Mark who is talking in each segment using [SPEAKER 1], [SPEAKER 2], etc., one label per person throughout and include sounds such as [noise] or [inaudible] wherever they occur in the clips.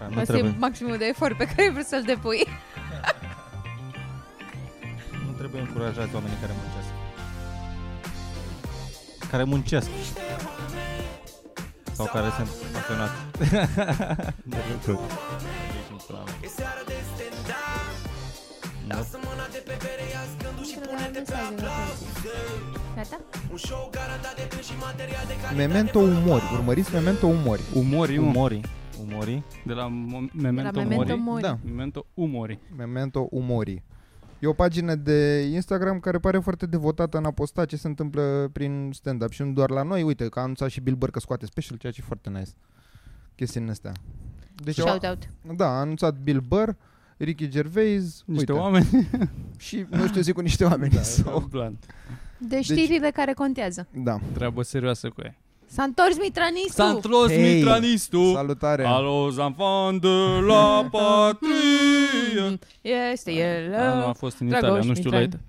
[SPEAKER 1] Nu
[SPEAKER 2] Asta e
[SPEAKER 1] trebuie,
[SPEAKER 2] maximul de efort pe care vrei să-l depui.
[SPEAKER 1] nu trebuie încurajați oamenii care muncesc. Care muncesc. Sau care sunt [laughs] pasionați. de lucruri. Deci nu prea am. Nu.
[SPEAKER 2] Gata?
[SPEAKER 3] Memento Umori. Urmăriți Memento Umori.
[SPEAKER 4] Umori, mă.
[SPEAKER 1] Umorii. Umorii.
[SPEAKER 4] De la mo-
[SPEAKER 2] De la
[SPEAKER 4] Memento
[SPEAKER 2] Memento
[SPEAKER 4] Mori.
[SPEAKER 2] Mori.
[SPEAKER 3] Da,
[SPEAKER 4] Memento Umori.
[SPEAKER 3] Memento Umori. E o pagină de Instagram care pare foarte devotată în a posta ce se întâmplă prin stand-up și nu doar la noi. Uite, că a anunțat și Bill Burr că scoate special, ceea ce e foarte nice. Chestii din astea. Deci,
[SPEAKER 2] Shout out.
[SPEAKER 3] da, a anunțat Bill Burr, Ricky Gervais, uite,
[SPEAKER 4] Niște oameni.
[SPEAKER 3] și nu știu zic cu niște oameni. Da,
[SPEAKER 4] [laughs] Sau
[SPEAKER 3] sau,
[SPEAKER 4] plan. Deci-
[SPEAKER 2] De știrile care contează.
[SPEAKER 3] da.
[SPEAKER 4] Treabă serioasă cu ei.
[SPEAKER 2] S-a întors Mitranistu!
[SPEAKER 4] S-a întors
[SPEAKER 3] Hei!
[SPEAKER 4] Mitranistu.
[SPEAKER 3] salutare.
[SPEAKER 4] Alo, zanfan de
[SPEAKER 2] [laughs]
[SPEAKER 4] la patrie.
[SPEAKER 2] Este el.
[SPEAKER 4] Ah, Nu a fost în
[SPEAKER 2] Dragoș
[SPEAKER 4] Italia, nu știu la
[SPEAKER 2] Mitran.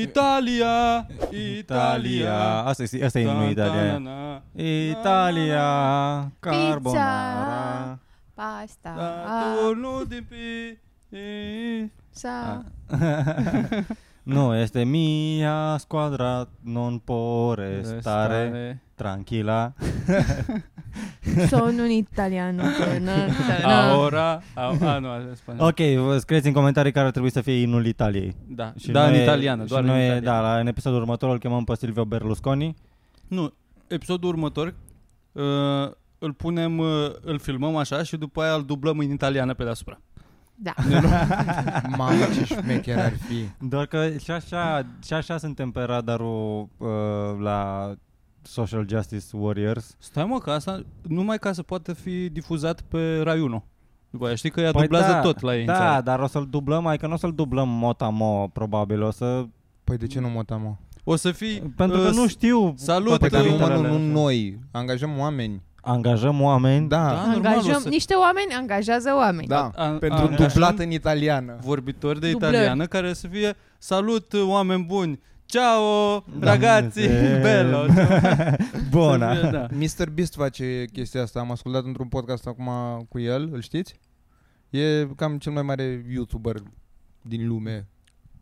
[SPEAKER 4] Italia.
[SPEAKER 1] Italia.
[SPEAKER 4] Italia.
[SPEAKER 1] Asta e, asta e
[SPEAKER 4] Ta-
[SPEAKER 1] nu
[SPEAKER 4] ta-
[SPEAKER 1] Italia.
[SPEAKER 4] na- na.
[SPEAKER 1] Italia. Carbonara.
[SPEAKER 2] Pasta.
[SPEAKER 4] Da,
[SPEAKER 2] a,
[SPEAKER 4] turnul de pe... e-
[SPEAKER 2] Sa.
[SPEAKER 1] nu, este mia squadra non pore stare tranquila.
[SPEAKER 2] Son un
[SPEAKER 4] [laughs]
[SPEAKER 2] italiano.
[SPEAKER 4] Ahora, a, a, nu, asta e spaniol.
[SPEAKER 1] Ok, vă scrieți în comentarii care ar trebui să fie inul Italiei.
[SPEAKER 4] Da, da în
[SPEAKER 1] noi-
[SPEAKER 4] italiană,
[SPEAKER 1] și
[SPEAKER 4] doar în
[SPEAKER 1] noi,
[SPEAKER 4] italiană.
[SPEAKER 1] Da, la, în episodul următor îl chemăm pe Silvio
[SPEAKER 4] [laughs]
[SPEAKER 1] Berlusconi.
[SPEAKER 4] Nu, episodul următor uh, îl punem, uh, îl filmăm așa și după aia îl dublăm în italiană pe deasupra.
[SPEAKER 2] Da.
[SPEAKER 4] Deci
[SPEAKER 3] Mamă, ce șmecher ar fi.
[SPEAKER 1] Doar că și așa, și așa suntem pe radarul uh, la Social Justice Warriors.
[SPEAKER 4] Stai mă, că asta numai ca să poată fi difuzat pe Rai 1. După aia știi că ea
[SPEAKER 1] Păi
[SPEAKER 4] dublează
[SPEAKER 1] da,
[SPEAKER 4] tot la ei în
[SPEAKER 1] Da,
[SPEAKER 4] țară.
[SPEAKER 1] dar o să-l dublăm, adică nu o să-l dublăm motamo, probabil. O să...
[SPEAKER 3] Păi de ce nu mota, mă?
[SPEAKER 4] O să fii...
[SPEAKER 1] Pentru că
[SPEAKER 4] uh,
[SPEAKER 1] nu știu
[SPEAKER 4] salut,
[SPEAKER 1] toate
[SPEAKER 3] Păi dar nu, mă,
[SPEAKER 1] cuvintele
[SPEAKER 3] nu,
[SPEAKER 1] alea.
[SPEAKER 3] nu noi. Angajăm oameni.
[SPEAKER 1] Angajăm oameni.
[SPEAKER 3] Da,
[SPEAKER 4] Da, normal, o
[SPEAKER 2] Angajăm
[SPEAKER 4] să...
[SPEAKER 2] niște oameni, angajează oameni.
[SPEAKER 3] da.
[SPEAKER 4] a-
[SPEAKER 1] Ah,
[SPEAKER 3] Pentru
[SPEAKER 4] angajăm-
[SPEAKER 3] dublat în italiană.
[SPEAKER 4] vorbitori de
[SPEAKER 2] Dublări.
[SPEAKER 4] italiană care să fie salut oameni buni, ciao ragazzi,
[SPEAKER 1] Dumnezeu.
[SPEAKER 4] [laughs] bello.
[SPEAKER 1] Bună.
[SPEAKER 4] Da.
[SPEAKER 3] Mr. Beast face chestia asta. Am ascultat într-un podcast acum cu el, îl știți? E cam cel mai mare YouTuber din lume.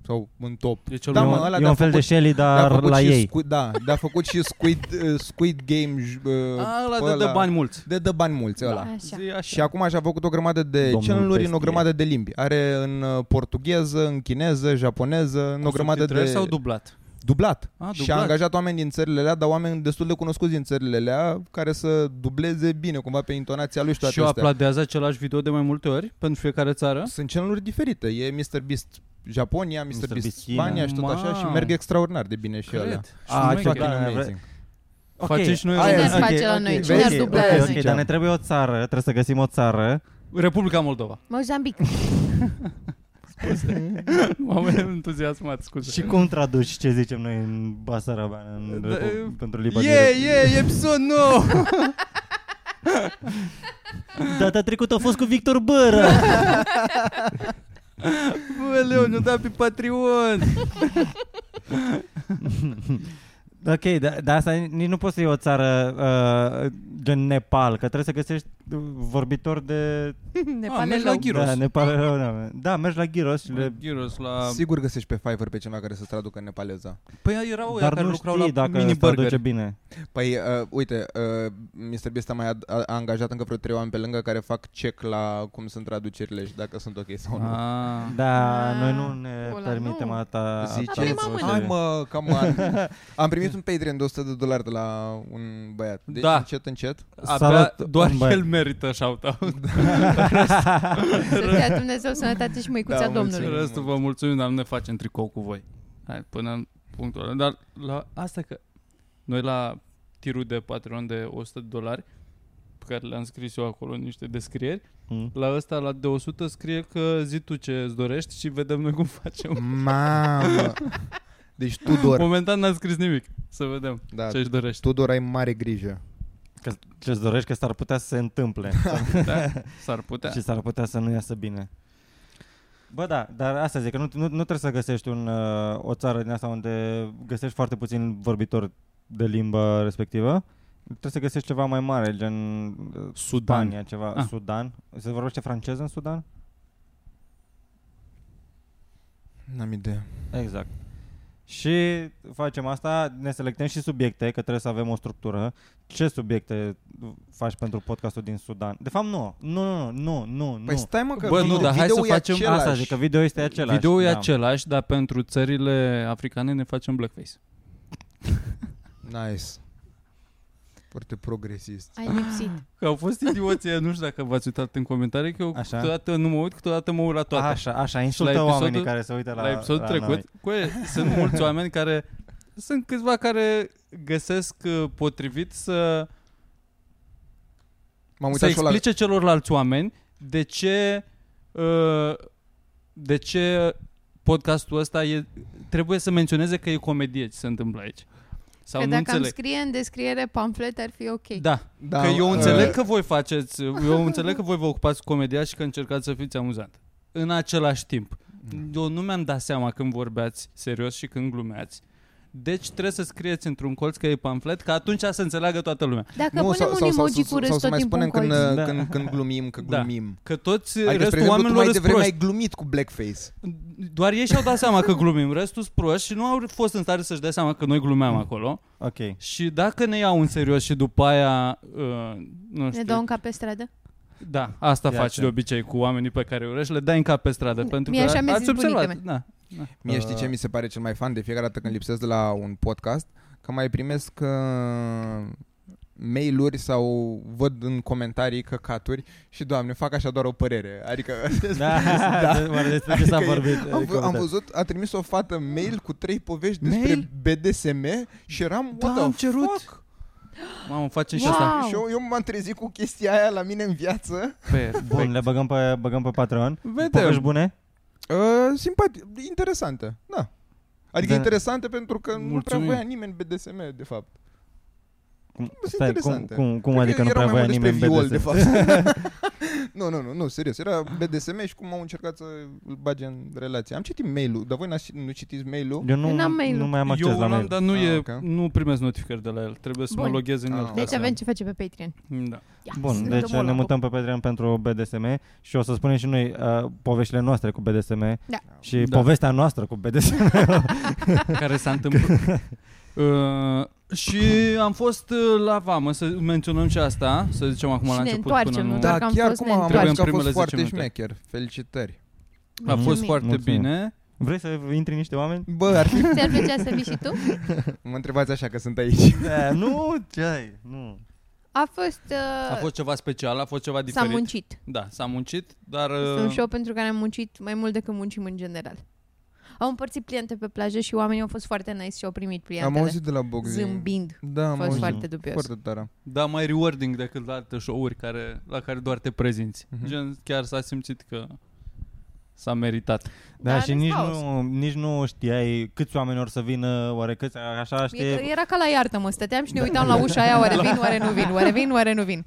[SPEAKER 3] Sau în top.
[SPEAKER 4] E cel
[SPEAKER 3] Da,
[SPEAKER 4] mai
[SPEAKER 3] mă,
[SPEAKER 4] mare.
[SPEAKER 3] ăla
[SPEAKER 1] e
[SPEAKER 3] de-a
[SPEAKER 1] un fel de
[SPEAKER 3] făcut-
[SPEAKER 1] Shelly,
[SPEAKER 3] De-a
[SPEAKER 1] dar
[SPEAKER 3] făcut
[SPEAKER 1] la
[SPEAKER 3] și
[SPEAKER 1] ei.
[SPEAKER 3] Squid, da, dar a făcut și Squid, uh, squid Game. j- Uh,
[SPEAKER 4] A,
[SPEAKER 3] pe
[SPEAKER 4] ăla de dă bani mulți.
[SPEAKER 3] De dă bani mulți ăla.
[SPEAKER 2] Așa.
[SPEAKER 4] Zi așa.
[SPEAKER 3] Și acum și-a făcut o grămadă de
[SPEAKER 1] Domnul
[SPEAKER 3] channel-uri în o
[SPEAKER 1] Bestie.
[SPEAKER 3] grămadă de limbi. Are în uh, portugheză, în chineză, japoneză, în o
[SPEAKER 4] Cu
[SPEAKER 3] grămadă de...
[SPEAKER 4] subtitrări sau dublat?
[SPEAKER 3] dublat.
[SPEAKER 4] A,
[SPEAKER 3] Și a
[SPEAKER 4] dublat.
[SPEAKER 3] angajat oameni din țările alea, dar oameni destul de cunoscuți din țările alea, care să dubleze bine cumva pe intonația lui și toate
[SPEAKER 4] Și eu
[SPEAKER 3] astea.
[SPEAKER 4] apladează același video de mai multe ori pentru fiecare țară.
[SPEAKER 3] Sunt channeluri diferite. E Mr. Beast Japonia, Mr.
[SPEAKER 1] Mr.
[SPEAKER 3] Beast
[SPEAKER 1] Beast
[SPEAKER 3] Spania
[SPEAKER 1] China.
[SPEAKER 3] și tot așa și
[SPEAKER 4] Mamă.
[SPEAKER 3] merg extraordinar de bine și alea.
[SPEAKER 4] Cred.
[SPEAKER 1] A,
[SPEAKER 4] Și
[SPEAKER 3] E
[SPEAKER 4] nu
[SPEAKER 1] ce
[SPEAKER 4] mai
[SPEAKER 3] fucking
[SPEAKER 1] bine.
[SPEAKER 3] amazing.
[SPEAKER 1] Ok,
[SPEAKER 4] Face și noi
[SPEAKER 3] aia
[SPEAKER 2] Cine
[SPEAKER 3] e.
[SPEAKER 2] ar
[SPEAKER 3] Ok,
[SPEAKER 2] face la
[SPEAKER 3] ok,
[SPEAKER 2] noi?
[SPEAKER 3] vezi?
[SPEAKER 2] Cine ar dubla
[SPEAKER 3] Ok,
[SPEAKER 1] Ok,
[SPEAKER 2] la
[SPEAKER 3] ziceam.
[SPEAKER 1] ok,
[SPEAKER 2] noi?
[SPEAKER 1] dar ne trebuie o țară, trebuie să găsim o țară.
[SPEAKER 4] Republica Moldova. [laughs]
[SPEAKER 2] Mozambic. [laughs]
[SPEAKER 4] M-am entuziasmat, scuze.
[SPEAKER 1] Și cum traduci ce zicem noi în Basarabean în,
[SPEAKER 4] Da,
[SPEAKER 1] repu- pentru limba
[SPEAKER 4] Yeah, yeah, episod nou!
[SPEAKER 1] Data trecută a fost cu Victor Bără.
[SPEAKER 4] [laughs] Bă, Leo, nu da pe Patreon!
[SPEAKER 1] [laughs] ok, dar da, asta nici nu poți să iei o țară uh, gen Nepal, că trebuie să găsești uh, vorbitori de...
[SPEAKER 2] Ne
[SPEAKER 4] Ah,
[SPEAKER 2] pane
[SPEAKER 4] mergi la
[SPEAKER 2] loc.
[SPEAKER 4] Gyros.
[SPEAKER 1] Da, Nepal, da, da, mergi la Ghiros și le...
[SPEAKER 4] Gyros la...
[SPEAKER 3] Sigur găsești pe Fiverr pe cineva care să-ți traducă în nepaleză.
[SPEAKER 4] Păi erau ăia
[SPEAKER 1] Dar
[SPEAKER 4] care
[SPEAKER 1] nu
[SPEAKER 4] lucrau
[SPEAKER 1] știi
[SPEAKER 4] la
[SPEAKER 1] dacă
[SPEAKER 4] mini
[SPEAKER 1] se traduce
[SPEAKER 4] burger.
[SPEAKER 1] bine.
[SPEAKER 3] Păi, uh, uite, uh, Mr. Beast a mai ad- a, a angajat încă vreo trei oameni pe lângă care fac check la cum sunt traducerile și dacă sunt ok sau nu.
[SPEAKER 4] Ah.
[SPEAKER 1] Da,
[SPEAKER 2] Ah,
[SPEAKER 1] noi nu ne
[SPEAKER 2] ăla
[SPEAKER 1] permitem
[SPEAKER 2] nu.
[SPEAKER 1] asta.
[SPEAKER 2] Apoi
[SPEAKER 3] Ziceți,
[SPEAKER 2] m-am mâna.
[SPEAKER 3] hai mă,
[SPEAKER 4] [laughs]
[SPEAKER 3] cam am, am primit un Patreon de 100 de dolari de la un băiat. Deci
[SPEAKER 4] Da.
[SPEAKER 3] încet, încet.
[SPEAKER 4] Abia
[SPEAKER 1] Salut,
[SPEAKER 4] doar
[SPEAKER 1] un băiat.
[SPEAKER 4] el merită shout-out.
[SPEAKER 2] Să dea Dumnezeu sănătate și măicuța
[SPEAKER 3] Da,
[SPEAKER 2] Domnului.
[SPEAKER 3] mulțumim.
[SPEAKER 4] Restul vă mulțumim, dar nu ne facem tricou cu voi. Hai, până în punctul ăla. Dar la asta că noi la tirul de Patreon de 100 de dolari, pe care le-am scris eu acolo în niște descrieri,
[SPEAKER 1] Mm.
[SPEAKER 4] la ăsta, la de 100, scrie că zi tu ce îți dorești și vedem noi cum
[SPEAKER 1] [laughs]
[SPEAKER 4] facem.
[SPEAKER 3] Mamă! Deci Tudor,
[SPEAKER 4] Momentan n-am scris nimic. Să vedem
[SPEAKER 3] da,
[SPEAKER 4] ce își dorești.
[SPEAKER 3] Tudor ai mare grijă.
[SPEAKER 1] Că ce-ți dorești că s-ar putea să se întâmple
[SPEAKER 4] Da? S-ar putea.
[SPEAKER 1] și s-ar putea să nu iasă bine. Bă, da, dar asta zic, că nu, nu, nu trebuie să găsești un, uh, o țară din asta unde găsești foarte puțin vorbitori de limba respectivă. Trebuie să găsești ceva mai mare, gen uh,
[SPEAKER 4] Sudan.
[SPEAKER 1] Spania, ceva,
[SPEAKER 4] Ah.
[SPEAKER 1] Sudan. Se vorbește franceză în Sudan?
[SPEAKER 3] N-am idee.
[SPEAKER 1] Exact. Și facem asta, ne selectăm și subiecte, că trebuie să avem o structură. Ce subiecte faci pentru podcastul din Sudan? De fapt, nu. Nu, nu, nu, nu, nu.
[SPEAKER 3] Păi stai mă că
[SPEAKER 4] Bă, nu, dar hai să
[SPEAKER 3] video-ul e
[SPEAKER 4] facem- adică-
[SPEAKER 3] același.
[SPEAKER 1] asta zic, că video este același.
[SPEAKER 4] Videoul e
[SPEAKER 1] da.
[SPEAKER 4] același, dar pentru țările africane ne facem blackface.
[SPEAKER 3] Nice. Foarte progresist.
[SPEAKER 2] Ai lipsit.
[SPEAKER 4] Că au fost idioții, [laughs] nu știu dacă v-ați uitat în comentarii, că eu
[SPEAKER 1] Așa.
[SPEAKER 4] Așa. câteodată nu mă uit, câteodată mă uit la toate.
[SPEAKER 1] Așa, așa, insultă
[SPEAKER 4] La episodul-
[SPEAKER 1] oamenii care se uită la
[SPEAKER 4] la episodul
[SPEAKER 1] la
[SPEAKER 4] trecut.
[SPEAKER 1] Noi.
[SPEAKER 4] Cu, sunt mulți oameni care sunt câțiva care găsesc uh, potrivit să,
[SPEAKER 3] M-am
[SPEAKER 4] să
[SPEAKER 3] uitat și eu la...
[SPEAKER 4] explice celorlalți oameni de ce uh, de ce podcastul ăsta e, trebuie să menționeze că e comedie ce se întâmplă aici. Sau
[SPEAKER 2] Că
[SPEAKER 4] nu
[SPEAKER 2] dacă
[SPEAKER 4] înțeleg.
[SPEAKER 2] am scrie în descriere pamflet ar fi ok.
[SPEAKER 4] Da,
[SPEAKER 3] Da,
[SPEAKER 4] că eu
[SPEAKER 3] mă,
[SPEAKER 4] înțeleg
[SPEAKER 3] uh,
[SPEAKER 4] că voi faceți, eu înțeleg că voi vă ocupați cu comedia și că încercați să fiți amuzant. În același timp, eu nu mi-am dat seama când vorbeați serios și când glumeați. Deci trebuie să scrieți într-un colț că e pamflet, ca atunci să înțeleagă toată lumea.
[SPEAKER 2] Dacă punem un emoji cu râs
[SPEAKER 3] sau să
[SPEAKER 2] tot
[SPEAKER 3] mai
[SPEAKER 2] timpul în
[SPEAKER 3] spunem când,
[SPEAKER 2] colț.
[SPEAKER 3] uh,
[SPEAKER 1] Da.
[SPEAKER 3] când, când glumim, că
[SPEAKER 4] Da.
[SPEAKER 3] glumim.
[SPEAKER 4] Că toți
[SPEAKER 3] Adică, spre
[SPEAKER 4] restul
[SPEAKER 3] exemplu, tu
[SPEAKER 4] oamenilor
[SPEAKER 3] mai
[SPEAKER 4] sunt
[SPEAKER 3] devreme
[SPEAKER 4] proști.
[SPEAKER 3] ai glumit cu blackface.
[SPEAKER 4] Doar ei și-au dat seama că glumim, restul sunt proști și nu au fost în stare să-și dea seama că noi glumeam acolo.
[SPEAKER 1] Ok.
[SPEAKER 4] Și dacă ne iau în serios și după aia, uh, nu
[SPEAKER 2] Ne
[SPEAKER 4] știu,
[SPEAKER 2] dau un cap pe stradă?
[SPEAKER 4] Da, asta
[SPEAKER 1] Iată.
[SPEAKER 4] faci de obicei cu oamenii pe care îi urăști, le dai în cap pe stradă, pentru
[SPEAKER 2] Mm, Mie
[SPEAKER 4] că
[SPEAKER 2] așa mi-a
[SPEAKER 4] ați
[SPEAKER 2] zis bunica
[SPEAKER 4] observat. Da.
[SPEAKER 3] Mie
[SPEAKER 1] Uh.
[SPEAKER 3] știi ce mi se pare cel mai fan de fiecare dată când lipsesc de la un podcast? Că mai primesc uh, mail-uri sau văd în comentarii căcaturi și, doamne, fac așa doar o părere.
[SPEAKER 4] [laughs]
[SPEAKER 3] Adică...
[SPEAKER 1] [laughs]
[SPEAKER 3] [laughs]
[SPEAKER 1] Da, da. Oare despre ce s-a
[SPEAKER 3] Adică
[SPEAKER 1] vorbit?
[SPEAKER 3] Am, vă, am
[SPEAKER 1] Comentariu.
[SPEAKER 3] văzut, a trimis o fată mail cu trei povești despre
[SPEAKER 4] Mail?
[SPEAKER 3] BDSM și eram,
[SPEAKER 4] Da,
[SPEAKER 3] what the
[SPEAKER 4] am cerut.
[SPEAKER 3] fuck?
[SPEAKER 4] Mamă, facem și
[SPEAKER 2] Wow!
[SPEAKER 4] asta.
[SPEAKER 3] Și eu, eu m-am trezit cu chestia aia la mine în viață.
[SPEAKER 4] Perfect.
[SPEAKER 1] Bun, le băgăm pe, băgăm pe Patreon. Povești
[SPEAKER 4] Vedem.
[SPEAKER 1] bune?
[SPEAKER 3] Uh, simpatic, interesantă, da.
[SPEAKER 1] Da.
[SPEAKER 3] Adică da. interesante pentru că nu prea
[SPEAKER 4] Mulțumim.
[SPEAKER 3] voia nimeni BDSM, de fapt.
[SPEAKER 1] Cum,
[SPEAKER 3] Sunt
[SPEAKER 1] stai, cum,
[SPEAKER 3] interesante.
[SPEAKER 1] cum, cum
[SPEAKER 3] Cred că
[SPEAKER 1] adică nu
[SPEAKER 3] erau
[SPEAKER 1] prea voia
[SPEAKER 3] mai mult despre
[SPEAKER 1] nimeni
[SPEAKER 3] viol,
[SPEAKER 1] BDSM?
[SPEAKER 3] de
[SPEAKER 1] [laughs]
[SPEAKER 3] fapt. nu, nu, nu, nu, serios. Era BDSM și cum au încercat să îl bage în relație. Am citit mail-ul, dar voi n-ați- nu citiți mail-ul?
[SPEAKER 1] Eu nu,
[SPEAKER 2] Eu n-am mail-ul.
[SPEAKER 1] nu mai am acces
[SPEAKER 4] Eu
[SPEAKER 1] la
[SPEAKER 4] l-am,
[SPEAKER 1] mail.
[SPEAKER 4] dar nu,
[SPEAKER 3] Ah,
[SPEAKER 4] e,
[SPEAKER 3] ok.
[SPEAKER 4] nu primesc notificări de la el. Trebuie să mă
[SPEAKER 2] Bun.
[SPEAKER 4] loghez în
[SPEAKER 3] Ah,
[SPEAKER 4] el.
[SPEAKER 3] ok.
[SPEAKER 2] Deci avem ce face pe Patreon.
[SPEAKER 4] Da.
[SPEAKER 2] Ia, să
[SPEAKER 1] Bun,
[SPEAKER 2] ne
[SPEAKER 1] deci
[SPEAKER 2] dăm o
[SPEAKER 1] ne
[SPEAKER 2] la
[SPEAKER 1] mutăm pe Patreon pentru BDSM și o să spunem și noi uh, poveștile noastre cu BDSM
[SPEAKER 2] Da.
[SPEAKER 1] și
[SPEAKER 4] Da.
[SPEAKER 1] povestea noastră cu BDSM.
[SPEAKER 4] Care s-a
[SPEAKER 1] [laughs]
[SPEAKER 4] întâmplat. uh, și am fost uh, la vamă, să menționăm și asta, să zicem acum
[SPEAKER 2] Și ne
[SPEAKER 4] la început.
[SPEAKER 2] întoarcem,
[SPEAKER 4] până
[SPEAKER 2] nu?
[SPEAKER 4] nu...
[SPEAKER 2] Doar
[SPEAKER 3] Da,
[SPEAKER 2] că am
[SPEAKER 3] chiar
[SPEAKER 2] fost
[SPEAKER 3] cum am
[SPEAKER 2] neîntrebat.
[SPEAKER 3] văzut că a
[SPEAKER 4] În
[SPEAKER 3] fost
[SPEAKER 4] primele
[SPEAKER 3] foarte
[SPEAKER 4] 10 minute.
[SPEAKER 3] șmecher. Felicitări.
[SPEAKER 4] A
[SPEAKER 2] Mulțumim.
[SPEAKER 4] fost foarte
[SPEAKER 1] Mulțumim.
[SPEAKER 4] bine.
[SPEAKER 1] [laughs] Vrei să intri niște oameni?
[SPEAKER 3] Bă, ar fi...
[SPEAKER 2] Ți-ar plăcea să vii și tu?
[SPEAKER 3] mă întrebați așa că sunt aici.
[SPEAKER 1] Da, nu, ce ai? Nu.
[SPEAKER 2] A fost... uh,
[SPEAKER 4] A fost ceva special, a fost ceva
[SPEAKER 2] S-a
[SPEAKER 4] diferit.
[SPEAKER 2] muncit.
[SPEAKER 4] Da, s-a muncit, dar...
[SPEAKER 2] Este un
[SPEAKER 4] uh,
[SPEAKER 2] show pentru care am muncit mai mult decât muncim în general. Au împărțit pliante pe plajă și oamenii au fost foarte nice și au primit
[SPEAKER 3] Am
[SPEAKER 2] pliantele.
[SPEAKER 3] auzit de la Bogdan.
[SPEAKER 2] Zâmbind.
[SPEAKER 3] Da,
[SPEAKER 2] A
[SPEAKER 3] am
[SPEAKER 2] fost
[SPEAKER 3] auzit.
[SPEAKER 2] foarte dubios.
[SPEAKER 3] Foarte tare.
[SPEAKER 4] Da, mai rewarding decât la alte show-uri care, la care doar te prezinți.
[SPEAKER 3] Mhm.
[SPEAKER 4] Mm-hmm. Gen, chiar s-a simțit că s-a meritat.
[SPEAKER 1] Da,
[SPEAKER 2] Dar
[SPEAKER 1] și
[SPEAKER 2] în
[SPEAKER 1] nici
[SPEAKER 2] haos.
[SPEAKER 1] nu, nici nu știai câți oameni or să vină, oare câți, așa
[SPEAKER 2] E-
[SPEAKER 1] știi.
[SPEAKER 2] Era ca la iartă, mă, stăteam
[SPEAKER 3] Da.
[SPEAKER 2] și ne uitam la ușa aia, oare vin, oare nu vin, oare vin, oare nu vin.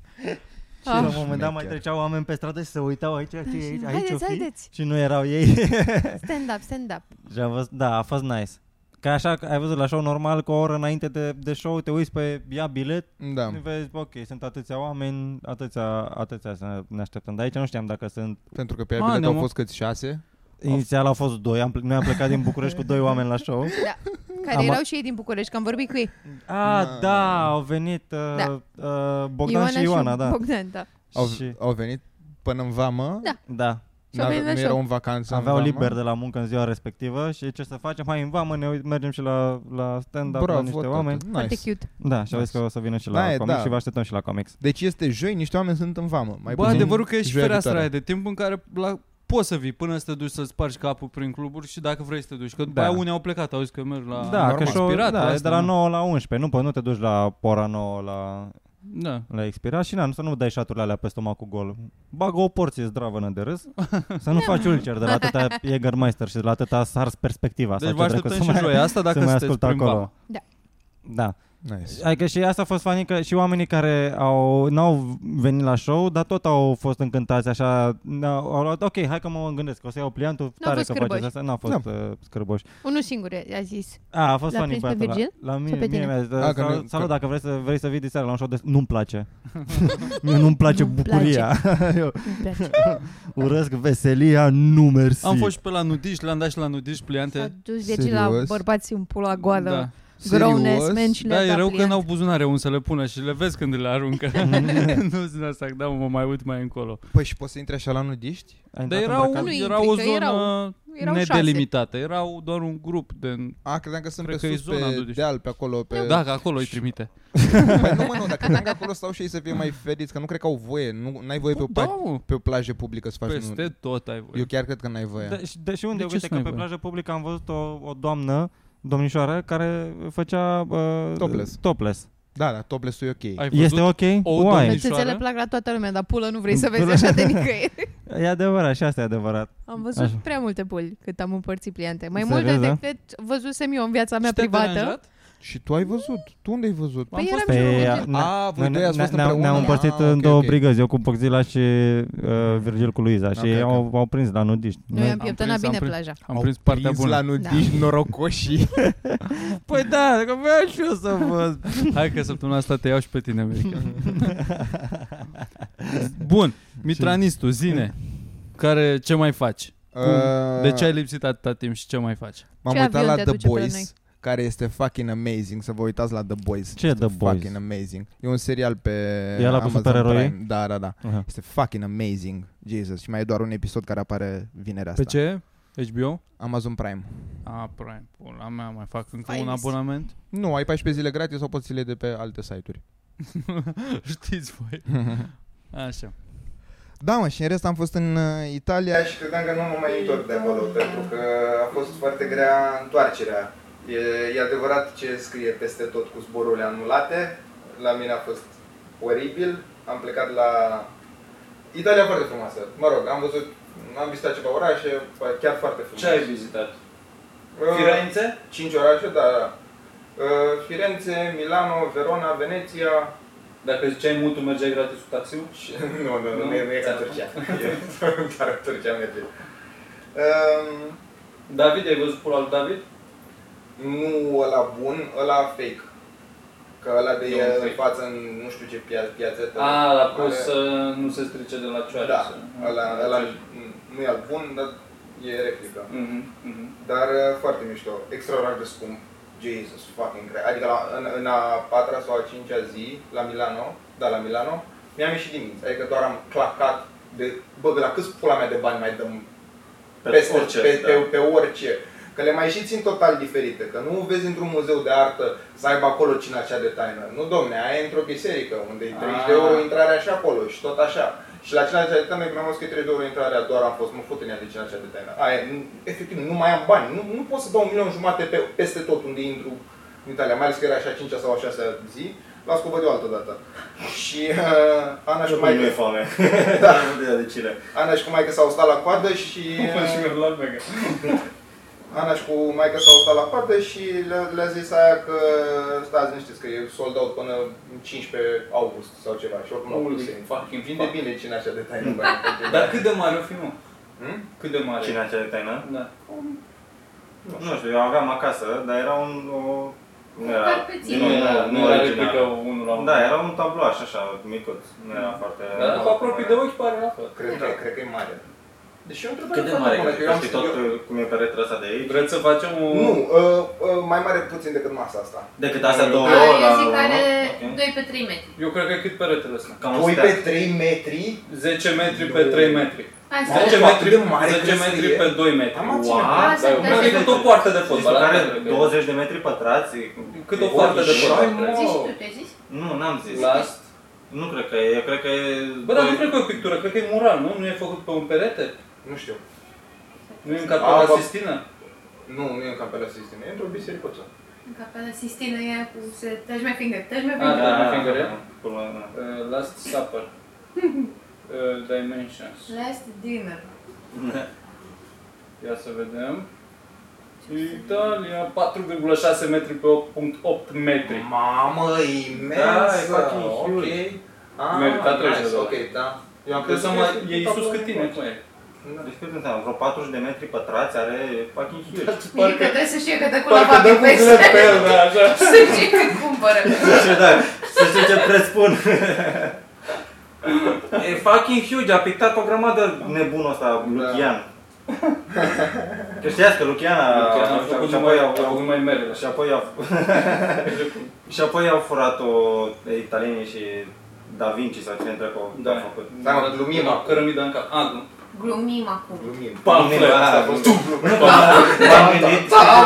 [SPEAKER 1] Și la un
[SPEAKER 2] Ah.
[SPEAKER 1] moment dat mai
[SPEAKER 3] Șmecher.
[SPEAKER 1] treceau oameni pe stradă Da, și se uitau aici, aici, aici, aici o
[SPEAKER 2] Haideți,
[SPEAKER 1] fi,
[SPEAKER 2] haideți,
[SPEAKER 1] și nu erau ei. [laughs]
[SPEAKER 2] stand up, stand up.
[SPEAKER 1] și am văzut, da, a fost nice. Ca așa, ai văzut la show normal, cu o oră înainte de, de show, te uiți pe ia bilet,
[SPEAKER 3] Da.
[SPEAKER 1] Da. Vezi, bă, ok, sunt atâția oameni, atâția, atâția să ne așteptăm. Dar aici nu știam dacă sunt...
[SPEAKER 3] Pentru că pe
[SPEAKER 4] Ah,
[SPEAKER 3] ea bilet au
[SPEAKER 4] ne-am-
[SPEAKER 3] fost câți șase.
[SPEAKER 1] Inițial au fost doi, am, ple- noi am plecat din București cu doi oameni la show.
[SPEAKER 2] Da. Care
[SPEAKER 1] Am-
[SPEAKER 2] erau și ei din București, că am vorbit cu ei.
[SPEAKER 1] Ah,
[SPEAKER 3] Ma.
[SPEAKER 1] da, au venit uh,
[SPEAKER 2] Da.
[SPEAKER 1] uh, Bogdan Ioana și Ioana, da.
[SPEAKER 2] Bogdan, da.
[SPEAKER 3] Au,
[SPEAKER 1] și,
[SPEAKER 3] au venit până în vamă.
[SPEAKER 2] Da.
[SPEAKER 1] da.
[SPEAKER 2] Și au
[SPEAKER 3] N-ave-
[SPEAKER 2] venit la
[SPEAKER 3] nu
[SPEAKER 2] show.
[SPEAKER 3] erau în vacanță în
[SPEAKER 1] Aveau
[SPEAKER 3] vamă.
[SPEAKER 1] liber de la muncă în ziua respectivă și ce să facem? Hai în vamă, ne uit, mergem și la, la stand-up
[SPEAKER 3] Bravo,
[SPEAKER 1] la niște
[SPEAKER 3] tată.
[SPEAKER 1] oameni.
[SPEAKER 2] Foarte
[SPEAKER 3] Nice.
[SPEAKER 2] cute.
[SPEAKER 1] Da, și au zis
[SPEAKER 3] Nice.
[SPEAKER 1] că o să vină și la
[SPEAKER 3] Da, e,
[SPEAKER 1] comics
[SPEAKER 3] da.
[SPEAKER 1] și vă așteptăm și la comics.
[SPEAKER 3] Deci este joi, niște oameni sunt în vamă. Mai
[SPEAKER 4] Mai Bă,
[SPEAKER 3] puțin
[SPEAKER 4] adevărul că e și
[SPEAKER 3] joia
[SPEAKER 4] fereastra aia
[SPEAKER 3] viitoare.
[SPEAKER 4] de timp în care la, poți să vii până să te duci să-ți spargi capul prin cluburi și dacă vrei să te duci. Că după
[SPEAKER 1] Da.
[SPEAKER 4] da. aia unii au plecat, au zis că merg la...
[SPEAKER 1] da,
[SPEAKER 3] normal.
[SPEAKER 1] că show,
[SPEAKER 4] Expirat,
[SPEAKER 1] da,
[SPEAKER 4] asta,
[SPEAKER 1] e de la
[SPEAKER 4] nu?
[SPEAKER 1] 9 la 11. Nu, pă, nu te duci la ora 9 la,
[SPEAKER 4] Da.
[SPEAKER 1] La expirat și na, nu să nu dai șaturile alea pe stomacul gol. Bagă o porție zdravănă de
[SPEAKER 3] [laughs]
[SPEAKER 1] râs, să nu faci ulcer de la atâta Jägermeister și de la atâta sars perspectiva.
[SPEAKER 4] Deci
[SPEAKER 1] sau
[SPEAKER 4] vă
[SPEAKER 1] ce dracu
[SPEAKER 4] așteptăm
[SPEAKER 1] să
[SPEAKER 4] și
[SPEAKER 1] mai-
[SPEAKER 4] joia asta
[SPEAKER 1] să
[SPEAKER 4] dacă
[SPEAKER 1] mai
[SPEAKER 4] sunteți
[SPEAKER 1] ascult
[SPEAKER 4] prin
[SPEAKER 1] acolo.
[SPEAKER 4] vamă.
[SPEAKER 2] Da.
[SPEAKER 1] Da.
[SPEAKER 3] Nice.
[SPEAKER 1] Adică și asta a fost fanii că și oamenii care au, n-au venit la show, dar tot au fost încântați așa, n-au, au luat, ok, hai că mă gândesc, că o să iau pliantul, tare
[SPEAKER 2] fost
[SPEAKER 1] că
[SPEAKER 2] scârboși.
[SPEAKER 1] faceți asta, n-a fost uh, scârboși.
[SPEAKER 2] Unul singur a zis.
[SPEAKER 1] A, a fost
[SPEAKER 2] L-a
[SPEAKER 1] funny
[SPEAKER 2] prins pe
[SPEAKER 1] băiatul ăla.
[SPEAKER 2] Virgil?
[SPEAKER 1] La mine,
[SPEAKER 2] Sau pe
[SPEAKER 1] mie
[SPEAKER 2] tine?
[SPEAKER 1] mi-a zis,
[SPEAKER 3] A, că
[SPEAKER 1] salut,
[SPEAKER 3] nu-
[SPEAKER 1] salut,
[SPEAKER 3] că-
[SPEAKER 1] dacă vrei să, vrei să vii diseară la un show de... Nu-mi place. [laughs] Mie nu-mi place
[SPEAKER 2] [laughs] Nu-mi
[SPEAKER 1] bucuria. [laughs] Eu
[SPEAKER 2] Îmi [laughs] place.
[SPEAKER 1] urăsc veselia, nu mersi.
[SPEAKER 4] Am fost și pe la nudiști, le-am dat și la nudiști
[SPEAKER 2] S-a
[SPEAKER 4] pliante.
[SPEAKER 2] dus vieții la
[SPEAKER 3] Serios?
[SPEAKER 2] bărbați în pula goală.
[SPEAKER 4] Da,
[SPEAKER 2] Grown ass
[SPEAKER 3] Serios?
[SPEAKER 2] men și le-a
[SPEAKER 4] da e
[SPEAKER 2] dat
[SPEAKER 4] rău că
[SPEAKER 2] pliant.
[SPEAKER 4] n-au buzunare unde să le pună și le vezi când le aruncă.
[SPEAKER 1] [laughs]
[SPEAKER 4] nu sunt asta, da, mă mai uit mai încolo.
[SPEAKER 3] Păi și poți să intri așa la nudiști?
[SPEAKER 1] Ai
[SPEAKER 4] Dar
[SPEAKER 1] intrat
[SPEAKER 4] era,
[SPEAKER 1] îmbrăcat?
[SPEAKER 4] un,
[SPEAKER 2] Nu
[SPEAKER 4] era
[SPEAKER 2] intri,
[SPEAKER 4] o
[SPEAKER 2] că
[SPEAKER 4] zonă
[SPEAKER 2] erau- erau șase.
[SPEAKER 4] nedelimitată, erau doar un grup de...
[SPEAKER 3] A, credeam că sunt
[SPEAKER 4] Cred
[SPEAKER 3] pe
[SPEAKER 4] că e
[SPEAKER 3] sus,
[SPEAKER 4] zona
[SPEAKER 3] pe
[SPEAKER 4] nudiști.
[SPEAKER 3] deal, pe acolo, pe...
[SPEAKER 4] Da, că acolo îi trimite.
[SPEAKER 3] Păi nu, mă, nu, dar credeam că acolo stau și ei să fie mai feriți, că nu cred că au voie, nu, n-ai voie pe, o
[SPEAKER 4] da,
[SPEAKER 3] pa-
[SPEAKER 4] mă,
[SPEAKER 3] pe o plajă publică să faci
[SPEAKER 4] peste tot ai
[SPEAKER 3] nu. Eu
[SPEAKER 4] voie.
[SPEAKER 3] chiar cred că n-ai voie.
[SPEAKER 1] Da, și, de, și unde?
[SPEAKER 4] De ce
[SPEAKER 1] Uite
[SPEAKER 4] să
[SPEAKER 1] că
[SPEAKER 4] n-ai
[SPEAKER 1] pe
[SPEAKER 4] voie?
[SPEAKER 1] plajă publică am văzut o, o doamnă, domnișoară, care făcea... Uh,
[SPEAKER 3] Topless.
[SPEAKER 1] topless.
[SPEAKER 3] Da, da, topless-ul e ok.
[SPEAKER 4] Ai văzut?
[SPEAKER 1] Este ok?
[SPEAKER 4] o
[SPEAKER 1] Why?
[SPEAKER 4] domnișoară?
[SPEAKER 2] Tățele plac la toată lumea, dar pulă nu vrei să vezi
[SPEAKER 1] Pulă.
[SPEAKER 2] așa de nicăieri.
[SPEAKER 1] E adevărat, și asta e adevărat.
[SPEAKER 2] Am văzut
[SPEAKER 1] Așa.
[SPEAKER 2] prea multe puli cât am împărțit pliante. Mai
[SPEAKER 1] Serios,
[SPEAKER 2] multe
[SPEAKER 1] da?
[SPEAKER 2] decât văzusem eu în viața mea
[SPEAKER 4] Și te-ai
[SPEAKER 2] privată.
[SPEAKER 4] deranjat?
[SPEAKER 3] Și tu ai văzut? Tu unde ai văzut?
[SPEAKER 2] Păi eram și
[SPEAKER 1] Pe,
[SPEAKER 2] eu.
[SPEAKER 1] ne-
[SPEAKER 3] A, voi
[SPEAKER 1] noi
[SPEAKER 3] doi ați
[SPEAKER 1] ne-
[SPEAKER 3] fost
[SPEAKER 1] ne-am-
[SPEAKER 3] împreună?
[SPEAKER 1] Ne-am împărțit
[SPEAKER 3] Ah,
[SPEAKER 1] în
[SPEAKER 3] ok,
[SPEAKER 1] două
[SPEAKER 3] ok.
[SPEAKER 1] brigăzi, eu cu Poxila și uh, Virgil cu Luiza și
[SPEAKER 3] Ok,
[SPEAKER 1] ei
[SPEAKER 3] ok.
[SPEAKER 1] au, au prins la nudiști.
[SPEAKER 2] Noi am
[SPEAKER 4] Am
[SPEAKER 2] pieptănat
[SPEAKER 4] prins, am
[SPEAKER 2] bine
[SPEAKER 4] prins.
[SPEAKER 2] plaja.
[SPEAKER 4] Am prins partea
[SPEAKER 3] la
[SPEAKER 4] bună.
[SPEAKER 3] nudiști
[SPEAKER 1] Da.
[SPEAKER 3] norocoșii.
[SPEAKER 1] Păi da, că vreau și eu să văd.
[SPEAKER 4] Hai că săptămâna asta te iau și pe tine, America. [laughs] Bun, Mitranistul, zine. Care, ce mai faci?
[SPEAKER 3] Uh,
[SPEAKER 4] Cum?
[SPEAKER 1] Deci
[SPEAKER 4] De ce ai lipsit atâta timp și ce mai faci?
[SPEAKER 3] M-am
[SPEAKER 2] Ce
[SPEAKER 3] uitat
[SPEAKER 2] avion
[SPEAKER 3] la
[SPEAKER 2] te
[SPEAKER 3] The
[SPEAKER 2] aduce pe la noi?
[SPEAKER 3] Boys, care este fucking amazing. Să vă uitați la The
[SPEAKER 1] [laughs]
[SPEAKER 3] Boys.
[SPEAKER 1] Ce The Boys?
[SPEAKER 3] Fucking amazing. E un serial pe
[SPEAKER 1] E ăla cu
[SPEAKER 3] Amazon
[SPEAKER 1] supereroi?
[SPEAKER 3] Prime. Da, da, da.
[SPEAKER 1] Aha.
[SPEAKER 3] Este fucking amazing. Jesus. Și mai e doar un episod care apare vinerea
[SPEAKER 4] Pe
[SPEAKER 3] asta.
[SPEAKER 4] ce? HBO?
[SPEAKER 3] Amazon Prime.
[SPEAKER 4] Ah, Prime, pula mea, mai fac încă
[SPEAKER 2] Fain.
[SPEAKER 4] un abonament? [laughs]
[SPEAKER 3] Nu, ai 14 zile gratis sau poți să le iei de pe alte site-uri.
[SPEAKER 4] Știți voi. Așa.
[SPEAKER 3] Da, mă, și în rest am fost în uh, Italia și credeam că nu mă mai întorc de acolo, pentru că a fost foarte grea întoarcerea. E, e adevărat ce scrie peste tot cu zborurile anulate. La mine a fost oribil. Am plecat la Italia foarte frumoasă. Mă rog, am văzut, am vizitat ceva orașe, chiar foarte frumos.
[SPEAKER 5] Ce ai vizitat?
[SPEAKER 3] Uh,
[SPEAKER 5] Firenze?
[SPEAKER 3] Cinci orașe, da, da. Uh, Firenze, Milano, Verona, Veneția.
[SPEAKER 5] Dacă ziceai mult, tu mergeai gratis cu taxiul?
[SPEAKER 3] Și, nu, nu, nu,
[SPEAKER 5] Nu?
[SPEAKER 3] nu, e- nu e ca Turcia. E- [laughs] Doar în Turcia merge. Um,
[SPEAKER 5] David, ai văzut pula lui David?
[SPEAKER 3] nu ăla bun, ăla fake. Că ăla de
[SPEAKER 5] E un
[SPEAKER 3] e în
[SPEAKER 5] fake. Ah,
[SPEAKER 3] față în nu știu ce pia- piațetă.
[SPEAKER 5] A, la
[SPEAKER 3] Da. Are-
[SPEAKER 5] post să nu se strice de la cioare.
[SPEAKER 3] Da,
[SPEAKER 5] să-
[SPEAKER 3] ăla, ăla nu e al bun, dar e replică.
[SPEAKER 5] Mhm, mhm.
[SPEAKER 3] Dar uh, foarte mișto, extraordinar de scump. Jesus fucking Christ. Adică la, în, în a patra sau a cincea zi, la Milano, da, la Milano, mi-am ieșit din minți. Adică doar am clacat de, bă, de la câți pula mea de bani mai dăm
[SPEAKER 5] Pe
[SPEAKER 3] peste,
[SPEAKER 5] orice,
[SPEAKER 3] pe,
[SPEAKER 5] da.
[SPEAKER 3] pe, pe orice. Că le mai și țin total diferite, că nu vezi într-un muzeu de artă să aibă acolo cina cea de taină. Nu, domne, aia e într-o biserică, unde e 30 de
[SPEAKER 5] Ah.
[SPEAKER 3] euro intrarea și acolo și tot așa. Și la cina cea de taină, când am văzut că e 30 de euro intrarea, doar am fost, mă fut în ea de cina cea de taină. Aia, e, nu- efectiv, nu mai am bani, nu, nu pot să dau un milion jumate pe, peste tot unde intru în Italia, mai ales că era așa 5 sau a 6 zi, las cu de o altă dată. [laughs] Și uh, Ana și cu
[SPEAKER 5] Nu e
[SPEAKER 3] maică,
[SPEAKER 1] [laughs]
[SPEAKER 5] foame. Da. Nu de de cile.
[SPEAKER 3] Ana și cu maică s-au stat la coadă și...
[SPEAKER 5] Și mi-a luat mega.
[SPEAKER 3] Ana și cu maica s-au stat la coadă și le- le-a zis aia că stați niște că e sold out până în 15 august sau ceva și oricum au pus
[SPEAKER 5] Holy fucking
[SPEAKER 3] Vinde
[SPEAKER 5] fuck.
[SPEAKER 3] bine cine așa de taină.
[SPEAKER 5] Dar cât de mare o fi, mă?
[SPEAKER 3] Hmm?
[SPEAKER 5] Cât de mare?
[SPEAKER 6] Cine acea de taină?
[SPEAKER 5] Da.
[SPEAKER 6] Nu știu, eu aveam acasă, dar era un... O... Nu era,
[SPEAKER 2] Carpețin.
[SPEAKER 5] Nu era, nu era replică
[SPEAKER 6] original.
[SPEAKER 5] unul la unul.
[SPEAKER 6] Da, era un tabloaș așa, micuț. Nu
[SPEAKER 2] Mm.
[SPEAKER 6] era foarte...
[SPEAKER 3] Da.
[SPEAKER 5] Dar dacă apropii Da, de ochi pare la fel.
[SPEAKER 3] Cred că, cred că e mare. Deci eu întrebare
[SPEAKER 6] Cât de
[SPEAKER 3] foarte
[SPEAKER 6] mare?
[SPEAKER 3] bună, că
[SPEAKER 1] Păi
[SPEAKER 3] eu
[SPEAKER 6] Că
[SPEAKER 3] am
[SPEAKER 6] știi
[SPEAKER 3] eu-
[SPEAKER 1] uh,
[SPEAKER 6] tot cum e peretele ăsta de aici?
[SPEAKER 5] Vreți să facem un...
[SPEAKER 3] Nu, uh, uh, mai mare puțin decât masa asta.
[SPEAKER 6] Decât astea două
[SPEAKER 7] Aia
[SPEAKER 6] ori
[SPEAKER 7] eu
[SPEAKER 6] la
[SPEAKER 7] zic
[SPEAKER 6] unul,
[SPEAKER 7] care
[SPEAKER 6] ok.
[SPEAKER 7] 2 pe 3 metri.
[SPEAKER 5] Eu cred că cât peretele ăsta?
[SPEAKER 6] Cam
[SPEAKER 3] Voi
[SPEAKER 6] astea.
[SPEAKER 3] pe 3 metri?
[SPEAKER 5] 10 metri pe 3 metri.
[SPEAKER 7] Hai
[SPEAKER 3] Mamă,
[SPEAKER 5] 10
[SPEAKER 7] să
[SPEAKER 3] cu atât
[SPEAKER 5] metri,
[SPEAKER 3] de mare
[SPEAKER 5] 10
[SPEAKER 3] crezi că
[SPEAKER 5] metri
[SPEAKER 3] e?
[SPEAKER 5] pe 2 metri.
[SPEAKER 3] Am
[SPEAKER 6] Wow.
[SPEAKER 7] Hai să
[SPEAKER 5] Dar eu cred că Păi, e
[SPEAKER 7] vedem.
[SPEAKER 5] cât o poartă de
[SPEAKER 6] Deci tu
[SPEAKER 5] fotbal. asta
[SPEAKER 6] care
[SPEAKER 5] cred că e.
[SPEAKER 6] 20 de metri pătrați?
[SPEAKER 5] Cât
[SPEAKER 6] E
[SPEAKER 5] o poartă de
[SPEAKER 6] orice.
[SPEAKER 5] fotbal.
[SPEAKER 7] Zici
[SPEAKER 5] cred
[SPEAKER 7] și
[SPEAKER 5] că
[SPEAKER 7] tu,
[SPEAKER 5] e.
[SPEAKER 7] te-ai zis?
[SPEAKER 6] Nu, n-am zis.
[SPEAKER 5] Last.
[SPEAKER 6] Nu cred că e, eu cred că e...
[SPEAKER 5] Bă,
[SPEAKER 3] Păi-
[SPEAKER 5] dar nu cred că e o pictură, cred că e mural, nu? Nu e făcut pe un perete?
[SPEAKER 3] Nu știu.
[SPEAKER 5] Nu e în
[SPEAKER 3] A, bă.
[SPEAKER 5] capela Sistină?
[SPEAKER 3] Nu, nu e în capela Sistinei, e într-o biserică.
[SPEAKER 7] În capela Sistină e cu se touch my finger, touch my
[SPEAKER 5] Ah,
[SPEAKER 7] finger.
[SPEAKER 5] da. finger, e?
[SPEAKER 6] Pula, da.
[SPEAKER 5] Uh, Last Supper. Uh,
[SPEAKER 4] Deci
[SPEAKER 5] Dimensions.
[SPEAKER 7] Last dinner.
[SPEAKER 5] Ia să vedem.
[SPEAKER 4] Italia, 4,6 metri pe 8,8 metri.
[SPEAKER 3] Mamă, imensă!
[SPEAKER 4] Da, e fucking
[SPEAKER 3] ok.
[SPEAKER 4] huge.
[SPEAKER 3] Ah,
[SPEAKER 4] Merita
[SPEAKER 3] nice,
[SPEAKER 4] 30 de dolari.
[SPEAKER 3] Ok, da. Eu am
[SPEAKER 4] Trebuie
[SPEAKER 3] crezut
[SPEAKER 4] să
[SPEAKER 3] că
[SPEAKER 4] mai...
[SPEAKER 3] este
[SPEAKER 4] E
[SPEAKER 3] tot
[SPEAKER 4] Iisus
[SPEAKER 3] acolo
[SPEAKER 4] cât tine,
[SPEAKER 3] încoace.
[SPEAKER 4] băie.
[SPEAKER 3] Da.
[SPEAKER 1] Deci cât înseamnă? Vreo 40 de metri pătrați are fucking huge.
[SPEAKER 4] Parcă,
[SPEAKER 2] Parcă trebuie să știe că dă cu
[SPEAKER 4] parcă
[SPEAKER 2] la
[SPEAKER 4] dă cu
[SPEAKER 2] Budapest.
[SPEAKER 4] pe el, da, așa.
[SPEAKER 2] [laughs] Să știe cât cumpără.
[SPEAKER 1] Ce da, să știi ce preț pun.
[SPEAKER 4] E fucking huge, a pictat o grămadă.
[SPEAKER 1] Nebunul ăsta, Lucian. Că știați că Lucian a,
[SPEAKER 4] Chiar
[SPEAKER 1] a,
[SPEAKER 4] am făcut
[SPEAKER 1] și apoi
[SPEAKER 4] numai, a
[SPEAKER 1] au,
[SPEAKER 4] făcut numai merele,
[SPEAKER 1] și
[SPEAKER 4] așa.
[SPEAKER 1] apoi au, [laughs] și apoi au furat-o italienii și Da Vinci sau cine dracu
[SPEAKER 4] Da.
[SPEAKER 1] a făcut.
[SPEAKER 3] Da, mă, glumim acum.
[SPEAKER 4] Cărămida în cap. A, nu.
[SPEAKER 2] Glumim acum.
[SPEAKER 3] Glumim.
[SPEAKER 4] Pamflet,
[SPEAKER 1] Glumim,
[SPEAKER 4] asta a
[SPEAKER 1] da,
[SPEAKER 4] fost.
[SPEAKER 1] [laughs] Nu, m-am gândit,
[SPEAKER 2] Da,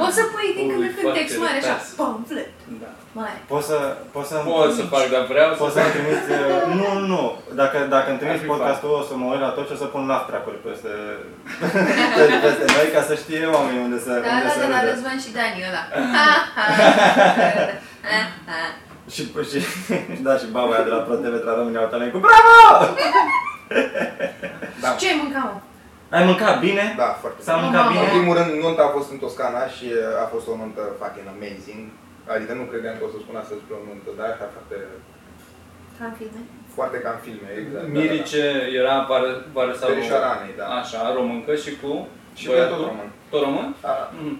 [SPEAKER 2] poți să pui din când în
[SPEAKER 4] Ui,
[SPEAKER 2] când text
[SPEAKER 4] foarte
[SPEAKER 2] mare așa,
[SPEAKER 4] retras.
[SPEAKER 2] pamflet.
[SPEAKER 4] Da.
[SPEAKER 2] Mai.
[SPEAKER 1] Poți să, poți să
[SPEAKER 4] Pot să fac, dar vreau
[SPEAKER 1] Poți
[SPEAKER 4] să...
[SPEAKER 1] să-mi trimiți... uh, Nu, nu, nu. Dacă, dacă îmi
[SPEAKER 4] Ar
[SPEAKER 1] trimiți
[SPEAKER 4] fi
[SPEAKER 1] podcastul, o să mă uit la tot și o să pun laugh track-uri peste, [laughs] peste noi ca să știe oamenii unde să,
[SPEAKER 2] Da,
[SPEAKER 1] unde
[SPEAKER 2] da,
[SPEAKER 1] să
[SPEAKER 2] da, la
[SPEAKER 1] râdă.
[SPEAKER 2] Răzvan și Dani
[SPEAKER 4] [laughs]
[SPEAKER 2] ăla. Ha, ha, ha, ha.
[SPEAKER 1] Și, și, [laughs] da, și baba aia de la ProTV Tradomini Autalei cu bravo!
[SPEAKER 3] Da,
[SPEAKER 2] Ce ai mâncat, mă?
[SPEAKER 1] Ai mâncat bine?
[SPEAKER 3] da, foarte
[SPEAKER 1] S-a
[SPEAKER 3] bine.
[SPEAKER 1] mâncat
[SPEAKER 2] Mamă.
[SPEAKER 3] În
[SPEAKER 1] bine?
[SPEAKER 3] primul rând, nunta a fost în Toscana și a fost o nuntă fucking amazing. Adică nu credeam că o să spun astăzi pe o nuntă, dar așa foarte,
[SPEAKER 2] Tranquil,
[SPEAKER 3] foarte ca în filme, exact.
[SPEAKER 4] Mirice era vară, vară
[SPEAKER 3] Da,
[SPEAKER 4] sau...
[SPEAKER 3] da, da. Verișoaranei, da.
[SPEAKER 4] Așa, româncă și cu...
[SPEAKER 3] Și pe
[SPEAKER 4] băiatul?
[SPEAKER 3] tot român.
[SPEAKER 4] Tot român?
[SPEAKER 3] Da.
[SPEAKER 4] Mhm.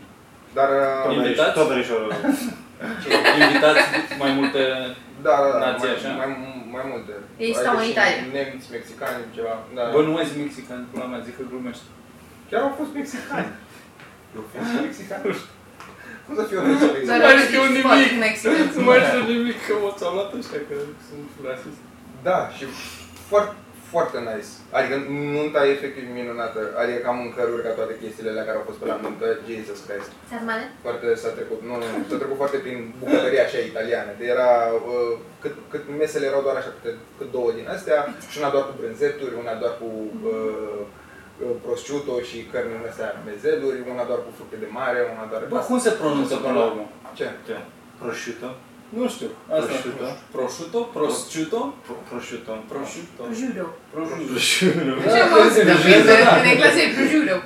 [SPEAKER 3] Dar,
[SPEAKER 1] Tot
[SPEAKER 3] uh,
[SPEAKER 4] Invitați?
[SPEAKER 1] veriș- Tot verișorul.
[SPEAKER 4] Invitați mai multe...
[SPEAKER 3] da, da, da,
[SPEAKER 4] Nații
[SPEAKER 3] mai,
[SPEAKER 4] așa?
[SPEAKER 3] mai, mai multe.
[SPEAKER 2] Ei
[SPEAKER 3] Adică
[SPEAKER 2] stau în
[SPEAKER 3] și
[SPEAKER 2] Italia.
[SPEAKER 3] Nemți, mexicani, ceva. Da.
[SPEAKER 4] Bă, nu mai zic mexican, pula mea, zic că glumești.
[SPEAKER 3] Chiar au fost
[SPEAKER 4] [laughs]
[SPEAKER 3] mexicani. Eu fost mexican? Cum să
[SPEAKER 2] [laughs]
[SPEAKER 3] fiu mexican?
[SPEAKER 2] Dar
[SPEAKER 4] Nu
[SPEAKER 2] nu
[SPEAKER 4] știu
[SPEAKER 2] știu
[SPEAKER 4] nimic.
[SPEAKER 2] nimic.
[SPEAKER 4] Nu mai știu nimic, că mă ți-am luat ăștia, că sunt rasist.
[SPEAKER 3] Da, și foarte, foarte nice. Adică nunta e efectiv minunată. Adică cam în căruri ca toate chestiile alea care au fost pe la nuntă, Jesus Christ.
[SPEAKER 2] Sarmale?
[SPEAKER 3] Foarte s-a trecut, nu, nu, nu, s-a trecut foarte prin bucătăria așa italiană. De era, uh, cât, cât mesele erau doar așa, câte, cât două din astea, și una doar cu brânzeturi, una doar cu uh, uh, prosciutto și cărni din astea mezeluri, una doar cu fructe de mare, una doar...
[SPEAKER 4] Bă, cum se pronunță până la urmă?
[SPEAKER 3] Ce?
[SPEAKER 1] Ce? Prosciutto?
[SPEAKER 4] Nu știu.
[SPEAKER 1] Prosciutto?
[SPEAKER 4] Prosciutto? Prosciutto?
[SPEAKER 1] Pro- Prosciutto.
[SPEAKER 4] Prosciutto.
[SPEAKER 2] Judo.
[SPEAKER 4] Prosciutto. Da,
[SPEAKER 2] Ce mă zic? În engleză e Judo.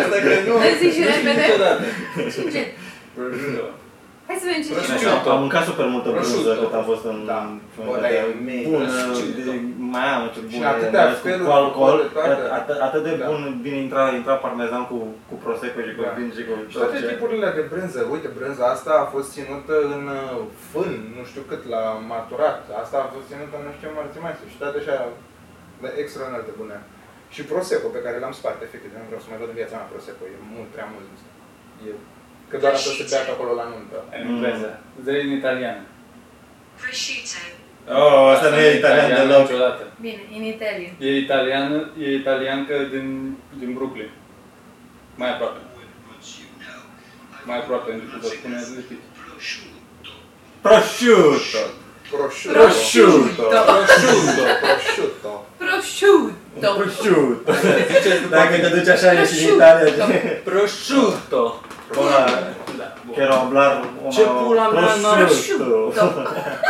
[SPEAKER 3] Asta că nu...
[SPEAKER 2] Dă zici și repede.
[SPEAKER 4] Niciodată.
[SPEAKER 2] Cinci.
[SPEAKER 4] Prosciutto.
[SPEAKER 2] Hai să vedem ce
[SPEAKER 4] Prosciutto.
[SPEAKER 2] zici.
[SPEAKER 1] Am mâncat super multă brânză
[SPEAKER 4] Prosciutto.
[SPEAKER 1] cât am fost în...
[SPEAKER 3] Da.
[SPEAKER 1] în-
[SPEAKER 3] Bă, dar e amazing.
[SPEAKER 1] Bună,
[SPEAKER 4] Prosciutto.
[SPEAKER 1] de, mai am ce bun.
[SPEAKER 3] atâtea feluri,
[SPEAKER 1] cu alcool,
[SPEAKER 3] cu toate, toate.
[SPEAKER 1] atât, atât de
[SPEAKER 3] Da.
[SPEAKER 1] bun, bine intra, intra parmezan cu, cu prosecco și cu
[SPEAKER 3] Da.
[SPEAKER 1] vin și cu
[SPEAKER 3] Și toate
[SPEAKER 1] ce.
[SPEAKER 3] tipurile de brânză, uite, brânza asta a fost ținută în uh, fân, nu știu cât, la maturat, asta a fost ținută în nu știu ce mărțimație și toate așa, bă, extraordinar de bune. Și Prosecco pe care l-am spart, efectiv, nu vreau să mai văd în viața mea Prosecco, e mult prea mult. E, că doar asta se bea pe acolo la nuntă.
[SPEAKER 4] În engleză. Zăi în italiană.
[SPEAKER 1] Oh, asta nu e italian deloc.
[SPEAKER 4] Niciodată.
[SPEAKER 2] Bine, în Italia.
[SPEAKER 4] E italian, e italiancă din, din Brooklyn. Mai aproape. Mai aproape, pentru că vă spune lipit.
[SPEAKER 1] Prosciutto!
[SPEAKER 3] Prosciutto.
[SPEAKER 1] Prosciutto!
[SPEAKER 3] Prosciutto. Prosciutto.
[SPEAKER 2] Prosciutto.
[SPEAKER 1] Prosciutto!
[SPEAKER 4] Ziceți după
[SPEAKER 1] Dacă te
[SPEAKER 4] mine. Da.
[SPEAKER 1] duci așa, ești în
[SPEAKER 2] Prosciutto.
[SPEAKER 1] Italia.
[SPEAKER 4] Prosciutto.
[SPEAKER 1] Bă,
[SPEAKER 4] Da, bun.
[SPEAKER 1] chiar o blar... o-
[SPEAKER 4] Ce pula mea, n-am-
[SPEAKER 1] Prosciutto!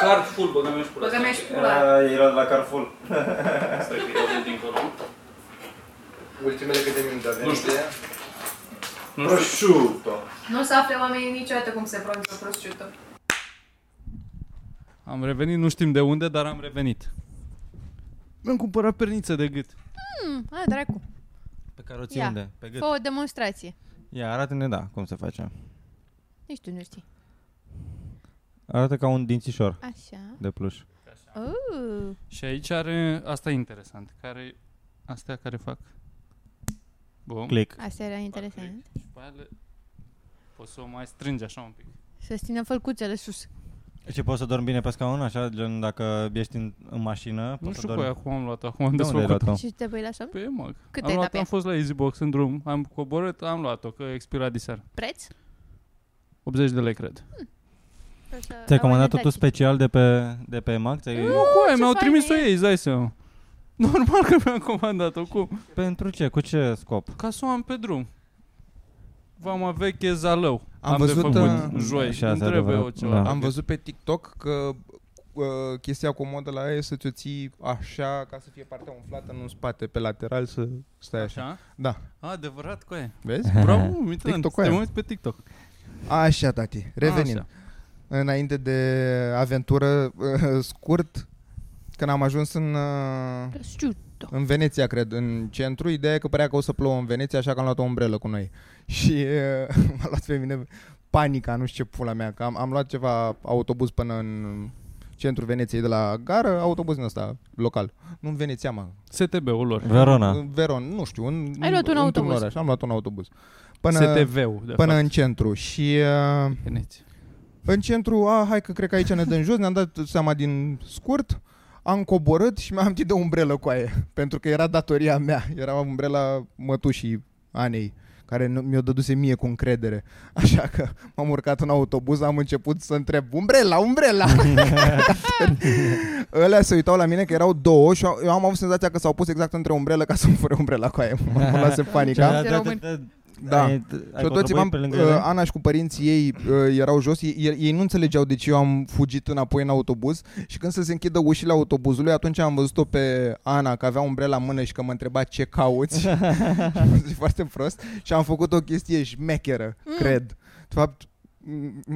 [SPEAKER 4] Card full, băgăm mi pula.
[SPEAKER 2] Băgăm ești pula.
[SPEAKER 1] Era- Era de la Carrefour.
[SPEAKER 4] Asta e tot dincolo.
[SPEAKER 3] Ultimele câte minute avem?
[SPEAKER 4] Nu știu. Nu știu.
[SPEAKER 1] Prosciutto!
[SPEAKER 2] Nu o să afle oamenii niciodată cum se pronunță prosciutto.
[SPEAKER 8] Am revenit, nu știm de unde, dar am revenit. Mi-am cumpărat perniță de gât.
[SPEAKER 9] Hmm, a, dracu.
[SPEAKER 10] Pe care o
[SPEAKER 9] ții Ia. unde?
[SPEAKER 10] Pe
[SPEAKER 9] Fă o demonstrație.
[SPEAKER 10] Ia, arată-ne, da, cum se face.
[SPEAKER 9] Nici tu nu știi.
[SPEAKER 10] Arată ca un dințișor
[SPEAKER 9] Așa.
[SPEAKER 10] de pluș.
[SPEAKER 9] Oh.
[SPEAKER 8] Și aici are, asta e interesant, care, astea care fac. Bun.
[SPEAKER 10] Click.
[SPEAKER 9] Asta era interesant.
[SPEAKER 8] Și pe aia le- poți să o mai strângi așa un pic.
[SPEAKER 9] Să ținem fălcuțele sus.
[SPEAKER 10] Și poți să dormi bine pe scaun, așa, gen dacă ești în, în mașină,
[SPEAKER 8] nu
[SPEAKER 10] poți să
[SPEAKER 8] știu cu
[SPEAKER 10] dormi.
[SPEAKER 8] aia cum am luat-o, acum am
[SPEAKER 10] De unde ai
[SPEAKER 8] desfăcut-o.
[SPEAKER 1] Da.
[SPEAKER 10] luat-o?
[SPEAKER 9] Și te pui la somn?
[SPEAKER 8] Pe mag.
[SPEAKER 9] Cât
[SPEAKER 8] am
[SPEAKER 9] ai dat
[SPEAKER 8] luat
[SPEAKER 9] pe
[SPEAKER 8] am
[SPEAKER 9] ea?
[SPEAKER 8] fost la Easybox în drum, am coborât, am luat-o, că expira diseară.
[SPEAKER 9] Preț?
[SPEAKER 8] 80 de lei, cred.
[SPEAKER 10] Ți-ai comandat totul special de pe, de pe Mac? Ți-ai...
[SPEAKER 8] Nu, cu aia,
[SPEAKER 9] ce
[SPEAKER 8] mi-au
[SPEAKER 9] faină
[SPEAKER 8] trimis-o
[SPEAKER 9] e.
[SPEAKER 8] ei, îți dai seama. [laughs] Normal că mi-am comandat-o, cum?
[SPEAKER 10] Pentru ce? Cu ce scop?
[SPEAKER 8] Ca să o am pe drum. Vama veche zalău.
[SPEAKER 11] Am
[SPEAKER 8] de
[SPEAKER 11] văzut,
[SPEAKER 8] făcut
[SPEAKER 11] uh,
[SPEAKER 8] joi,
[SPEAKER 10] Așa,
[SPEAKER 8] îmi
[SPEAKER 10] asta e
[SPEAKER 8] trebuie
[SPEAKER 3] Ah,
[SPEAKER 10] adevărat,
[SPEAKER 8] o ceva.
[SPEAKER 10] da.
[SPEAKER 11] Am văzut pe TikTok că
[SPEAKER 3] uh, chestia comodă la ea e să ți-o ții așa, ca să fie partea umflată, nu în spate, pe lateral, să stai așa.
[SPEAKER 4] Așa?
[SPEAKER 3] Da.
[SPEAKER 4] A, adevărat,
[SPEAKER 3] [laughs]
[SPEAKER 4] cu aia.
[SPEAKER 3] Vezi?
[SPEAKER 4] Bravo, Mitran,
[SPEAKER 3] TikTok cu
[SPEAKER 4] te
[SPEAKER 3] aia.
[SPEAKER 4] uiți pe TikTok.
[SPEAKER 3] Așa, tati. Revenind.
[SPEAKER 4] Așa.
[SPEAKER 3] Înainte de aventură, uh, scurt, când am ajuns în... Uh,
[SPEAKER 2] Prosciutto.
[SPEAKER 3] În Veneția, cred, în centru. Ideea e că părea că o să plouă în Veneția, așa că am luat o umbrelă cu noi. [laughs] Și uh, m-a luat pe mine panica, nu știu ce pula mea, că am, am luat ceva autobuz până în centrul Veneției de la gară, autobuz din ăsta, local. Nu în Veneția, mă,
[SPEAKER 4] STB-ul lor.
[SPEAKER 1] Verona.
[SPEAKER 3] în Veron, nu știu. În,
[SPEAKER 2] Ai luat un
[SPEAKER 3] într-un
[SPEAKER 2] autobuz.
[SPEAKER 3] Oraș, am luat un autobuz. Până,
[SPEAKER 4] Până, STV-ul, de
[SPEAKER 3] până
[SPEAKER 4] fapt.
[SPEAKER 3] în centru și... Uh,
[SPEAKER 4] Veneția.
[SPEAKER 3] în centru, a, hai că cred că aici ne dăm jos, ne-am dat seama din scurt, am coborât și mi-am ținut de umbrelă cu aia, pentru că era datoria mea, era umbrela mătușii Anei, care nu- mi-o dăduse mie cu încredere. Așa că m-am urcat în autobuz, am început să întreb, umbrela, umbrela! Ălea se uitau la mine că erau două și eu am avut senzația că s-au pus exact între umbrelă ca să-mi fure umbrela cu aia. M-am luase panica.
[SPEAKER 2] Da, români.
[SPEAKER 3] Da.
[SPEAKER 1] Ai, ai
[SPEAKER 3] Și toți
[SPEAKER 1] contribuit
[SPEAKER 3] am,
[SPEAKER 1] pe lângă
[SPEAKER 3] uh,
[SPEAKER 1] ele? [laughs]
[SPEAKER 3] Ana și cu părinții ei uh, erau jos, ei, ei- ei nu înțelegeau de ce eu am fugit înapoi în autobuz și când să se închidă ușile autobuzului, atunci am văzut-o pe Ana că avea umbrela în mână și că mă întreba ce
[SPEAKER 1] [laughs]
[SPEAKER 3] cauți. Și am zis, foarte prost și am făcut o chestie șmecheră, mm. cred. De fapt, m-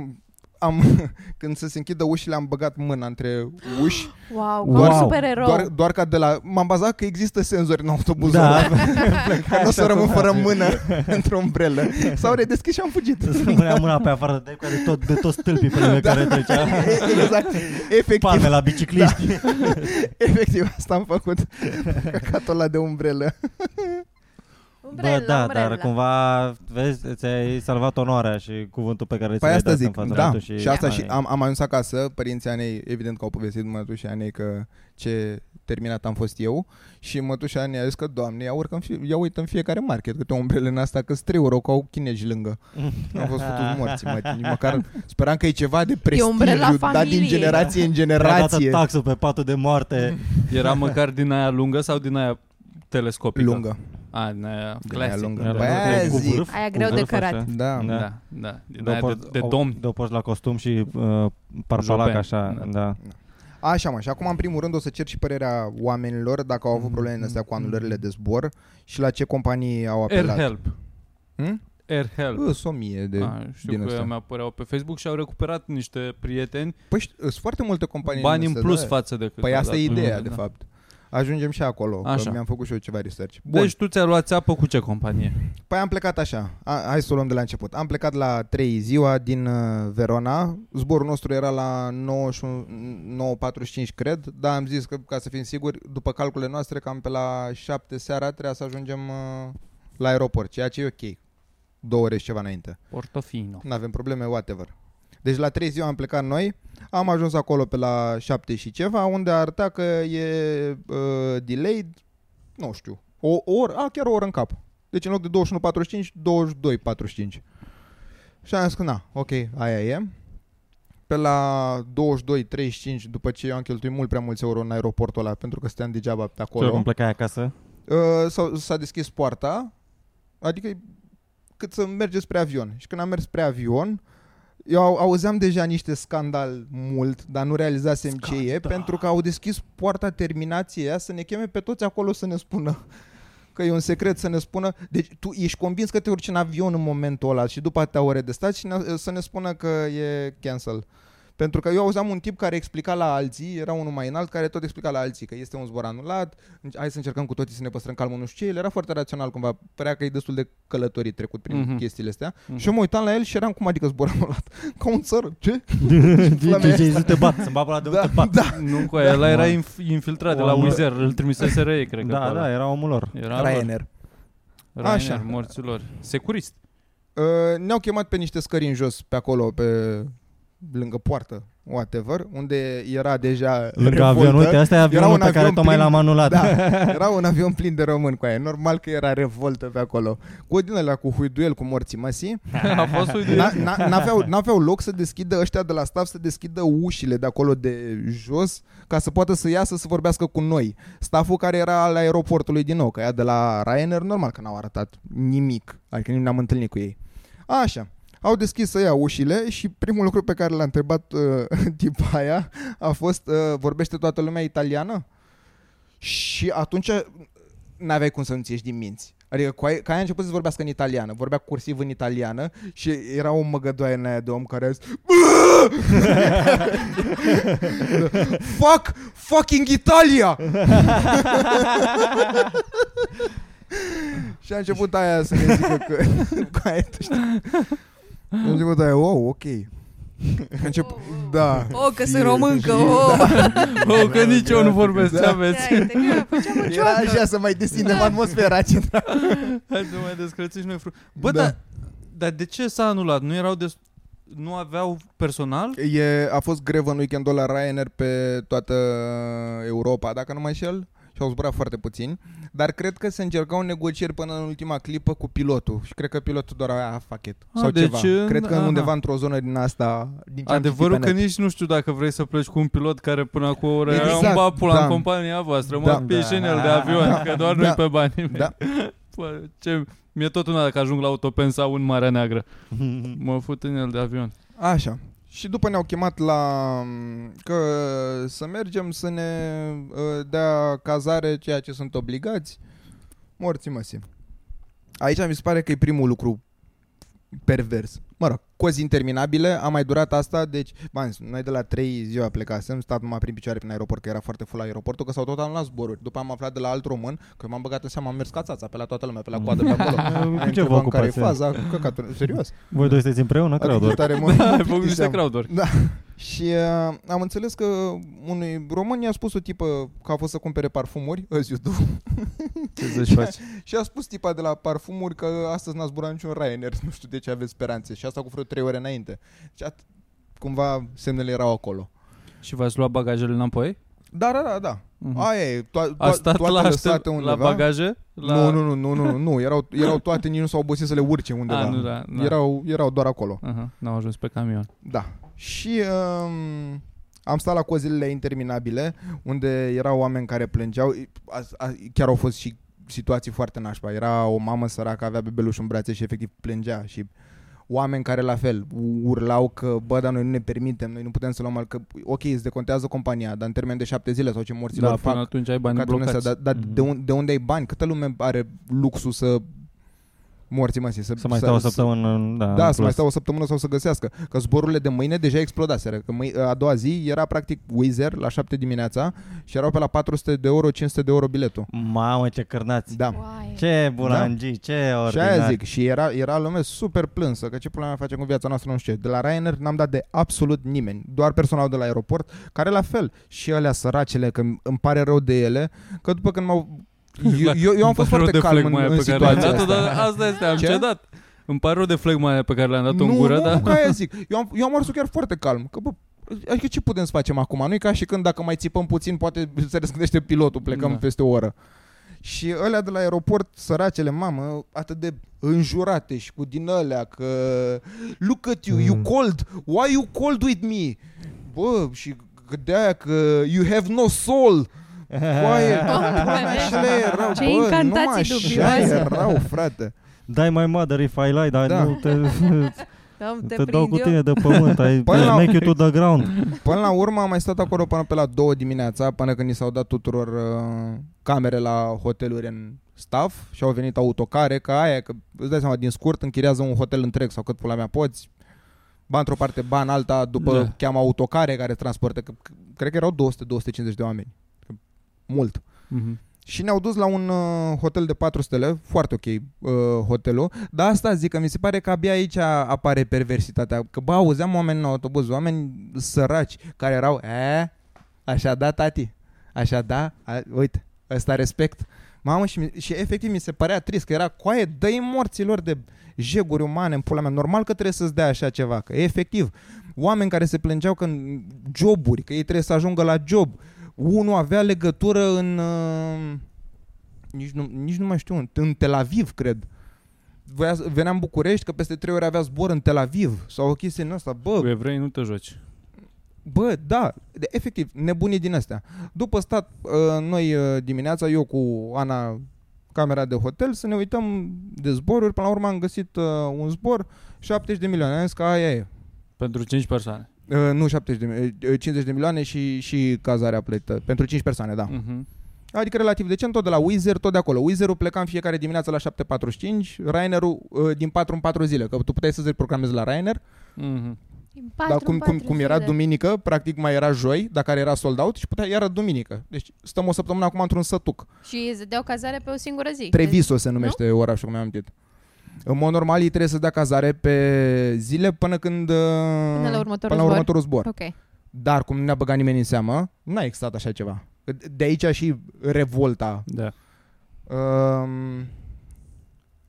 [SPEAKER 3] m- am, [laughs] când să se închidă ușile am băgat mâna între uși
[SPEAKER 2] Wow,
[SPEAKER 1] Doar-
[SPEAKER 2] wow. un supererou.
[SPEAKER 3] doar, doar ca de la... M-am bazat că există senzori în autobuz
[SPEAKER 1] Da. [laughs]
[SPEAKER 3] Că nu o să rămân fără mână [laughs] într-o umbrelă S-au redeschis și am fugit
[SPEAKER 1] Să punea mâna pe afară de cu de tot, de toți stâlpii pe
[SPEAKER 3] [laughs]
[SPEAKER 1] lângă
[SPEAKER 10] Da.
[SPEAKER 1] care
[SPEAKER 10] [laughs]
[SPEAKER 1] trecea.
[SPEAKER 3] E- Exact. Efectiv,
[SPEAKER 1] Palme la bicicliști.
[SPEAKER 3] efectiv asta am
[SPEAKER 1] [laughs]
[SPEAKER 3] făcut. Căcatul ăla de umbrelă.
[SPEAKER 2] Umbrela,
[SPEAKER 1] Bă, da,
[SPEAKER 2] umbrela.
[SPEAKER 1] dar cumva, vezi, ți-ai salvat onoarea și cuvântul pe care ți
[SPEAKER 3] Păi
[SPEAKER 1] l-ai
[SPEAKER 3] asta
[SPEAKER 1] dat în
[SPEAKER 3] zic,
[SPEAKER 1] fața
[SPEAKER 3] da.
[SPEAKER 1] lui
[SPEAKER 3] Și asta și
[SPEAKER 1] Anei.
[SPEAKER 3] am, am ajuns acasă, părinții Anei, evident că au povestit mătușii Anei că ce terminat am fost eu și mătușa Anei a zis că, doamne, ia, urcă în fie, ia uită în fiecare market câte o umbrelă în asta, că 3 euro, că au chinezi lângă. am fost
[SPEAKER 1] [laughs]
[SPEAKER 3] făcut morții, mă, nici măcar speram că e ceva de
[SPEAKER 2] umbrela
[SPEAKER 3] prestigiu, dat din
[SPEAKER 2] familiei.
[SPEAKER 3] generație în
[SPEAKER 1] Mi-a dat
[SPEAKER 3] generație.
[SPEAKER 1] taxul pe patul de moarte.
[SPEAKER 4] Era măcar din aia lungă sau din aia telescopică?
[SPEAKER 3] Lungă,
[SPEAKER 4] A, din aia
[SPEAKER 3] din aia
[SPEAKER 4] clasic.
[SPEAKER 3] lungă.
[SPEAKER 1] Era
[SPEAKER 3] Bă,
[SPEAKER 1] lungă,
[SPEAKER 3] aia
[SPEAKER 1] Da, cu
[SPEAKER 3] zic.
[SPEAKER 1] vârf,
[SPEAKER 2] Aia
[SPEAKER 1] cu
[SPEAKER 2] greu de
[SPEAKER 1] vârf,
[SPEAKER 2] cărat.
[SPEAKER 1] așa.
[SPEAKER 3] Da,
[SPEAKER 1] Da.
[SPEAKER 4] Da, da. Din
[SPEAKER 1] De
[SPEAKER 4] aia
[SPEAKER 1] o
[SPEAKER 4] de,
[SPEAKER 1] porți-
[SPEAKER 4] de
[SPEAKER 1] o-
[SPEAKER 4] domn.
[SPEAKER 1] De o porți la costum și uh, parfalac
[SPEAKER 4] Joben.
[SPEAKER 1] așa,
[SPEAKER 4] Da.
[SPEAKER 1] da.
[SPEAKER 3] Așa, mă, și acum în primul rând o să cer și părerea oamenilor dacă au avut probleme în astea cu anulările de zbor și la ce companii au apelat.
[SPEAKER 4] AirHelp.
[SPEAKER 3] Hmm?
[SPEAKER 4] AirHelp.
[SPEAKER 3] Ă, sunt o mie de...
[SPEAKER 1] Ah,
[SPEAKER 4] A, știu
[SPEAKER 3] din
[SPEAKER 4] că
[SPEAKER 3] ăsta.
[SPEAKER 4] mi apăreau pe Facebook și au recuperat niște prieteni
[SPEAKER 3] Păi ști- sunt foarte multe companii
[SPEAKER 4] bani în
[SPEAKER 3] astea,
[SPEAKER 4] plus
[SPEAKER 3] da.
[SPEAKER 4] față de cât
[SPEAKER 3] Păi
[SPEAKER 4] au
[SPEAKER 3] asta
[SPEAKER 4] dat
[SPEAKER 3] e
[SPEAKER 4] lumea,
[SPEAKER 3] ideea, de
[SPEAKER 4] da.
[SPEAKER 3] fapt. Ajungem și acolo,
[SPEAKER 4] Așa.
[SPEAKER 3] că mi-am făcut și eu ceva research. Bun,
[SPEAKER 4] Deci
[SPEAKER 3] deci...
[SPEAKER 4] tu ți-ai luat țeapă cu ce companie?
[SPEAKER 3] păi am plecat așa, A, hai să o luăm de la început. Am plecat la 3 ziua din uh, Verona, zborul nostru era la 91 9.45 cred, dar am zis că, ca să fim siguri, după calculele noastre, cam pe la 7 seara trebuia să ajungem uh, la aeroport, ceea ce e ok. Două ore și ceva înainte.
[SPEAKER 4] Portofino.
[SPEAKER 3] Nu avem probleme, whatever. Deci la 3 ziua am plecat noi, am ajuns acolo pe la 7 și ceva, unde arăta că e uh, delayed, nu știu, o, o oră, a, chiar o oră în cap. Deci în loc de 21.45, 22.45. Și am zis că na, ok, aia e. Pe la 22.35, după ce eu am cheltuit mult prea mulți euro în aeroportul ăla, pentru că stăteam degeaba pe
[SPEAKER 1] Ce
[SPEAKER 3] acolo,
[SPEAKER 1] cum plecai
[SPEAKER 3] [laughs]
[SPEAKER 1] acasă?
[SPEAKER 3] Uh, s-a, s-a deschis poarta, adică cât să merge spre avion. Și când am mers spre avion, eu au- auzeam deja niște scandal mult, dar nu realizasem scandal. ce e, pentru că au deschis poarta terminației aia să ne cheme pe toți acolo să ne spună că e un secret să ne spună. Deci tu ești convins că te urci în avion în momentul ăla și după atâtea ore de stat și ne- să ne spună că e cancel. Pentru că eu auzeam un tip care explica la alții, era unul mai înalt, care tot explica la alții că este un zbor anulat, înce- hai să încercăm cu toții să ne păstrăm calmul, nu știu ce, el era foarte rațional cumva, părea că e destul de călătorit trecut prin
[SPEAKER 4] Mhm.
[SPEAKER 3] mm-hmm. chestiile astea
[SPEAKER 4] Mhm.
[SPEAKER 3] mm-hmm. și eu mă uitam la el și eram cum adică zbor anulat, [laughs] ca un țăr, ce? Pula mea
[SPEAKER 1] Ce, ce, nu te bat, să-mi bat la de da, te bat.
[SPEAKER 3] da,
[SPEAKER 4] [laughs] Nu cu aia, ăla era inf- infiltrat de la
[SPEAKER 1] Oameni.
[SPEAKER 4] Wizer, îl trimisese ei, cred că. pe
[SPEAKER 1] Da,
[SPEAKER 4] ăla.
[SPEAKER 1] da, era omul lor.
[SPEAKER 4] Era lor.
[SPEAKER 3] Ryanair.
[SPEAKER 4] Ryanair,
[SPEAKER 3] Așa.
[SPEAKER 4] morților.
[SPEAKER 3] [laughs]
[SPEAKER 4] Securist.
[SPEAKER 3] Uh, ne-au chemat pe niște scări în jos, pe acolo, pe lângă poartă, whatever, unde era deja
[SPEAKER 1] Lângă
[SPEAKER 3] revoltă.
[SPEAKER 1] avion,
[SPEAKER 3] [laughs]
[SPEAKER 1] uite, asta e avionul
[SPEAKER 3] un
[SPEAKER 1] pe care
[SPEAKER 3] avion
[SPEAKER 1] tocmai
[SPEAKER 3] plin-
[SPEAKER 1] l-am anulat.
[SPEAKER 3] Da, era un avion plin de români cu aia. Normal că era revoltă pe acolo. Cu din alea, cu huiduel, cu morții măsii,
[SPEAKER 4] A fost o idee.
[SPEAKER 3] na- na- n-aveau, n-aveau loc să deschidă ăștia de la staff, să deschidă ușile de acolo de jos, ca să poată să iasă să vorbească cu noi. Stafful care era al aeroportului din nou, că era de la Ryanair, normal că n-au arătat nimic, adică nu ne-am întâlnit cu ei. Așa. Au deschis ăia ușile și primul lucru pe care l-a întrebat uh, [laughs] tipa aia a fost, uh, vorbește toată lumea italiană? Și atunci n-aveai cum să nu ți ieși din minți. Adică cu aia, ca aia a început să vorbească în italiană, vorbea cursiv în italiană și era o măgădoaie în aia de om care a zis [laughs] Fuck! Fucking Italia! [laughs] și a început aia să ne zică că [laughs] cu aia, tu știi. A început aia, wow, ok. A început, da.
[SPEAKER 2] Oh, că sunt
[SPEAKER 3] fie-
[SPEAKER 2] româncă,
[SPEAKER 3] și-
[SPEAKER 1] [laughs] Da,
[SPEAKER 2] oh!
[SPEAKER 4] Oh, că nici eu nu vorbesc, ce
[SPEAKER 3] Da.
[SPEAKER 4] aveți?
[SPEAKER 2] Stai, te
[SPEAKER 1] [laughs]
[SPEAKER 2] capă, ce-am
[SPEAKER 3] Era
[SPEAKER 2] ucioacă?
[SPEAKER 3] așa să mai desinem
[SPEAKER 2] Da.
[SPEAKER 3] atmosfera ce
[SPEAKER 4] [laughs] Hai să mai descrățiși noi fru. Bă,
[SPEAKER 3] Da.
[SPEAKER 4] dar, dar de ce s-a anulat? Nu erau des... Nu aveau personal?
[SPEAKER 3] E, a fost grevă în weekendul la Ryanair pe toată Europa, dacă nu mă înșel, și au zburat foarte puțin, dar cred că se încercau negocieri până în ultima clipă cu pilotul și cred că pilotul doar a "Ah, fuck it,
[SPEAKER 4] A,
[SPEAKER 3] sau
[SPEAKER 4] deci
[SPEAKER 3] ceva.
[SPEAKER 4] în-
[SPEAKER 3] Cred că
[SPEAKER 4] aha.
[SPEAKER 3] undeva într-o zonă din asta, din ce am
[SPEAKER 4] Adevărul
[SPEAKER 3] citit pe
[SPEAKER 4] că
[SPEAKER 3] net.
[SPEAKER 4] nici nu știu dacă vrei să pleci cu un pilot care până acum o oră era un
[SPEAKER 3] Exact,
[SPEAKER 4] bapul
[SPEAKER 3] da.
[SPEAKER 4] în compania voastră,
[SPEAKER 3] Da.
[SPEAKER 4] mă, pe el de avion,
[SPEAKER 3] Da.
[SPEAKER 4] că doar
[SPEAKER 3] Da.
[SPEAKER 4] noi pe banii mei.
[SPEAKER 3] Da.
[SPEAKER 4] [laughs] Bă, ce... Mi-e tot una dacă ajung la autopen sau în Marea
[SPEAKER 3] [laughs]
[SPEAKER 4] Neagră. Mă fut în el de avion.
[SPEAKER 3] Așa. Și după ne-au chemat la m, că să mergem să ne uh, dea cazare ceea ce sunt obligați. Morții măsii. Aici mi se pare că e primul lucru pervers. Mă rog, cozi interminabile, a mai durat asta, deci, bani, noi de la 3 ziua plecasem, stat numai prin picioare prin aeroport, că era foarte full aeroportul, că s-au tot anulat zboruri. După am aflat de la alt român, că m-am băgat în seama, am mers ca țața pe la toată lumea, pe la coadă, pe acolo.
[SPEAKER 1] Cu
[SPEAKER 3] Ne
[SPEAKER 1] [laughs] ce vă
[SPEAKER 3] întrebam care e
[SPEAKER 1] ocupați?
[SPEAKER 3] faza, căcatul, serios.
[SPEAKER 1] Voi doi sunteți împreună,
[SPEAKER 3] Atât de
[SPEAKER 1] cred.
[SPEAKER 3] tare mă-
[SPEAKER 4] Da, ai făcut niște
[SPEAKER 3] plictiseam.
[SPEAKER 4] crowdori.
[SPEAKER 3] Da. [laughs] Și uh, am înțeles că unui român i-a spus o tipă că a fost să cumpere parfumuri, ăzi iudu,
[SPEAKER 4] Ce să-și faci?
[SPEAKER 3] [laughs] și a spus tipa de la parfumuri că astăzi n-a zburat niciun Ryanair, [laughs] nu știu de ce aveți speranțe. Și asta cu vreo 3 ore înainte. Și at- cumva semnele erau acolo.
[SPEAKER 4] Și v-ați luat bagajele înapoi?
[SPEAKER 3] Da, da, da, da.
[SPEAKER 4] Mhm.
[SPEAKER 3] Aia e, to-
[SPEAKER 4] A
[SPEAKER 3] to-
[SPEAKER 4] stat
[SPEAKER 3] toate
[SPEAKER 4] la,
[SPEAKER 3] lăsate
[SPEAKER 4] aștept,
[SPEAKER 3] undeva.
[SPEAKER 4] la bagaje? La...
[SPEAKER 3] da? Nu, nu, nu, nu, nu, nu, erau, erau toate, nici nu s-au obosit să le urce undeva.
[SPEAKER 4] A, nu, da, da.
[SPEAKER 3] Erau, erau doar acolo.
[SPEAKER 4] Aha, n-au ajuns pe camion.
[SPEAKER 3] Da. Și um, am stat la cozilele interminabile, unde erau oameni care plângeau. A, a, chiar au fost și situații foarte nașpa. Era o mamă săracă, avea bebelușul în brațe și efectiv plângea și oameni care la fel u- urlau că bă, dar noi nu ne permitem, noi nu putem să luăm al că ok, îți decontează compania, dar în termen de șapte zile sau ce morți
[SPEAKER 4] Da,
[SPEAKER 3] lor
[SPEAKER 4] până
[SPEAKER 3] fac
[SPEAKER 4] atunci ai bani
[SPEAKER 3] ca
[SPEAKER 4] blocați.
[SPEAKER 3] dumnezeu, dar, dar
[SPEAKER 1] Mhm.
[SPEAKER 3] de, un, de, unde ai bani? Câtă lume are luxul să morți măsii? Să,
[SPEAKER 1] Să mai stau o săptămână, în- da,
[SPEAKER 3] da,
[SPEAKER 1] în
[SPEAKER 3] să mai
[SPEAKER 1] plus.
[SPEAKER 3] stau o săptămână sau să găsească. Că zborurile de mâine deja explodaseră. Că mâi, a doua zi era practic Wizz Air la 7 dimineața și erau pe la 400 de euro, 500 de euro biletul.
[SPEAKER 1] Mamă, ce cărnați!
[SPEAKER 3] Da.
[SPEAKER 2] Uai.
[SPEAKER 1] Ce bulangii, ce
[SPEAKER 3] Și
[SPEAKER 1] ordinar. [laughs]
[SPEAKER 3] aia zic, și era, era lume super plânsă, că ce problema facem cu viața noastră, nu știu ce. De la Ryanair n-am dat de absolut nimeni, doar personal de la aeroport, care la fel, și alea săracele, că îmi îmi pare rău de ele, că după când
[SPEAKER 4] [laughs]
[SPEAKER 3] m-au... Eu, eu, eu am
[SPEAKER 4] Exact. Îmi
[SPEAKER 3] fost
[SPEAKER 4] pare
[SPEAKER 3] foarte
[SPEAKER 4] rău de
[SPEAKER 3] calm
[SPEAKER 4] flegma
[SPEAKER 3] în,
[SPEAKER 4] aia
[SPEAKER 3] în
[SPEAKER 4] pe care le-am
[SPEAKER 3] situația
[SPEAKER 4] dat-o,
[SPEAKER 3] asta.
[SPEAKER 4] dar asta este, am
[SPEAKER 3] Ce?
[SPEAKER 4] cedat. Îmi pare rău de flegma aia pe care le-am dat-o în gură, da?
[SPEAKER 3] nu,
[SPEAKER 4] dar...
[SPEAKER 3] Nu, că aia zic. Eu am, eu am ars chiar foarte calm. Că, bă, adică ce putem să facem acum? Nu e ca și când dacă mai țipăm puțin, poate [laughs] se răscândește pilotul, plecăm
[SPEAKER 4] Da.
[SPEAKER 3] da. peste o oră. Și ălea de la aeroport, săracele, mamă, atât de înjurate și cu din ălea că Look at you,
[SPEAKER 4] Mm.
[SPEAKER 3] you cold, why you cold with me? Bă, și că de aia că you have no
[SPEAKER 4] [laughs]
[SPEAKER 3] soul.
[SPEAKER 2] [laughs]
[SPEAKER 3] Coaie, așa erau,
[SPEAKER 2] Ce
[SPEAKER 3] bă,
[SPEAKER 2] incantații
[SPEAKER 3] numai așa
[SPEAKER 2] dubioase.
[SPEAKER 3] erau, frate.
[SPEAKER 1] Dai my mother if I lie, dar
[SPEAKER 3] Da.
[SPEAKER 1] nu te,
[SPEAKER 2] Da, te,
[SPEAKER 1] te
[SPEAKER 2] prind
[SPEAKER 1] dau cu
[SPEAKER 2] eu.
[SPEAKER 1] tine de pământ. I
[SPEAKER 3] Păi la-
[SPEAKER 1] make you to the ground.
[SPEAKER 3] Până la urmă am mai stat acolo până pe la 2 dimineața, până când ni s-au dat tuturor uh, camere la hoteluri în staff și au venit autocare, ca aia, că îți dai seama, din scurt închiriază un hotel întreg sau cât pula mea poți, ba într-o parte, ba în alta, după
[SPEAKER 4] Da.
[SPEAKER 3] da. cheamă autocare care transportă, că, că- cred că erau 200-250 de oameni, Că- mult.
[SPEAKER 4] Mhm.
[SPEAKER 3] Și ne-au dus la un uh, hotel de 4 stele, foarte ok uh, hotelul, dar asta zic că mi se pare că abia aici apare perversitatea. Că bă, auzeam oameni în autobuz, oameni săraci, care erau, "Eh?" e, așa da, tati, așa da, a, uite, ăsta respect. Mamă, și, mi- și efectiv mi se părea trist că era coaie, dă-i morților de jeguri umane în pula mea. Normal că trebuie să-ți dea așa ceva, că efectiv, oameni care se plângeau că în joburi, că ei trebuie să ajungă la job, unul avea legătură în... uh, Nici nu, nici nu mai știu, în- în Tel Aviv, cred. Voia, să- venea în București, că peste trei ori avea zbor în Tel Aviv sau o chestie din asta. Bă,
[SPEAKER 4] Cu evrei nu te joci.
[SPEAKER 3] Bă, da, de, ă, efectiv, nebunii din astea. După stat, uh, noi uh, dimineața, eu cu Ana camera de hotel, să ne uităm de zboruri. Până la urmă am găsit uh, un zbor, 70 de milioane. Am zis că aia e.
[SPEAKER 4] Pentru 5 persoane.
[SPEAKER 3] Uh, nu 70 de, mi- uh, 50 de milioane și, și cazarea plătită. Pentru 5 persoane, da.
[SPEAKER 4] Mhm.
[SPEAKER 3] Adică relativ decent, tot de la Wizard, tot de acolo. Wizard-ul pleca în fiecare dimineață la 7.45, Rainer-ul uh, din 4 în 4 zile, că tu puteai să-ți programezi la Rainer,
[SPEAKER 4] Mhm.
[SPEAKER 2] Din
[SPEAKER 3] dar
[SPEAKER 2] patru
[SPEAKER 3] cum,
[SPEAKER 2] în
[SPEAKER 3] cum,
[SPEAKER 2] patru
[SPEAKER 3] cum era
[SPEAKER 2] zile.
[SPEAKER 3] duminică, practic mai era joi, dacă care era sold out și putea iară duminică. Deci stăm o săptămână acum într-un sătuc.
[SPEAKER 2] Și îți dădeau cazare pe o singură zi.
[SPEAKER 3] Treviso se numește nu? orașul, cum am amintit. În mod normal ei trebuie să dea cazare pe zile până când... uh,
[SPEAKER 2] Până la următorul
[SPEAKER 3] până la
[SPEAKER 2] zbor.
[SPEAKER 3] următorul zbor.
[SPEAKER 2] Ok.
[SPEAKER 3] Dar cum nu ne-a băgat nimeni în seamă, n-a existat așa ceva. De aici și revolta
[SPEAKER 4] Da.
[SPEAKER 3] Um,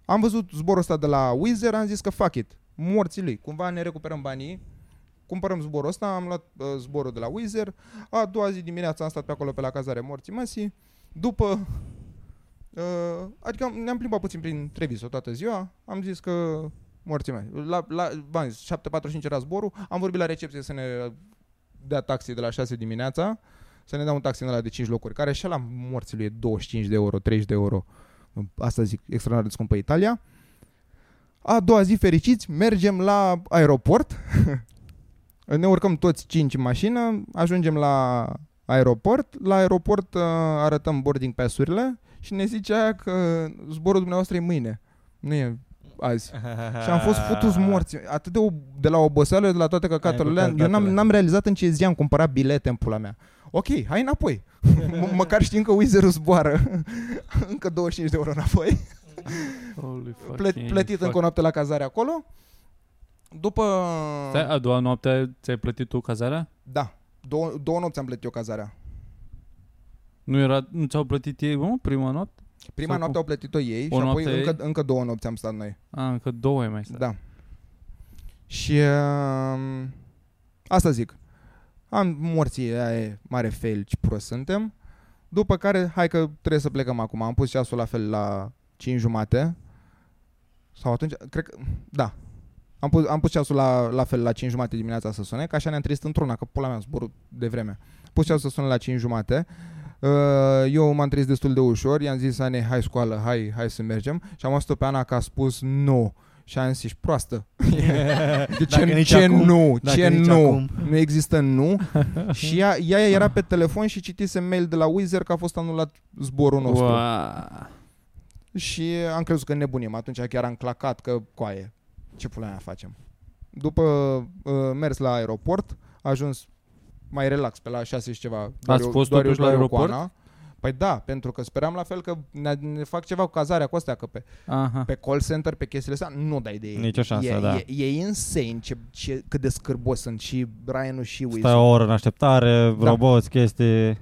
[SPEAKER 3] am văzut zborul ăsta de la Wizard, am zis că fuck it, morții lui. Cumva ne recuperăm banii, cumpărăm zborul ăsta, am luat uh, zborul de la Wizard. A doua zi dimineața am stat pe acolo pe la cazare morții măsii. După, uh, adică am- ne-am plimbat puțin prin Treviso toată ziua, am zis că morții mei. La, la, v-am zis, 7.45 era zborul, am vorbit la recepție să ne dea taxi de la 6 dimineața, să ne dea un taxi de la de 5 locuri, care și la morții lui e 25 de euro, 30 de euro. Asta zic, extraordinar de scumpă Italia. A doua zi, fericiți, mergem la aeroport. [laughs] ne urcăm toți 5 în mașină, ajungem la aeroport. La aeroport uh, arătăm boarding pass-urile și ne zice aia că zborul dumneavoastră e mâine. Nu e azi. [laughs] Și am fost futus
[SPEAKER 4] Ah.
[SPEAKER 3] morți Atât de, ob- de la oboseală, de la toate
[SPEAKER 1] Ai
[SPEAKER 3] căcaturile
[SPEAKER 1] făcut
[SPEAKER 3] alea, Eu n-am,
[SPEAKER 1] căcatele.
[SPEAKER 3] n-am realizat în ce zi am cumpărat bilete în pula mea Ok, hai înapoi [laughs] M- Măcar știm că Wizard zboară [laughs] Încă 25 de euro înapoi
[SPEAKER 4] Holy
[SPEAKER 3] Plă-
[SPEAKER 4] fucking
[SPEAKER 3] Plătit
[SPEAKER 4] fuck.
[SPEAKER 3] încă o noapte la cazare acolo După...
[SPEAKER 4] Stai, a doua noapte ți-ai plătit tu cazarea?
[SPEAKER 3] Da, două, două nopți am plătit eu cazarea
[SPEAKER 4] Nu era, nu ți-au plătit ei, mă, prima noapte?
[SPEAKER 3] Prima
[SPEAKER 4] Sau
[SPEAKER 3] noapte
[SPEAKER 4] cum?
[SPEAKER 3] au plătit-o ei
[SPEAKER 4] O
[SPEAKER 3] Și apoi
[SPEAKER 4] noapte
[SPEAKER 3] încă, încă două nopți am stat noi
[SPEAKER 4] A, încă două ai mai stat.
[SPEAKER 3] Da. Și um, asta zic. Am morții, aia e mare fail, ce prost suntem. După care, hai că trebuie să plecăm acum. Am pus ceasul la fel la 5 jumate. Sau atunci, cred că, da. Am pus, am pus ceasul la, la fel la 5 jumate dimineața să sune, că așa ne-am trezit într-una, că pula mea zborul de vreme. Pus ceasul să sune la 5 jumate. Uh, Eu m-am trezit destul de ușor, i-am zis Ane, hai scoală, hai, hai să mergem. Și am auzit-o pe Ana că a spus nu. No. Și am zis, ești proastă. De ce,
[SPEAKER 1] Dacă nici
[SPEAKER 3] ce
[SPEAKER 1] acum,
[SPEAKER 3] nu?
[SPEAKER 1] dacă
[SPEAKER 3] ce
[SPEAKER 1] nici
[SPEAKER 3] nu?
[SPEAKER 1] acum.
[SPEAKER 3] Nu există nu. și ea, ea era pe telefon și citise mail de la Wizard că a fost anulat zborul nostru. Wow.
[SPEAKER 4] Ua.
[SPEAKER 3] Și am crezut că nebunim. Atunci chiar am clacat că coaie. Ce pula mea facem? După uh, mers la aeroport, a ajuns mai relax pe la 6 și ceva. Doar
[SPEAKER 4] Ați
[SPEAKER 3] eu-
[SPEAKER 4] fost
[SPEAKER 3] doar
[SPEAKER 4] totuși
[SPEAKER 3] eu,
[SPEAKER 4] la
[SPEAKER 3] doar eu cu
[SPEAKER 4] aeroport?
[SPEAKER 3] Ana. Păi da, pentru că speram la fel că ne, ne fac ceva cu cazarea cu astea, că pe
[SPEAKER 4] Aha.
[SPEAKER 3] pe call center, pe chestiile astea, nu dai de ei.
[SPEAKER 1] Nicio șansă,
[SPEAKER 3] e,
[SPEAKER 1] da.
[SPEAKER 3] E, e insane ce, ce, cât de scârbos sunt și Ryan-ul și Wiz.
[SPEAKER 1] [laughs] Stai o oră în așteptare,
[SPEAKER 3] Da.
[SPEAKER 1] roboți, chestii.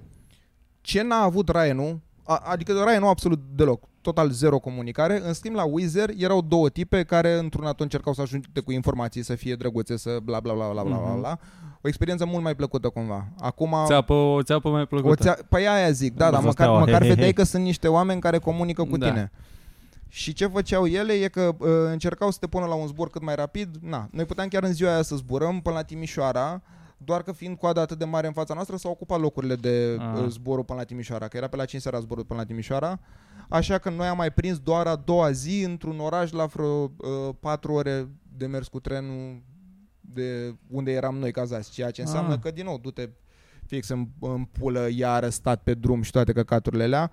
[SPEAKER 3] Ce n-a avut Ryan-ul, a, adică Ryan-ul absolut deloc, total zero comunicare, în schimb la Wizard erau două tipe care într-un atunci încercau să ajungă cu informații, să fie drăguțe, să bla bla bla bla bla
[SPEAKER 1] Mhm.
[SPEAKER 3] bla. bla. O experiență mult mai plăcută cumva. Acum
[SPEAKER 4] Țeapă, o țeapă mai
[SPEAKER 3] O
[SPEAKER 4] plăcută.
[SPEAKER 3] țea... Păi aia zic, da,
[SPEAKER 1] Nu
[SPEAKER 3] dar
[SPEAKER 1] să
[SPEAKER 3] măcar,
[SPEAKER 1] steaua,
[SPEAKER 3] măcar
[SPEAKER 4] [laughs]
[SPEAKER 1] he, he,
[SPEAKER 3] vedeai
[SPEAKER 1] he.
[SPEAKER 3] că sunt niște oameni care comunică cu
[SPEAKER 4] Da.
[SPEAKER 3] tine. Și ce făceau ele e că uh, încercau să te pună la un zbor cât mai rapid. Na, noi puteam chiar în ziua aia să zburăm până la Timișoara, doar că fiind coada atât de mare în fața noastră, s-au ocupat locurile de
[SPEAKER 4] Ah.
[SPEAKER 3] uh, zborul până la Timișoara, că era pe la 5 seara zborul până la Timișoara. Așa că noi am mai prins doar a doua zi într-un oraș la vreo uh, 4 ore de mers cu trenul de unde eram noi cazați, ceea ce înseamnă
[SPEAKER 4] Ah.
[SPEAKER 3] că din nou du-te fix în, în pulă, i-a arestat pe drum și toate căcaturile alea.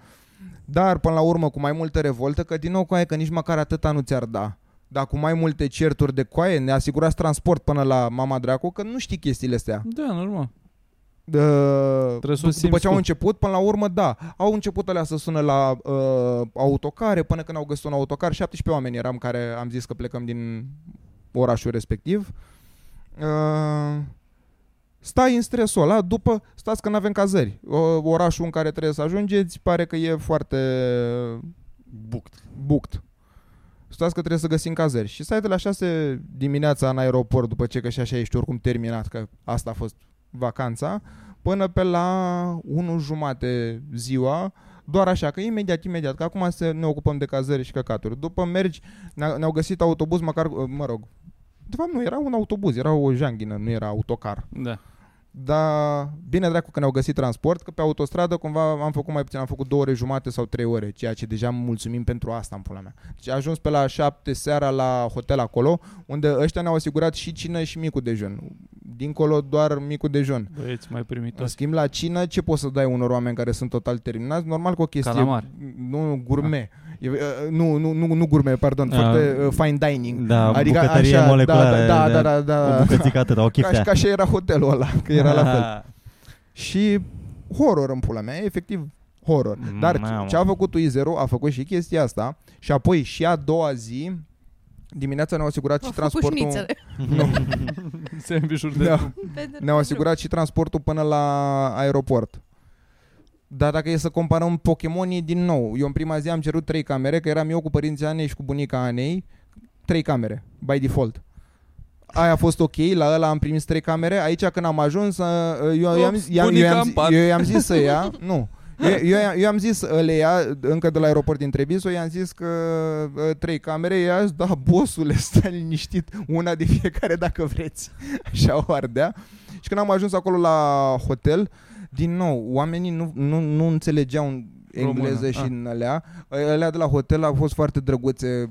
[SPEAKER 3] Dar până la urmă cu mai multă revoltă, că din nou coaie că nici măcar atâta nu ți-ar da. Dar cu mai multe certuri de coaie ne asigurați transport până la mama dracu, că nu știi chestiile astea. Păi,
[SPEAKER 4] Da, normal.
[SPEAKER 3] Dă,
[SPEAKER 4] Trebuie să o
[SPEAKER 3] după
[SPEAKER 4] simți
[SPEAKER 3] ce au
[SPEAKER 4] tu.
[SPEAKER 3] început, până la urmă, da, au început alea să sună la uh, autocare, până când au găsit un autocar, 17 oameni eram care am zis că plecăm din orașul respectiv. Uh, stai în stresul ăla, după stați că nu avem cazări. Uh, orașul în care trebuie să ajungeți pare că e foarte
[SPEAKER 1] Buct.
[SPEAKER 3] buct. Stați că trebuie să găsim cazări. Și stai de la 6 dimineața în aeroport, după ce că și așa ești oricum terminat, că asta a fost vacanța, până pe la 1 jumate ziua, doar așa, că imediat, imediat, că acum să ne ocupăm de cazări și căcaturi. După mergi, ne-a- ne-au găsit uh, autobuz, măcar, mă rog, de fapt nu, era un autobuz, era o janghină, nu era autocar.
[SPEAKER 4] Da.
[SPEAKER 3] Dar bine dracu că ne-au găsit transport, că pe autostradă cumva am făcut mai puțin, am făcut două ore jumate sau trei ore, ceea ce deja mulțumim pentru asta în pula mea. Deci a ajuns pe la șapte seara la hotel acolo, unde ăștia ne-au asigurat și cină și micul dejun. Dincolo doar micul dejun.
[SPEAKER 4] Băieți mai
[SPEAKER 3] În
[SPEAKER 4] primitori.
[SPEAKER 3] schimb, la cină, ce poți să dai unor oameni care sunt total terminați? Normal cu o chestie...
[SPEAKER 4] Calamar.
[SPEAKER 3] Nu, gurme. E, uh, nu, nu, nu, nu gurme, pardon,
[SPEAKER 4] Ah.
[SPEAKER 3] foarte uh, fine dining.
[SPEAKER 1] Da,
[SPEAKER 3] adică
[SPEAKER 1] bucătărie
[SPEAKER 3] așa,
[SPEAKER 1] moleculară.
[SPEAKER 3] Da, da, da,
[SPEAKER 1] de-
[SPEAKER 3] da, da.
[SPEAKER 1] O Ah. bucățică atât, o
[SPEAKER 3] Ca, și-
[SPEAKER 1] chiftea.
[SPEAKER 3] ca așa era hotelul ăla, că era la fel. Și horror în pula mea, efectiv horror. Dar
[SPEAKER 1] Mamă.
[SPEAKER 3] ce a făcut Uizero, a făcut și chestia asta și apoi și a doua zi, dimineața ne-au asigurat și
[SPEAKER 2] Au făcut
[SPEAKER 3] transportul...
[SPEAKER 2] șnițele.
[SPEAKER 3] Nu,
[SPEAKER 4] [laughs] Sandvișuri de...
[SPEAKER 3] da.
[SPEAKER 2] Pentru
[SPEAKER 3] Ne-au
[SPEAKER 2] că-
[SPEAKER 3] asigurat și transportul până la aeroport. Dar dacă e să comparăm Pokémonii din nou, eu în prima zi am cerut trei camere, că eram eu cu părinții Anei și cu bunica Anei, trei camere, by default. Aia a fost ok, la ăla am primit trei camere, aici când am ajuns, ă, eu
[SPEAKER 4] Ups,
[SPEAKER 3] i-am, zis- i-am, eu,
[SPEAKER 4] bunica
[SPEAKER 3] i-am,
[SPEAKER 4] în
[SPEAKER 3] zis-
[SPEAKER 4] pat.
[SPEAKER 3] eu i-am zis să ia, nu, eu, eu, i-am- eu am zis ă, le ia încă de la aeroport din Treviso, i-am zis că ă, trei camere, ea da, bosule, stai liniștit, una de fiecare dacă vreți. [laughs] Așa o ardea. Și când am ajuns acolo la hotel, din nou, oamenii nu, nu, nu înțelegeau în engleză
[SPEAKER 4] Română,
[SPEAKER 3] și
[SPEAKER 4] a.
[SPEAKER 3] în alea. Alea de la hotel au fost foarte drăguțe.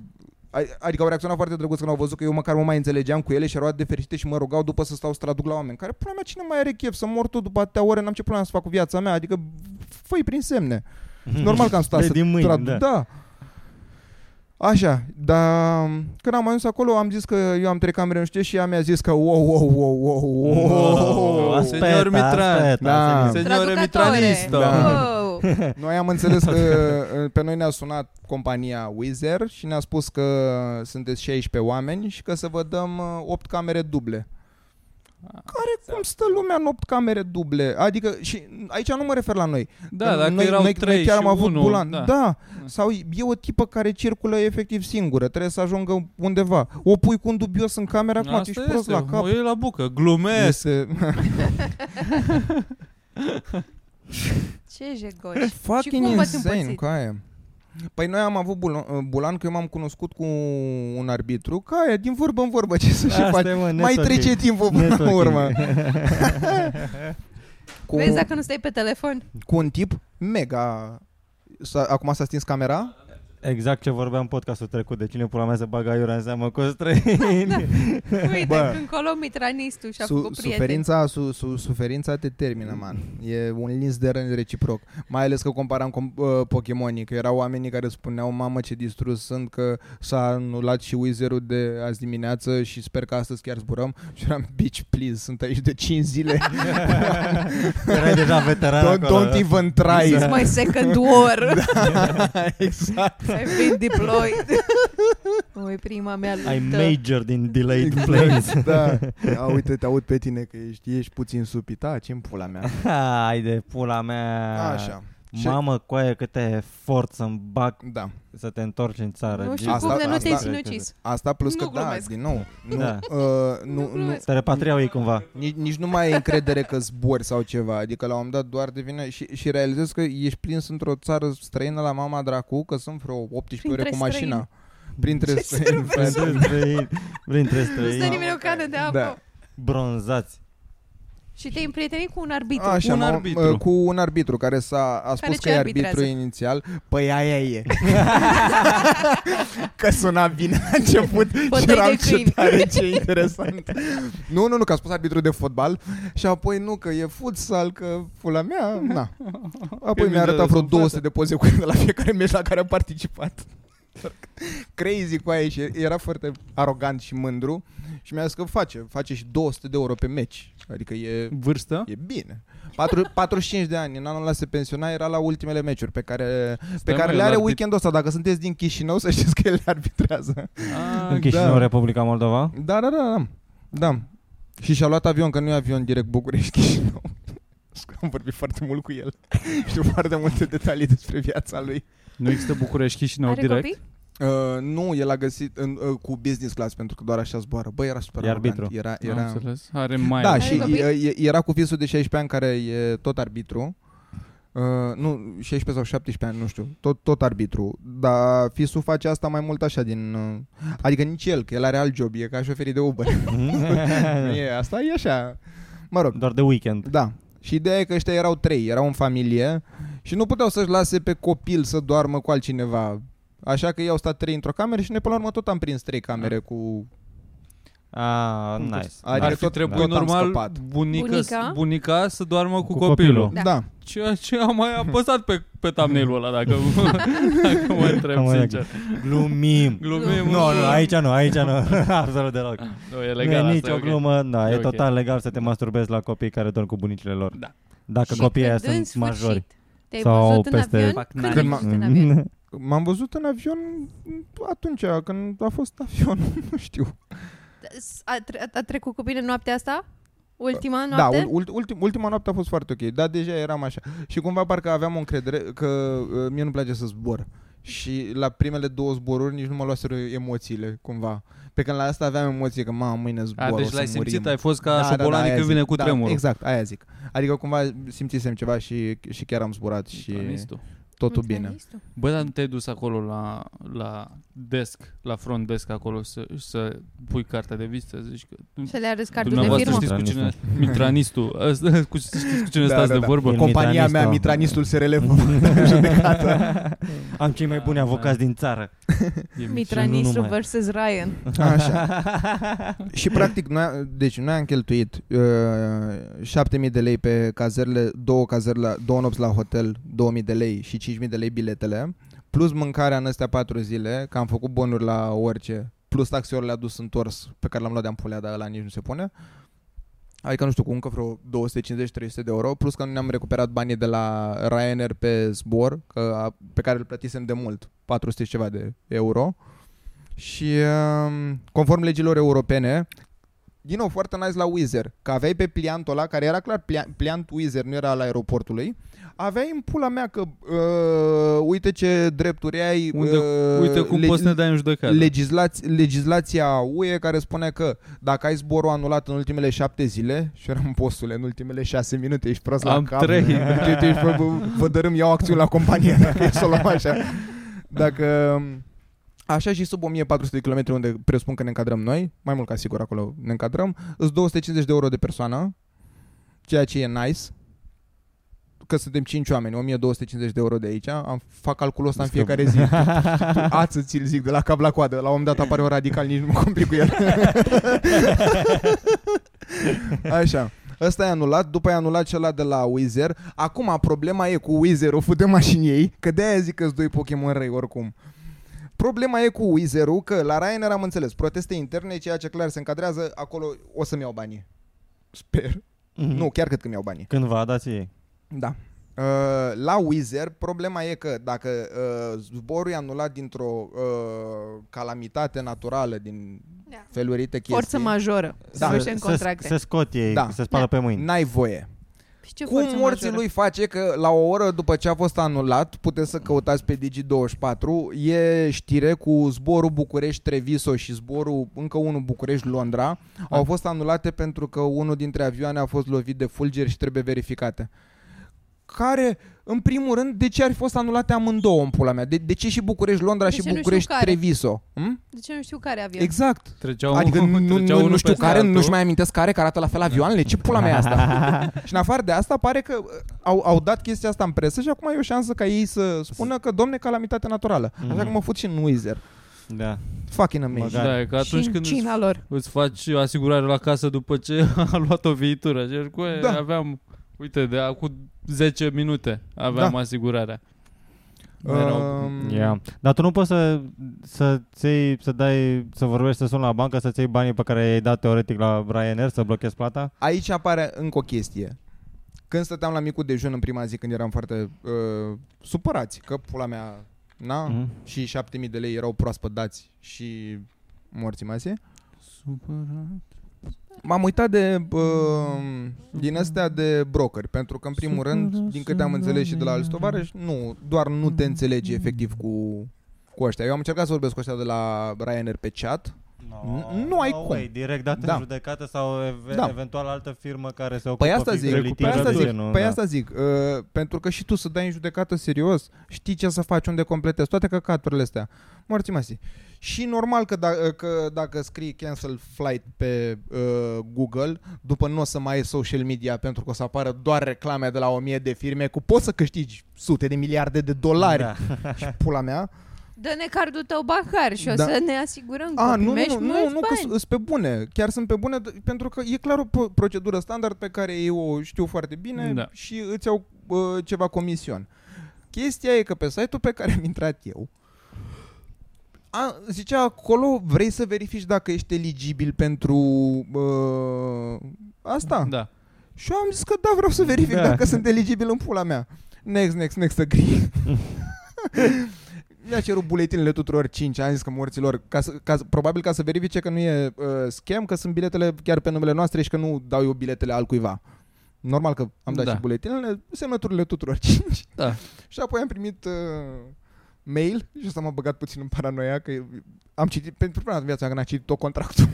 [SPEAKER 3] A- Adică au reacționat foarte drăguț când au văzut că eu măcar mă mai înțelegeam cu ele și erau atât de fericite și mă rugau după să stau să traduc la oameni. Care, pula mea, cine mai are chef să mor tu după atâtea ore, n-am ce pula mea să fac cu viața mea, adică făi prin semne.
[SPEAKER 1] [laughs]
[SPEAKER 3] Normal că am stat
[SPEAKER 1] Dai
[SPEAKER 3] să
[SPEAKER 1] Mm. din mâini,
[SPEAKER 3] trad-
[SPEAKER 1] da.
[SPEAKER 3] da. Așa, dar um, când am ajuns acolo am zis că eu am trei camere, nu știu ce, și ea mi-a zis că wow, wow, wow, wow, wow.
[SPEAKER 4] Wow.
[SPEAKER 1] Aspetta,
[SPEAKER 4] Senior Mitran.
[SPEAKER 1] aspetta,
[SPEAKER 3] Da.
[SPEAKER 1] senior.
[SPEAKER 4] Senior
[SPEAKER 2] Traducătoare.
[SPEAKER 4] Mitranisto.
[SPEAKER 3] Da.
[SPEAKER 2] Wow.
[SPEAKER 3] Noi am înțeles că uh, pe noi ne-a sunat compania Wizz Air și ne-a spus că sunteți 16 oameni și că să vă dăm 8 camere duble.
[SPEAKER 1] Ah,
[SPEAKER 3] Care cum stă lumea în 8 camere duble? Adică și aici nu mă refer la noi.
[SPEAKER 4] Da,
[SPEAKER 3] Că
[SPEAKER 4] dacă
[SPEAKER 3] noi,
[SPEAKER 4] erau
[SPEAKER 3] noi,
[SPEAKER 4] trei
[SPEAKER 3] noi chiar
[SPEAKER 4] și
[SPEAKER 3] am avut
[SPEAKER 4] unul,
[SPEAKER 3] bulan.
[SPEAKER 4] da.
[SPEAKER 3] Da. Sau e o tipă care circulă efectiv singură, trebuie să ajungă undeva. O pui cu un dubios în camera acum, tu
[SPEAKER 4] Asta
[SPEAKER 3] ești prost
[SPEAKER 4] este,
[SPEAKER 3] la cap.
[SPEAKER 4] mă iei la bucă, glumesc. [laughs]
[SPEAKER 3] Este...
[SPEAKER 2] Ce jegoși.
[SPEAKER 3] Fucking
[SPEAKER 2] cum v-ați
[SPEAKER 3] insane,
[SPEAKER 2] împărțit?
[SPEAKER 3] ca aia. Păi noi am avut bulan, bulan că eu m-am cunoscut cu un arbitru, ca aia, din vorbă în vorbă, ce să și
[SPEAKER 1] Asta
[SPEAKER 3] faci.
[SPEAKER 1] e, mă,
[SPEAKER 3] Mai
[SPEAKER 1] networking.
[SPEAKER 3] trece timpul până la
[SPEAKER 1] Networking.
[SPEAKER 4] [laughs]
[SPEAKER 3] urmă. cu,
[SPEAKER 2] Vezi dacă nu stai pe telefon?
[SPEAKER 3] cu un tip mega... S-a, acum s-a stins camera?
[SPEAKER 1] Exact ce vorbeam în podcastul trecut, de cine pula mea să bagă aiurea în seamă cu străini.
[SPEAKER 3] [laughs]
[SPEAKER 2] Uite,
[SPEAKER 3] Bă.
[SPEAKER 2] când colo mitranistul și-a
[SPEAKER 3] Su-
[SPEAKER 2] făcut prieteni.
[SPEAKER 3] suferința, su, su, suferința te termină, man. E un lins de răni reciproc. Mai ales că comparam cu uh, Pokémonii, că erau oamenii care spuneau, mamă ce distrus sunt, că s-a anulat și Wizard-ul de azi dimineață și sper că astăzi chiar zburăm. Și eram, bitch, please, sunt aici de 5 zile.
[SPEAKER 1] Erai deja veteran
[SPEAKER 3] don't,
[SPEAKER 1] Da, acolo.
[SPEAKER 3] don't even try.
[SPEAKER 2] This is
[SPEAKER 3] [laughs]
[SPEAKER 2] my second war.
[SPEAKER 3] Da. exact.
[SPEAKER 2] I've been deployed. Ui, prima mea
[SPEAKER 1] [laughs]
[SPEAKER 2] luptă.
[SPEAKER 1] Ai major din delayed
[SPEAKER 3] Exact.
[SPEAKER 1] planes.
[SPEAKER 3] [laughs] da. A, uite, te aud pe tine că ești, ești puțin supit. A, ce-mi pula mea.
[SPEAKER 1] [laughs] Hai de pula mea.
[SPEAKER 3] Așa. Și-
[SPEAKER 1] Mamă, coaie, câte efort să-mi bag
[SPEAKER 3] Da.
[SPEAKER 1] să te întorci în țară.
[SPEAKER 2] Nu știu,
[SPEAKER 1] Gen-
[SPEAKER 3] Asta-
[SPEAKER 2] asta, nu te-ai
[SPEAKER 3] asta-
[SPEAKER 2] sinucis.
[SPEAKER 3] Asta plus
[SPEAKER 2] Nu
[SPEAKER 3] că
[SPEAKER 2] glumesc.
[SPEAKER 3] da, din nou. Nu,
[SPEAKER 1] Da.
[SPEAKER 3] uh, nu, nu,
[SPEAKER 2] glumesc.
[SPEAKER 1] Te repatriau ei cumva.
[SPEAKER 4] Păi
[SPEAKER 3] Nici, nici nu mai ai încredere că zbori sau ceva, adică la un moment dat doar devine și, și realizezi că ești prins într-o țară străină la mama dracu, că sunt vreo 18 ore
[SPEAKER 2] Printre
[SPEAKER 3] cu mașina. Printre
[SPEAKER 2] Ce
[SPEAKER 3] străini.
[SPEAKER 2] surprins!
[SPEAKER 3] frate.
[SPEAKER 1] Printre străini, printre
[SPEAKER 2] Nu stă
[SPEAKER 1] străini
[SPEAKER 2] nimeni o cană de apă.
[SPEAKER 3] Da.
[SPEAKER 1] bronzați.
[SPEAKER 2] Și te-ai împrietenit cu un arbitru.
[SPEAKER 3] Așa,
[SPEAKER 4] Un
[SPEAKER 3] m-am-
[SPEAKER 4] arbitru.
[SPEAKER 3] cu un arbitru care s-a a spus
[SPEAKER 2] Care
[SPEAKER 3] că
[SPEAKER 2] ce
[SPEAKER 3] e arbitru
[SPEAKER 2] arbitrează?
[SPEAKER 3] inițial. Păi aia e. [laughs] că suna bine la început
[SPEAKER 2] Bătăi
[SPEAKER 3] și eram
[SPEAKER 2] de
[SPEAKER 3] ce
[SPEAKER 2] câini.
[SPEAKER 3] tare, ce interesant. nu, nu, nu, că a spus arbitru de fotbal și apoi nu, că e futsal, că pula mea, na. Apoi
[SPEAKER 4] Că
[SPEAKER 3] mi-a arătat
[SPEAKER 4] mingea
[SPEAKER 3] vreo
[SPEAKER 4] sunt
[SPEAKER 3] 200 de poze cu el de la fiecare meci la care am participat. Crazy cu aia și era foarte arogant și mândru și mi-a zis că face, face și 200 de euro pe meci. Adică e
[SPEAKER 4] Vârstă?
[SPEAKER 3] E bine. [laughs] 4, 45 de ani, în anul ăla se pensiona, era la ultimele meciuri pe care, pe care
[SPEAKER 4] mă,
[SPEAKER 3] le
[SPEAKER 4] el
[SPEAKER 3] are
[SPEAKER 4] ar fi-
[SPEAKER 3] weekendul ăsta. Dacă sunteți din Chișinău, [laughs] să știți că el le arbitrează.
[SPEAKER 4] Ah,
[SPEAKER 1] În Chișinău, Republica Moldova.
[SPEAKER 3] Da, da, da, da. da. Și și-a luat avion, că nu e avion direct București-Chișinău. [laughs] Am vorbit foarte mult cu el. [laughs] Știu foarte multe detalii despre viața lui.
[SPEAKER 4] Nu există București Chișinău
[SPEAKER 2] Are
[SPEAKER 4] direct?
[SPEAKER 2] copii?
[SPEAKER 3] Uh, nu, el a găsit în, uh, cu business class pentru că doar așa zboară. Băi, era super
[SPEAKER 1] E
[SPEAKER 3] arogant.
[SPEAKER 1] arbitru.
[SPEAKER 3] Era,
[SPEAKER 4] Am
[SPEAKER 3] era...
[SPEAKER 4] înțeles. Are mai
[SPEAKER 3] Da,
[SPEAKER 2] Are
[SPEAKER 3] și
[SPEAKER 2] copii?
[SPEAKER 3] e, e, era cu visul de 16 ani care e tot arbitru. Uh, nu, 16 sau 17 ani, nu știu, tot, tot arbitru. Dar fisul face asta mai mult așa din... Uh, adică nici el, că el are alt job, e ca șoferii de Uber. nu e asta, e așa. Mă rog,
[SPEAKER 1] doar de weekend.
[SPEAKER 3] Da. Și ideea e că ăștia erau trei, erau în familie și nu puteau să-și lase pe copil să doarmă cu altcineva. Așa că ei au stat trei într-o cameră și noi până la urmă tot am prins trei camere cu...
[SPEAKER 1] Ah,
[SPEAKER 4] Deci,
[SPEAKER 3] Cum
[SPEAKER 1] nice.
[SPEAKER 3] că- Adică
[SPEAKER 1] Da.
[SPEAKER 4] Ar fi
[SPEAKER 3] tot-
[SPEAKER 4] trebuit
[SPEAKER 3] tot am
[SPEAKER 4] normal
[SPEAKER 3] scăpat.
[SPEAKER 4] bunica,
[SPEAKER 2] Bunica?
[SPEAKER 4] bunica? bunica să doarmă cu,
[SPEAKER 1] Cu
[SPEAKER 4] cu
[SPEAKER 1] copilul.
[SPEAKER 4] copilul.
[SPEAKER 2] Da.
[SPEAKER 3] da.
[SPEAKER 4] Ceea ce am mai apăsat pe, pe thumbnail-ul ăla, dacă,
[SPEAKER 3] [laughs]
[SPEAKER 4] dacă mă
[SPEAKER 1] Am
[SPEAKER 4] întreb
[SPEAKER 1] mai
[SPEAKER 4] sincer.
[SPEAKER 1] Glumim.
[SPEAKER 4] Glumim.
[SPEAKER 1] Nu, nu, aici nu, aici nu. [laughs] Absolut deloc.
[SPEAKER 4] Nu, e
[SPEAKER 1] Legal,
[SPEAKER 4] legal
[SPEAKER 1] nu e
[SPEAKER 4] asta,
[SPEAKER 1] nicio
[SPEAKER 4] ok.
[SPEAKER 1] glumă, da,
[SPEAKER 4] E
[SPEAKER 1] e,
[SPEAKER 4] ok.
[SPEAKER 1] total legal să te masturbezi la copii care dorm cu bunicile lor.
[SPEAKER 4] Da.
[SPEAKER 1] Dacă
[SPEAKER 2] Și
[SPEAKER 1] copiii aia
[SPEAKER 2] când, în
[SPEAKER 1] sunt
[SPEAKER 2] sfârșit,
[SPEAKER 4] [laughs]
[SPEAKER 1] majori. [laughs]
[SPEAKER 2] Te-ai
[SPEAKER 1] Sau
[SPEAKER 2] văzut în
[SPEAKER 1] peste-
[SPEAKER 2] avion?
[SPEAKER 4] Fac
[SPEAKER 2] Când
[SPEAKER 4] nani.
[SPEAKER 2] ai văzut
[SPEAKER 3] Mm.
[SPEAKER 2] în avion?
[SPEAKER 3] M-am văzut în avion atunci, când a fost avion, [laughs] nu știu.
[SPEAKER 2] A, tre- a trecut cu bine noaptea asta? Ultima
[SPEAKER 3] Da,
[SPEAKER 2] noapte?
[SPEAKER 3] ul- ul- ultim, ultima noapte a fost foarte ok, dar deja eram așa. Și cumva parcă aveam o încredere că uh, mie nu place să zbor. Și la primele două zboruri nici nu mă luaseră emoțiile, cumva. Pe când la asta aveam emoție că, mamă, mâine zbor,
[SPEAKER 4] A,
[SPEAKER 3] o
[SPEAKER 4] deci
[SPEAKER 3] să
[SPEAKER 4] l-ai
[SPEAKER 3] murim.
[SPEAKER 4] simțit, ai fost ca da, șobolanii
[SPEAKER 3] aia
[SPEAKER 4] când
[SPEAKER 3] zic.
[SPEAKER 4] vine cu
[SPEAKER 3] da,
[SPEAKER 4] tremurul.
[SPEAKER 3] Exact, aia zic. Adică cumva simțisem ceva și, și chiar am zburat și
[SPEAKER 4] Planistul.
[SPEAKER 3] totul bine.
[SPEAKER 4] Bă, dar nu te-ai dus acolo la, la desk, la front desk acolo să, să pui cartea de vizită, zici că...
[SPEAKER 2] Să le arăți cardul de
[SPEAKER 4] Dumneavoastră
[SPEAKER 2] firmă?
[SPEAKER 4] știți cu cine... Mitranistul. Ăsta- cu- Știți cu cine
[SPEAKER 3] Da,
[SPEAKER 4] stați
[SPEAKER 3] da,
[SPEAKER 4] de
[SPEAKER 3] da.
[SPEAKER 4] vorbă?
[SPEAKER 1] El
[SPEAKER 3] Compania mea,
[SPEAKER 1] mitranistul.
[SPEAKER 3] Mitranistul SRL, vă judecată.
[SPEAKER 1] Am cei mai buni
[SPEAKER 4] Da,
[SPEAKER 1] avocați din țară.
[SPEAKER 4] E
[SPEAKER 1] Și nu
[SPEAKER 2] Mitranistru
[SPEAKER 1] numai.
[SPEAKER 2] vs. Ryan.
[SPEAKER 3] Așa. [laughs] și practic, noi, deci noi am cheltuit uh, 7000 de lei pe cazerle, două cazerle, două nopți la hotel, 2000 de lei și 5000 de lei biletele, plus mâncarea în astea patru zile, că am făcut bonuri la orice, plus taxiul le-a dus întors, pe care l-am luat de ampulea, dar ăla nici nu se pune. Adică, nu știu, cu încă vreo 250-300 de euro, plus că nu ne-am recuperat banii de la Ryanair pe zbor, că, a- pe care îl plătisem de mult, 400 și ceva de euro. Și um, conform legilor europene, din nou, foarte nice la Wizard, că aveai pe pliantul ăla, care era clar plia- pliant Wizard, nu era al aeroportului, aveai în pula mea că uh, uite ce drepturi ai,
[SPEAKER 4] Unde-
[SPEAKER 3] uh,
[SPEAKER 4] Uite cum
[SPEAKER 3] le-
[SPEAKER 4] poți să ne dai în judecată.
[SPEAKER 3] Legislaț- legislația UE care spune că dacă ai zborul anulat în ultimele șapte zile și eram postule în ultimele șase minute, ești prost
[SPEAKER 4] Am
[SPEAKER 3] la cap.
[SPEAKER 4] trei.
[SPEAKER 3] Te- te- vă, vă- vă dărâm, iau acțiuni la companie [laughs] dacă e să o luăm așa. Dacă... Așa și sub 1400 de km unde presupun că ne încadrăm noi, mai mult ca sigur acolo ne încadrăm, îți 250 de euro de persoană, ceea ce e nice, că suntem 5 oameni, 1250 de euro de aici, am, fac calculul ăsta în
[SPEAKER 1] Scăp.
[SPEAKER 3] fiecare
[SPEAKER 4] [laughs]
[SPEAKER 3] zi. Ață ți-l zic de la cap la coadă. La un moment dat apare un radical, nici nu mă complic cu el. Așa. Ăsta e anulat, după e anulat celălalt de la Wizard. Acum problema e cu Wizard, o futem mașini ei, că de-aia zic că doi Pokémon răi oricum. Problema e cu Wizard-ul că la Ryanair am înțeles, proteste interne, ceea ce clar se încadrează, acolo o să-mi iau banii. Sper. [laughs]
[SPEAKER 1] Mm.
[SPEAKER 3] Nu, chiar cred că mi iau banii.
[SPEAKER 1] Cândva, dați ei.
[SPEAKER 3] Da. Uh, la Wizard, problema e că dacă uh, zborul e anulat dintr-o uh, calamitate naturală, din
[SPEAKER 2] Da.
[SPEAKER 3] felurite chestii,
[SPEAKER 2] Forță majoră.
[SPEAKER 3] Da.
[SPEAKER 2] Da. Nu în contracte.
[SPEAKER 1] Se scot ei,
[SPEAKER 3] Da.
[SPEAKER 1] se spală pe mâini.
[SPEAKER 3] n-ai voie.
[SPEAKER 2] Și ce
[SPEAKER 3] Cum
[SPEAKER 2] forță
[SPEAKER 3] morții
[SPEAKER 2] majoră?
[SPEAKER 3] lui face că la o oră după ce a fost anulat, puteți să căutați pe Digi24, e știre cu zborul București-Treviso și zborul încă unul București-Londra,
[SPEAKER 2] Da.
[SPEAKER 3] au fost anulate pentru că unul dintre avioane a fost lovit de fulgeri și trebuie verificate. Care, în primul rând, de ce ar fi fost anulate amândouă în pula mea? De, de ce și București-Londra
[SPEAKER 2] De
[SPEAKER 3] și
[SPEAKER 2] ce nu știu
[SPEAKER 3] București-Treviso? Hm?
[SPEAKER 2] De ce nu știu care avion?
[SPEAKER 3] Exact.
[SPEAKER 4] Treceau, [laughs]
[SPEAKER 3] Adică nu, nu,
[SPEAKER 4] treceau
[SPEAKER 3] nu,
[SPEAKER 4] unul
[SPEAKER 3] nu știu
[SPEAKER 4] peste
[SPEAKER 3] care,
[SPEAKER 4] altul.
[SPEAKER 3] nu-și mai amintesc care, care arată la fel avioanele, ce pula mea e
[SPEAKER 4] [laughs]
[SPEAKER 3] asta? și în afară de asta, pare că uh, au, au dat chestia asta în presă și acum e o șansă ca ei să spună că, domne, calamitate naturală. Așa
[SPEAKER 1] Mhm.
[SPEAKER 3] că mă fut și în Wizer.
[SPEAKER 1] Da.
[SPEAKER 3] Fucking amazing.
[SPEAKER 1] Măgar.
[SPEAKER 4] Da, e că
[SPEAKER 2] Și
[SPEAKER 4] atunci
[SPEAKER 2] în
[SPEAKER 4] când îți,
[SPEAKER 2] Cina lor.
[SPEAKER 4] îți faci asigurare la casă după ce [laughs] a luat o viitură. Și cu
[SPEAKER 3] Da.
[SPEAKER 4] da. aveam, uite, de acum 10 minute aveam
[SPEAKER 3] Da.
[SPEAKER 4] asigurarea.
[SPEAKER 3] Um,
[SPEAKER 4] Erau-
[SPEAKER 1] Yeah. Dar tu nu poți să, să, ții, să, dai, să vorbești, să suni la bancă, să-ți iei banii pe care i-ai dat teoretic la Ryanair, să blochezi plata?
[SPEAKER 3] Aici apare încă o chestie. Când stăteam la micul dejun în prima zi, când eram foarte uh, supărați, că pula mea, na,
[SPEAKER 1] Mhm.
[SPEAKER 3] și 7000 de lei erau proaspăt dați și morți mase.
[SPEAKER 4] Supărat.
[SPEAKER 3] M-am uitat de uh, din astea de brokeri, pentru că în primul rând, din câte am înțeles și de la alți tovarăși, nu, doar nu te înțelegi efectiv cu cu ăștia. Eu am încercat să vorbesc cu ăștia de la Ryanair pe chat
[SPEAKER 1] No,
[SPEAKER 3] N- nu ai
[SPEAKER 1] no
[SPEAKER 3] cum.
[SPEAKER 1] way, direct dat da.
[SPEAKER 3] Da.
[SPEAKER 1] în judecată sau ev- da.
[SPEAKER 3] Da.
[SPEAKER 1] eventual altă firmă care se ocupă
[SPEAKER 3] Păi asta
[SPEAKER 1] fix de
[SPEAKER 3] zic, păi
[SPEAKER 1] litigii,
[SPEAKER 3] asta zic,
[SPEAKER 1] genul,
[SPEAKER 3] păi
[SPEAKER 1] da.
[SPEAKER 3] asta zic, uh, pentru că și tu să dai în judecată serios, știi ce să faci, unde completezi, toate căcaturile astea. Morți masi. Și normal că, da, că dacă scrii cancel flight pe uh, Google, după nu o să mai ai social media pentru că o să apară doar reclame de la o mie de firme cu poți să câștigi sute de miliarde de dolari
[SPEAKER 1] Da.
[SPEAKER 3] și pula mea.
[SPEAKER 2] Dă-ne cardul tău bancar și o
[SPEAKER 3] Da.
[SPEAKER 2] să ne asigurăm că
[SPEAKER 3] A, nu, nu,
[SPEAKER 2] primești
[SPEAKER 3] nu, nu,
[SPEAKER 2] mulți
[SPEAKER 3] nu că
[SPEAKER 2] bani.
[SPEAKER 3] sunt pe bune. Chiar sunt pe bune d- pentru că e clar o pro- procedură standard pe care eu o știu foarte bine
[SPEAKER 4] Da.
[SPEAKER 3] și îți iau uh, ceva comision. Chestia e că pe site-ul pe care am intrat eu, a, zicea acolo vrei să verifici dacă ești eligibil pentru uh, asta.
[SPEAKER 4] Da.
[SPEAKER 3] Și eu am zis că da, vreau să verific
[SPEAKER 1] Da.
[SPEAKER 3] da. dacă sunt eligibil în pula mea. Next, next, next, agree. Mi-a cerut buletinele tuturor 5, am zis că morților, ca să, ca, să- probabil ca să verifice că nu e uh, schem, că sunt biletele chiar pe numele noastre și că nu dau eu biletele altcuiva. Normal că am dat
[SPEAKER 4] Da.
[SPEAKER 3] da. și buletinele, semnăturile tuturor 5.
[SPEAKER 4] Da.
[SPEAKER 3] [laughs] Și apoi am primit uh, mail și asta m-a băgat puțin în paranoia că am citit, pentru prima dată în viața mea când am citit tot contractul,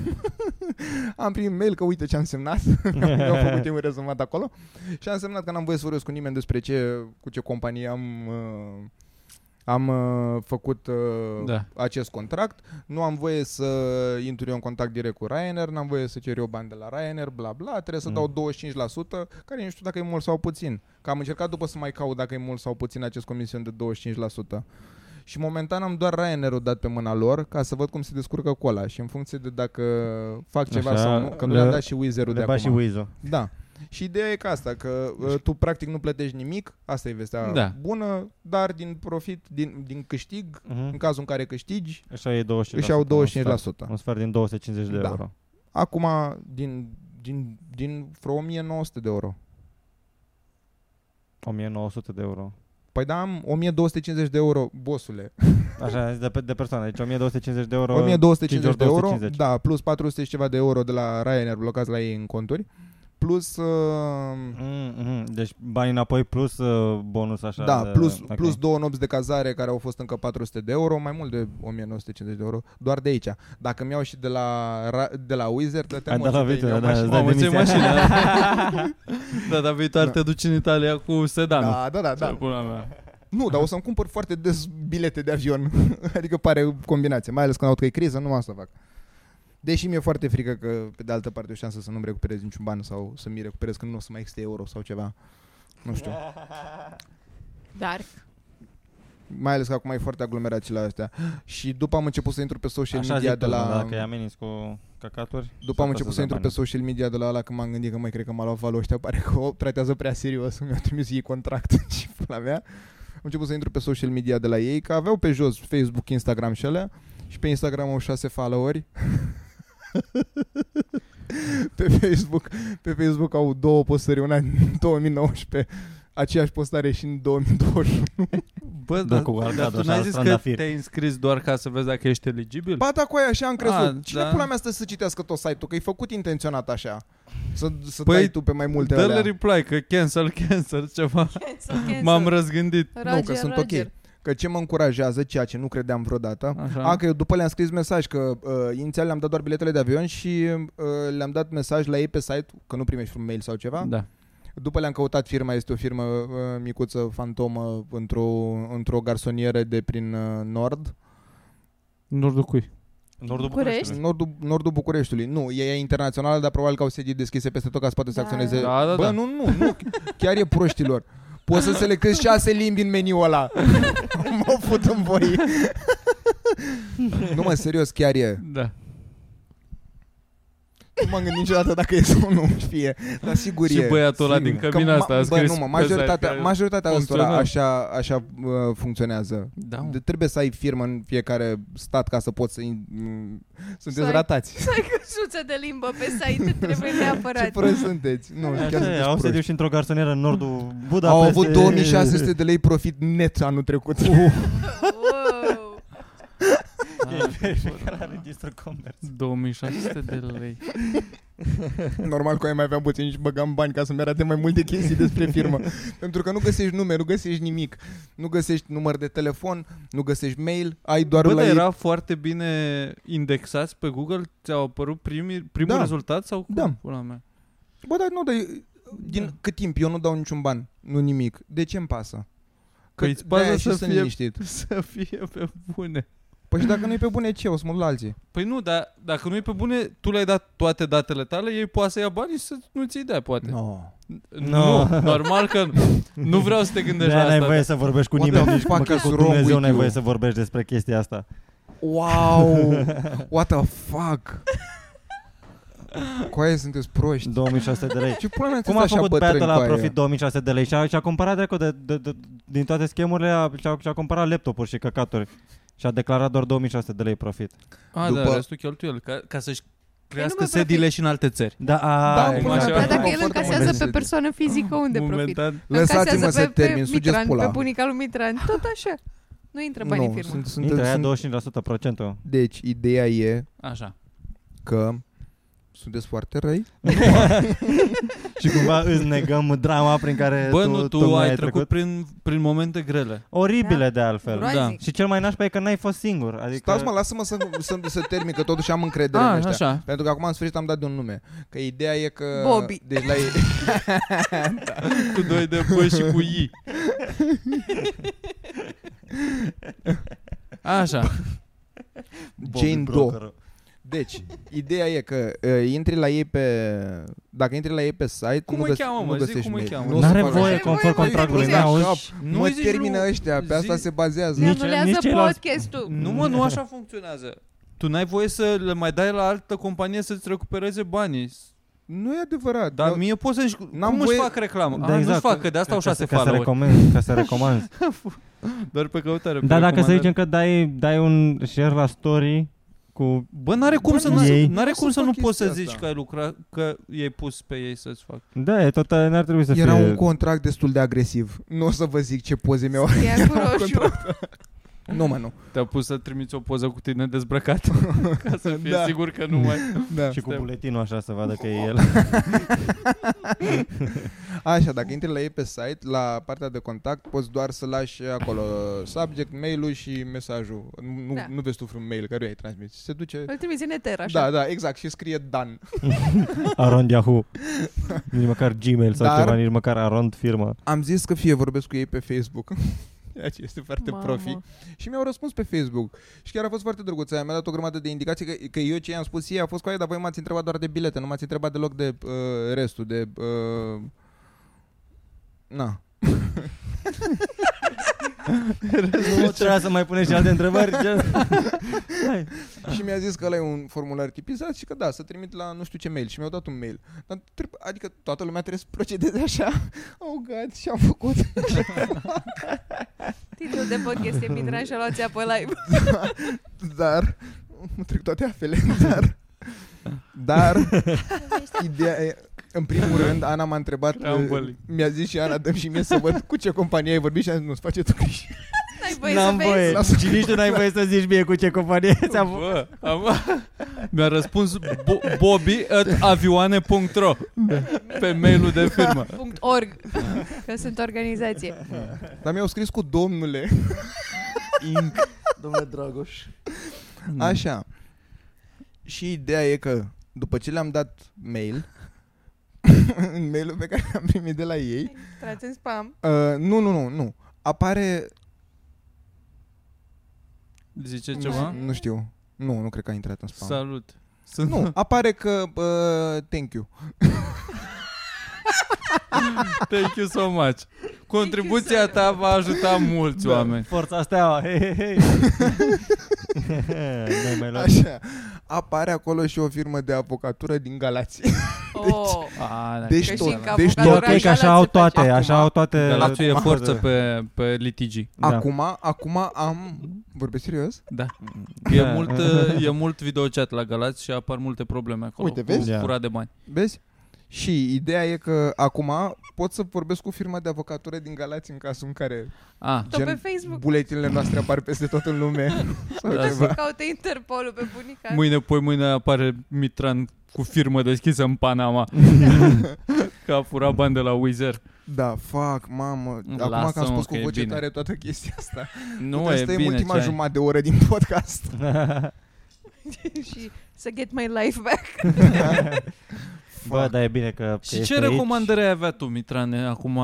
[SPEAKER 3] am primit mail că uite ce am semnat, [laughs] mi-au făcut eu un rezumat acolo și am semnat că n-am voie să vorbesc cu nimeni despre ce, cu ce companie am, uh, am uh, făcut uh,
[SPEAKER 4] Da.
[SPEAKER 3] acest contract, nu am voie să intru eu în contact direct cu Ryanair, n-am voie să cer eu bani de la Ryanair, bla bla, trebuie să
[SPEAKER 1] Mm.
[SPEAKER 3] dau 25%, care nu știu dacă e mult sau puțin. Că am încercat după să mai caut dacă e mult sau puțin acest comision de 25%. Și momentan am doar Ryanair-ul dat pe mâna lor ca să văd cum se descurcă cu ăla și în funcție de dacă fac ceva
[SPEAKER 1] Așa,
[SPEAKER 3] Așa, sau nu, că nu
[SPEAKER 1] le-
[SPEAKER 3] le-am dat și Wizard-ul de
[SPEAKER 1] Le
[SPEAKER 3] acum.
[SPEAKER 1] bat și Deci- Wizo.
[SPEAKER 3] Da. Și ideea e ca asta, că uh, tu practic nu plătești nimic, asta e vestea
[SPEAKER 4] Da.
[SPEAKER 3] bună, dar din profit, din, din câștig, în
[SPEAKER 1] Mhm.
[SPEAKER 3] cazul în care câștigi,
[SPEAKER 1] Își au ei 25%.
[SPEAKER 3] își iau
[SPEAKER 1] un sfert.
[SPEAKER 3] 25%.
[SPEAKER 1] Un sfert din 250 de
[SPEAKER 3] Da.
[SPEAKER 1] euro.
[SPEAKER 3] Acum, din, din, din vreo 1900 de euro.
[SPEAKER 1] 1900 de euro.
[SPEAKER 3] Păi da, am 1250 de euro, bosule.
[SPEAKER 1] Așa, de, pe, de persoană. Deci 1250 de euro.
[SPEAKER 3] 1250
[SPEAKER 1] 5
[SPEAKER 3] de euro,
[SPEAKER 1] 250.
[SPEAKER 3] da, plus 400 și ceva de euro de la Ryanair blocați la ei în conturi, plus... Uh,
[SPEAKER 1] Mm-hmm. Deci bani înapoi plus uh, bonus așa.
[SPEAKER 3] da,
[SPEAKER 1] de,
[SPEAKER 3] plus,
[SPEAKER 1] ok.
[SPEAKER 3] plus două nopți de cazare care au fost încă 400 de euro, mai mult de 1950 de euro, doar de aici. Dacă mi-au și de la, Ra- de la Wizard,
[SPEAKER 1] Ai
[SPEAKER 3] dăteam
[SPEAKER 1] dat la Victor, da, îți dai
[SPEAKER 4] Mamă, ce
[SPEAKER 1] demisia.
[SPEAKER 4] mașină. [laughs] da, dar viitoare te duci în Italia cu sedanul.
[SPEAKER 3] da, da, da,
[SPEAKER 4] Ce
[SPEAKER 3] da.
[SPEAKER 4] pula mea.
[SPEAKER 3] Nu, dar o să-mi cumpăr foarte des bilete de avion. [laughs] adică pare combinație, mai ales când aud că e criză, nu asta fac. Deși mi-e foarte frică că, pe de altă parte, e o șansă să nu-mi recuperez niciun ban sau să mi recuperez când nu o să mai existe euro sau ceva. Nu știu.
[SPEAKER 2] [laughs] Dar
[SPEAKER 3] Mai ales că acum e foarte aglomerați la astea. Și după am început să intru pe social
[SPEAKER 1] Așa
[SPEAKER 3] media
[SPEAKER 1] zic da,
[SPEAKER 3] de la...
[SPEAKER 1] dacă i ameninți cu căcaturi.
[SPEAKER 3] După
[SPEAKER 1] s-ar
[SPEAKER 3] am început
[SPEAKER 1] să
[SPEAKER 3] să intru pe
[SPEAKER 1] bani.
[SPEAKER 3] social media de la ala că m-am gândit că mai cred că m-a luat valul ăștia, pare că o tratează prea serios, [laughs] mi-au trimis ei contract și pula mea. Am început să intru pe social media de la ei, că aveau pe jos Facebook, Instagram și alea și pe Instagram au șase followeri. [laughs] pe Facebook, pe Facebook au două postări, una în [laughs] 2019, aceeași postare și în 2021.
[SPEAKER 4] Bă,
[SPEAKER 1] Da,
[SPEAKER 4] dar,
[SPEAKER 1] cu
[SPEAKER 4] dar,
[SPEAKER 1] Alcadru
[SPEAKER 4] tu
[SPEAKER 1] și
[SPEAKER 4] n-ai
[SPEAKER 1] al
[SPEAKER 4] zis că
[SPEAKER 1] trandafir.
[SPEAKER 4] te-ai înscris doar ca să vezi dacă ești eligibil?
[SPEAKER 3] Ba da, cu aia așa am crezut.
[SPEAKER 4] A,
[SPEAKER 3] Cine
[SPEAKER 4] da.
[SPEAKER 3] pula mea stă să citească tot site-ul? Că e făcut intenționat așa. Să, să
[SPEAKER 4] Păi,
[SPEAKER 3] dai tu pe mai multe
[SPEAKER 4] Dă-le
[SPEAKER 3] alea.
[SPEAKER 4] reply că cancel, cancel, ceva. M-am răzgândit.
[SPEAKER 2] Roger,
[SPEAKER 3] nu, că sunt
[SPEAKER 2] Roger.
[SPEAKER 3] ok. Că ce mă încurajează, ceea ce nu credeam vreodată,
[SPEAKER 4] Așa.
[SPEAKER 3] a, că eu după le-am scris mesaj, că uh, inițial le-am dat doar biletele de avion și uh, le-am dat mesaj la ei pe site, că nu primești un mail sau ceva.
[SPEAKER 4] Da.
[SPEAKER 3] După le-am căutat firma, este o firmă uh, micuță, fantomă, într-o, într-o garsonieră de prin uh, nord,
[SPEAKER 4] Nordul cui?
[SPEAKER 1] Nordul
[SPEAKER 2] București?
[SPEAKER 1] Bucureștiului.
[SPEAKER 3] nordul, nordul Bucureștiului. Nu, e internațională, dar probabil că au sedii deschise peste tot ca să poată să
[SPEAKER 2] Da.
[SPEAKER 3] acționeze.
[SPEAKER 4] Da, da,
[SPEAKER 3] Bă,
[SPEAKER 4] da.
[SPEAKER 3] nu, nu, nu, chiar e proștilor.
[SPEAKER 4] [laughs]
[SPEAKER 3] Poți să selectezi șase limbi în meniul ăla. mă fut în voi. nu mă, serios, chiar e.
[SPEAKER 4] Da.
[SPEAKER 3] Nu m-am gândit niciodată dacă e sau nu fie. Dar sigur
[SPEAKER 4] Și
[SPEAKER 3] e.
[SPEAKER 4] băiatul ăla
[SPEAKER 1] sigur.
[SPEAKER 4] din
[SPEAKER 3] Că
[SPEAKER 4] cabina
[SPEAKER 3] ma-
[SPEAKER 4] asta a
[SPEAKER 3] bă,
[SPEAKER 4] scris
[SPEAKER 3] nu, mă,
[SPEAKER 4] pe
[SPEAKER 3] majoritatea,
[SPEAKER 4] site că-
[SPEAKER 3] majoritatea ăstora
[SPEAKER 4] funcționăm.
[SPEAKER 3] așa, așa uh, funcționează.
[SPEAKER 4] Da, mă.
[SPEAKER 3] De, trebuie să ai firmă în fiecare stat ca să poți să... in- m- sunteți
[SPEAKER 2] ai-
[SPEAKER 3] ratați.
[SPEAKER 2] Să ai căsuță de limbă pe
[SPEAKER 3] [laughs]
[SPEAKER 2] site, trebuie neapărat.
[SPEAKER 3] Ce proști sunteți. Nu, chiar
[SPEAKER 1] Așa e,
[SPEAKER 3] sunteți
[SPEAKER 1] Au
[SPEAKER 3] proști.
[SPEAKER 1] sediu și într-o garsonieră în nordul Buda.
[SPEAKER 3] Au avut
[SPEAKER 1] [laughs]
[SPEAKER 3] 2600 de lei profit net anul trecut.
[SPEAKER 1] Da,
[SPEAKER 4] Ah,
[SPEAKER 2] Wow.
[SPEAKER 1] Ca la registrul comerț.
[SPEAKER 4] 2600 de lei.
[SPEAKER 3] [laughs] Normal că eu mai aveam puțin și băgam bani ca să-mi arate mai multe chestii despre
[SPEAKER 4] [laughs]
[SPEAKER 3] firmă. Pentru că nu găsești nume, nu găsești nimic. Nu găsești număr de telefon, nu găsești mail, ai doar
[SPEAKER 4] Bă,
[SPEAKER 3] la
[SPEAKER 4] dar
[SPEAKER 3] ei.
[SPEAKER 4] era foarte bine indexați pe Google? Ți-au apărut primii, primul
[SPEAKER 3] Da.
[SPEAKER 4] rezultat sau cum?
[SPEAKER 3] Da.
[SPEAKER 4] Pula mea.
[SPEAKER 3] Bă, dar nu, dar eu- din
[SPEAKER 4] Da.
[SPEAKER 3] cât timp eu nu dau niciun ban, nu nimic. De ce îmi pasă?
[SPEAKER 4] Că Păi îți pasă
[SPEAKER 3] de-aia
[SPEAKER 4] să
[SPEAKER 3] și sunt
[SPEAKER 4] fie-
[SPEAKER 3] liniștit.
[SPEAKER 4] Să fie pe bune.
[SPEAKER 3] Păi și dacă nu e pe bune, ce? O să mă duc la alții.
[SPEAKER 4] Păi nu, dar dacă nu e pe bune, tu le-ai dat toate datele tale, ei poate să ia banii și să nu ți-i dea, poate.
[SPEAKER 3] No.
[SPEAKER 4] Nu,
[SPEAKER 1] No.
[SPEAKER 4] normal că nu. Nu vreau să te gândești
[SPEAKER 1] De-aia
[SPEAKER 4] la
[SPEAKER 1] n-ai
[SPEAKER 4] asta.
[SPEAKER 1] voie să vorbești cu
[SPEAKER 3] What the
[SPEAKER 1] nimeni, nici
[SPEAKER 3] fuck
[SPEAKER 1] măcar
[SPEAKER 3] is
[SPEAKER 1] cu
[SPEAKER 3] wrong
[SPEAKER 1] Dumnezeu
[SPEAKER 3] with
[SPEAKER 1] n-ai
[SPEAKER 3] you?
[SPEAKER 1] voie să vorbești despre chestia asta. [laughs]
[SPEAKER 3] Wow! What the fuck? Cu aia sunteți proști.
[SPEAKER 1] 2600 de lei.
[SPEAKER 3] Ce pula mea
[SPEAKER 1] Cum a
[SPEAKER 3] sunteți așa
[SPEAKER 1] făcut
[SPEAKER 3] bătrâni
[SPEAKER 1] băiatul la
[SPEAKER 3] cu aia?
[SPEAKER 1] profit 2600 de lei? Și-a, și-a cumpărat dracu de, de, de, din toate schemurile, a, și-a, și-a cumpărat laptopuri și căcaturi. Și-a declarat doar 2600 de lei profit.
[SPEAKER 4] A,
[SPEAKER 3] După-
[SPEAKER 4] da, restul cheltuiel, ca, ca să-și crească
[SPEAKER 2] Păi nu mai
[SPEAKER 4] sediile și în alte țări.
[SPEAKER 1] Da, a,
[SPEAKER 3] Da,
[SPEAKER 1] e
[SPEAKER 4] până
[SPEAKER 1] mai-
[SPEAKER 4] la-
[SPEAKER 2] Dar dacă
[SPEAKER 3] Foarte
[SPEAKER 2] el
[SPEAKER 3] mult
[SPEAKER 2] încasează pe
[SPEAKER 3] mersi.
[SPEAKER 2] persoană fizică, unde profit?
[SPEAKER 4] Momentan,
[SPEAKER 3] Lăsați-mă
[SPEAKER 2] Încasează
[SPEAKER 3] să
[SPEAKER 2] pe,
[SPEAKER 3] termin,
[SPEAKER 2] pe
[SPEAKER 3] sugeți
[SPEAKER 2] Mitran,
[SPEAKER 3] pula.
[SPEAKER 2] pe bunica lui Mitran. Tot așa. Nu intră banii în
[SPEAKER 3] Nu,
[SPEAKER 2] firmă.
[SPEAKER 3] sunt, sunt,
[SPEAKER 1] Intră aia
[SPEAKER 3] sunt,
[SPEAKER 1] 25%
[SPEAKER 3] [laughs]
[SPEAKER 1] procentul.
[SPEAKER 3] Deci, ideea e
[SPEAKER 4] așa.
[SPEAKER 3] că sunteți foarte răi.
[SPEAKER 1] și cumva îți negăm drama prin care
[SPEAKER 4] Bă,
[SPEAKER 1] tu,
[SPEAKER 4] nu, tu,
[SPEAKER 1] tocmai
[SPEAKER 4] ai trecut, prin, prin momente grele.
[SPEAKER 1] Oribile
[SPEAKER 2] Da.
[SPEAKER 1] de altfel.
[SPEAKER 4] Groaznic.
[SPEAKER 2] Groaznic.
[SPEAKER 1] Și cel mai nașpa e că n-ai fost singur. Adică Ah,
[SPEAKER 3] Stați mă, lasă-mă să, să, să termin, că totuși am încredere
[SPEAKER 4] A,
[SPEAKER 3] în ăștia.
[SPEAKER 4] Ah, așa.
[SPEAKER 3] Pentru că acum în sfârșit am dat de un nume. Că ideea e că...
[SPEAKER 2] Bobby.
[SPEAKER 3] Deci
[SPEAKER 1] [laughs]
[SPEAKER 3] la ei...
[SPEAKER 4] Cu doi de bă și cu [laughs] i. Așa.
[SPEAKER 1] Bobby
[SPEAKER 3] Jane Doe.
[SPEAKER 1] Brokerul.
[SPEAKER 3] Deci, ideea e că uh, intri la ei pe... Dacă intri la ei pe site,
[SPEAKER 4] Cum
[SPEAKER 3] nu,
[SPEAKER 4] îi
[SPEAKER 3] găs-
[SPEAKER 4] cheamă,
[SPEAKER 3] nu
[SPEAKER 4] mă? Zi
[SPEAKER 3] găsești
[SPEAKER 4] cum îi
[SPEAKER 3] mail.
[SPEAKER 4] cheamă.
[SPEAKER 3] Nu o să
[SPEAKER 1] N-are
[SPEAKER 3] fac
[SPEAKER 1] voie
[SPEAKER 3] așa.
[SPEAKER 1] conform
[SPEAKER 2] Are voie,
[SPEAKER 1] contractului.
[SPEAKER 2] mă,
[SPEAKER 1] N-auzi?
[SPEAKER 4] Nu
[SPEAKER 3] mă
[SPEAKER 4] îi zici
[SPEAKER 3] termină
[SPEAKER 4] nu.
[SPEAKER 3] ăștia, pe asta
[SPEAKER 4] Zi-
[SPEAKER 3] se bazează.
[SPEAKER 1] Nici-
[SPEAKER 2] Anulează
[SPEAKER 1] nici ceilalți-
[SPEAKER 2] podcastul.
[SPEAKER 4] Nu mă, nu așa funcționează. Tu n-ai voie să le mai dai la altă companie să-ți recupereze banii.
[SPEAKER 3] Nu e adevărat.
[SPEAKER 4] Dar
[SPEAKER 3] Eu-
[SPEAKER 4] mie pot să-și...
[SPEAKER 3] n-am
[SPEAKER 4] Cum își
[SPEAKER 3] voie-
[SPEAKER 4] fac reclamă?
[SPEAKER 1] Da,
[SPEAKER 4] Da,
[SPEAKER 1] exact.
[SPEAKER 4] Nu-și fac, că de asta au
[SPEAKER 1] Ca să-
[SPEAKER 4] șase
[SPEAKER 1] ca să
[SPEAKER 4] follower.
[SPEAKER 1] recomand, ca să recomand.
[SPEAKER 4] Doar pe căutare. pe
[SPEAKER 1] Dar dacă Da, să
[SPEAKER 4] recomandare.
[SPEAKER 1] zicem că dai, dai un share la story cu
[SPEAKER 4] Bă, n-are cum
[SPEAKER 3] Bă,
[SPEAKER 4] să
[SPEAKER 1] nu
[SPEAKER 4] nu,
[SPEAKER 1] ei-
[SPEAKER 4] n-are
[SPEAKER 3] nu
[SPEAKER 4] cum
[SPEAKER 3] să
[SPEAKER 4] să nu
[SPEAKER 3] fac
[SPEAKER 4] poți să
[SPEAKER 3] chestia
[SPEAKER 4] zici
[SPEAKER 3] asta.
[SPEAKER 4] că ai lucrat, că i-ai pus pe ei să-ți fac.
[SPEAKER 1] Da, e tot, n-ar trebui să
[SPEAKER 3] Era
[SPEAKER 1] fie
[SPEAKER 3] un contract destul de agresiv. Nu o să vă zic ce poze mi-au...
[SPEAKER 2] Ia cu roșu.
[SPEAKER 3] Nu, mă, nu.
[SPEAKER 4] Te-a pus să trimiți o poză cu tine dezbrăcat [laughs] ca să fii
[SPEAKER 3] Da.
[SPEAKER 4] sigur că nu mai...
[SPEAKER 3] Da.
[SPEAKER 1] și cu buletinul așa să vadă că e el.
[SPEAKER 3] [laughs]
[SPEAKER 1] [laughs]
[SPEAKER 3] Așa, dacă intri la ei pe site, la partea de contact, poți doar să lași acolo subject, mail-ul și mesajul. Nu,
[SPEAKER 2] Da.
[SPEAKER 3] nu vezi tu vreun mail care i-ai transmis. Se duce...
[SPEAKER 2] Îl trimiți în eter, așa.
[SPEAKER 3] Da, da, exact. Și scrie Dan.
[SPEAKER 1] Arond Yahoo. Nici măcar Gmail sau
[SPEAKER 3] Dar-
[SPEAKER 1] ceva, nici măcar Arond firma.
[SPEAKER 3] Am zis că fie vorbesc cu ei pe Facebook. [laughs] Ceea ce este foarte
[SPEAKER 2] Mamă.
[SPEAKER 3] profi. Și mi-au răspuns pe Facebook. Și chiar a fost foarte drăguț. aia Mi-a dat o grămadă de indicații că, că eu ce i-am spus ei a fost cu aia, dar voi m-ați întrebat doar de bilete, nu m-ați întrebat deloc de uh, restul, de... Uh, na.
[SPEAKER 1] Nu trebuia să mai pune și alte
[SPEAKER 4] [laughs]
[SPEAKER 1] întrebări. gen. Hai.
[SPEAKER 3] [laughs] Și mi-a zis că ăla e un formular tipizat și că da, să trimit la nu știu ce mail. Și mi-au dat un mail. Dar trebuie, adică toată lumea trebuie să procedeze așa. [laughs] Oh, God, ce-am făcut?
[SPEAKER 2] Titlul de podcast e Mitran și-a luat apă live.
[SPEAKER 3] [laughs] Dar... Mă trec toate afele, [laughs] dar... Dar... ideea e, în primul rând, Ana m-a întrebat, uh,
[SPEAKER 4] Crumbly.
[SPEAKER 3] mi-a zis și Ana, dăm și mie să văd cu ce companie ai vorbit și am zis, nu-ți face tu griji.
[SPEAKER 2] N-ai voie să
[SPEAKER 1] N-am
[SPEAKER 2] vezi.
[SPEAKER 1] voie. Și nici tu n-ai voie să zici mie cu ce
[SPEAKER 3] [laughs]
[SPEAKER 1] companie ți-a făcut.
[SPEAKER 4] Bă, am, mi-a răspuns bo- Bobby at avioane.ro pe mailul
[SPEAKER 12] Da.
[SPEAKER 4] de firmă.
[SPEAKER 2] Punct org. Că sunt organizație.
[SPEAKER 3] Dar mi-au scris cu domnule.
[SPEAKER 12] Domnule Dragoș.
[SPEAKER 3] Așa. Și ideea e că după ce le-am dat mail, [laughs] în mailul pe care l-am primit de la ei,
[SPEAKER 2] Trați în spam.
[SPEAKER 3] uh, nu, nu, nu, nu, apare...
[SPEAKER 4] Zice
[SPEAKER 3] nu
[SPEAKER 4] ceva?
[SPEAKER 3] știu, Nu știu. Nu, nu cred că a intrat în spam.
[SPEAKER 4] Salut. Sunt
[SPEAKER 3] Nu, apare că uh, thank you.
[SPEAKER 4] Thank you so much. Contribuția ta va ajuta mulți oameni.
[SPEAKER 1] Forța steaua, hei, hei,
[SPEAKER 3] [laughs]
[SPEAKER 1] hei. N-ai
[SPEAKER 4] Da.
[SPEAKER 1] mai luat.
[SPEAKER 3] Așa. Apare acolo și o firmă de avocatură din Galați.
[SPEAKER 2] Oh.
[SPEAKER 4] A, da.
[SPEAKER 3] Deci
[SPEAKER 2] Că
[SPEAKER 3] tot.
[SPEAKER 2] și ca
[SPEAKER 3] Deci
[SPEAKER 1] E
[SPEAKER 2] avocatura
[SPEAKER 3] tot.
[SPEAKER 1] ok că așa au toate, așa au toate.
[SPEAKER 4] Galațiu e forță [laughs] pe, pe litigi.
[SPEAKER 1] Da.
[SPEAKER 3] Acum, acum am... Vorbesc serios?
[SPEAKER 4] Da. E mult, uh, e mult videochat la Galați și apar multe probleme acolo.
[SPEAKER 3] Uite, vezi?
[SPEAKER 4] Cu fura de bani.
[SPEAKER 3] Vezi? Și ideea e că acum pot să vorbesc cu firma de avocatură din Galați în cazul în care
[SPEAKER 4] A,
[SPEAKER 2] Tot pe Facebook.
[SPEAKER 3] buletinele noastre apar peste tot în lume. sau
[SPEAKER 4] Da.
[SPEAKER 3] ceva.
[SPEAKER 2] Caută Interpolul pe bunica.
[SPEAKER 4] mâine, poi mâine apare Mitran cu firmă deschisă în Panama. că a furat bani de la Wizard.
[SPEAKER 3] Da, fac, mamă. Acum că
[SPEAKER 4] Lasă-mă
[SPEAKER 3] am spus
[SPEAKER 4] că
[SPEAKER 3] cu
[SPEAKER 4] e
[SPEAKER 3] voce
[SPEAKER 4] bine.
[SPEAKER 3] tare toată chestia asta.
[SPEAKER 4] [laughs] Nu
[SPEAKER 3] Putem să
[SPEAKER 4] e
[SPEAKER 3] tăiem
[SPEAKER 4] bine
[SPEAKER 3] ultima
[SPEAKER 4] ce ai. Da,
[SPEAKER 3] jumătate de oră din podcast.
[SPEAKER 2] și să get my life back.
[SPEAKER 1] [laughs] Bă, dar e bine că că
[SPEAKER 4] Și
[SPEAKER 1] ești
[SPEAKER 4] ce
[SPEAKER 1] aici.
[SPEAKER 4] recomandări ai avea tu, Mitrane, acum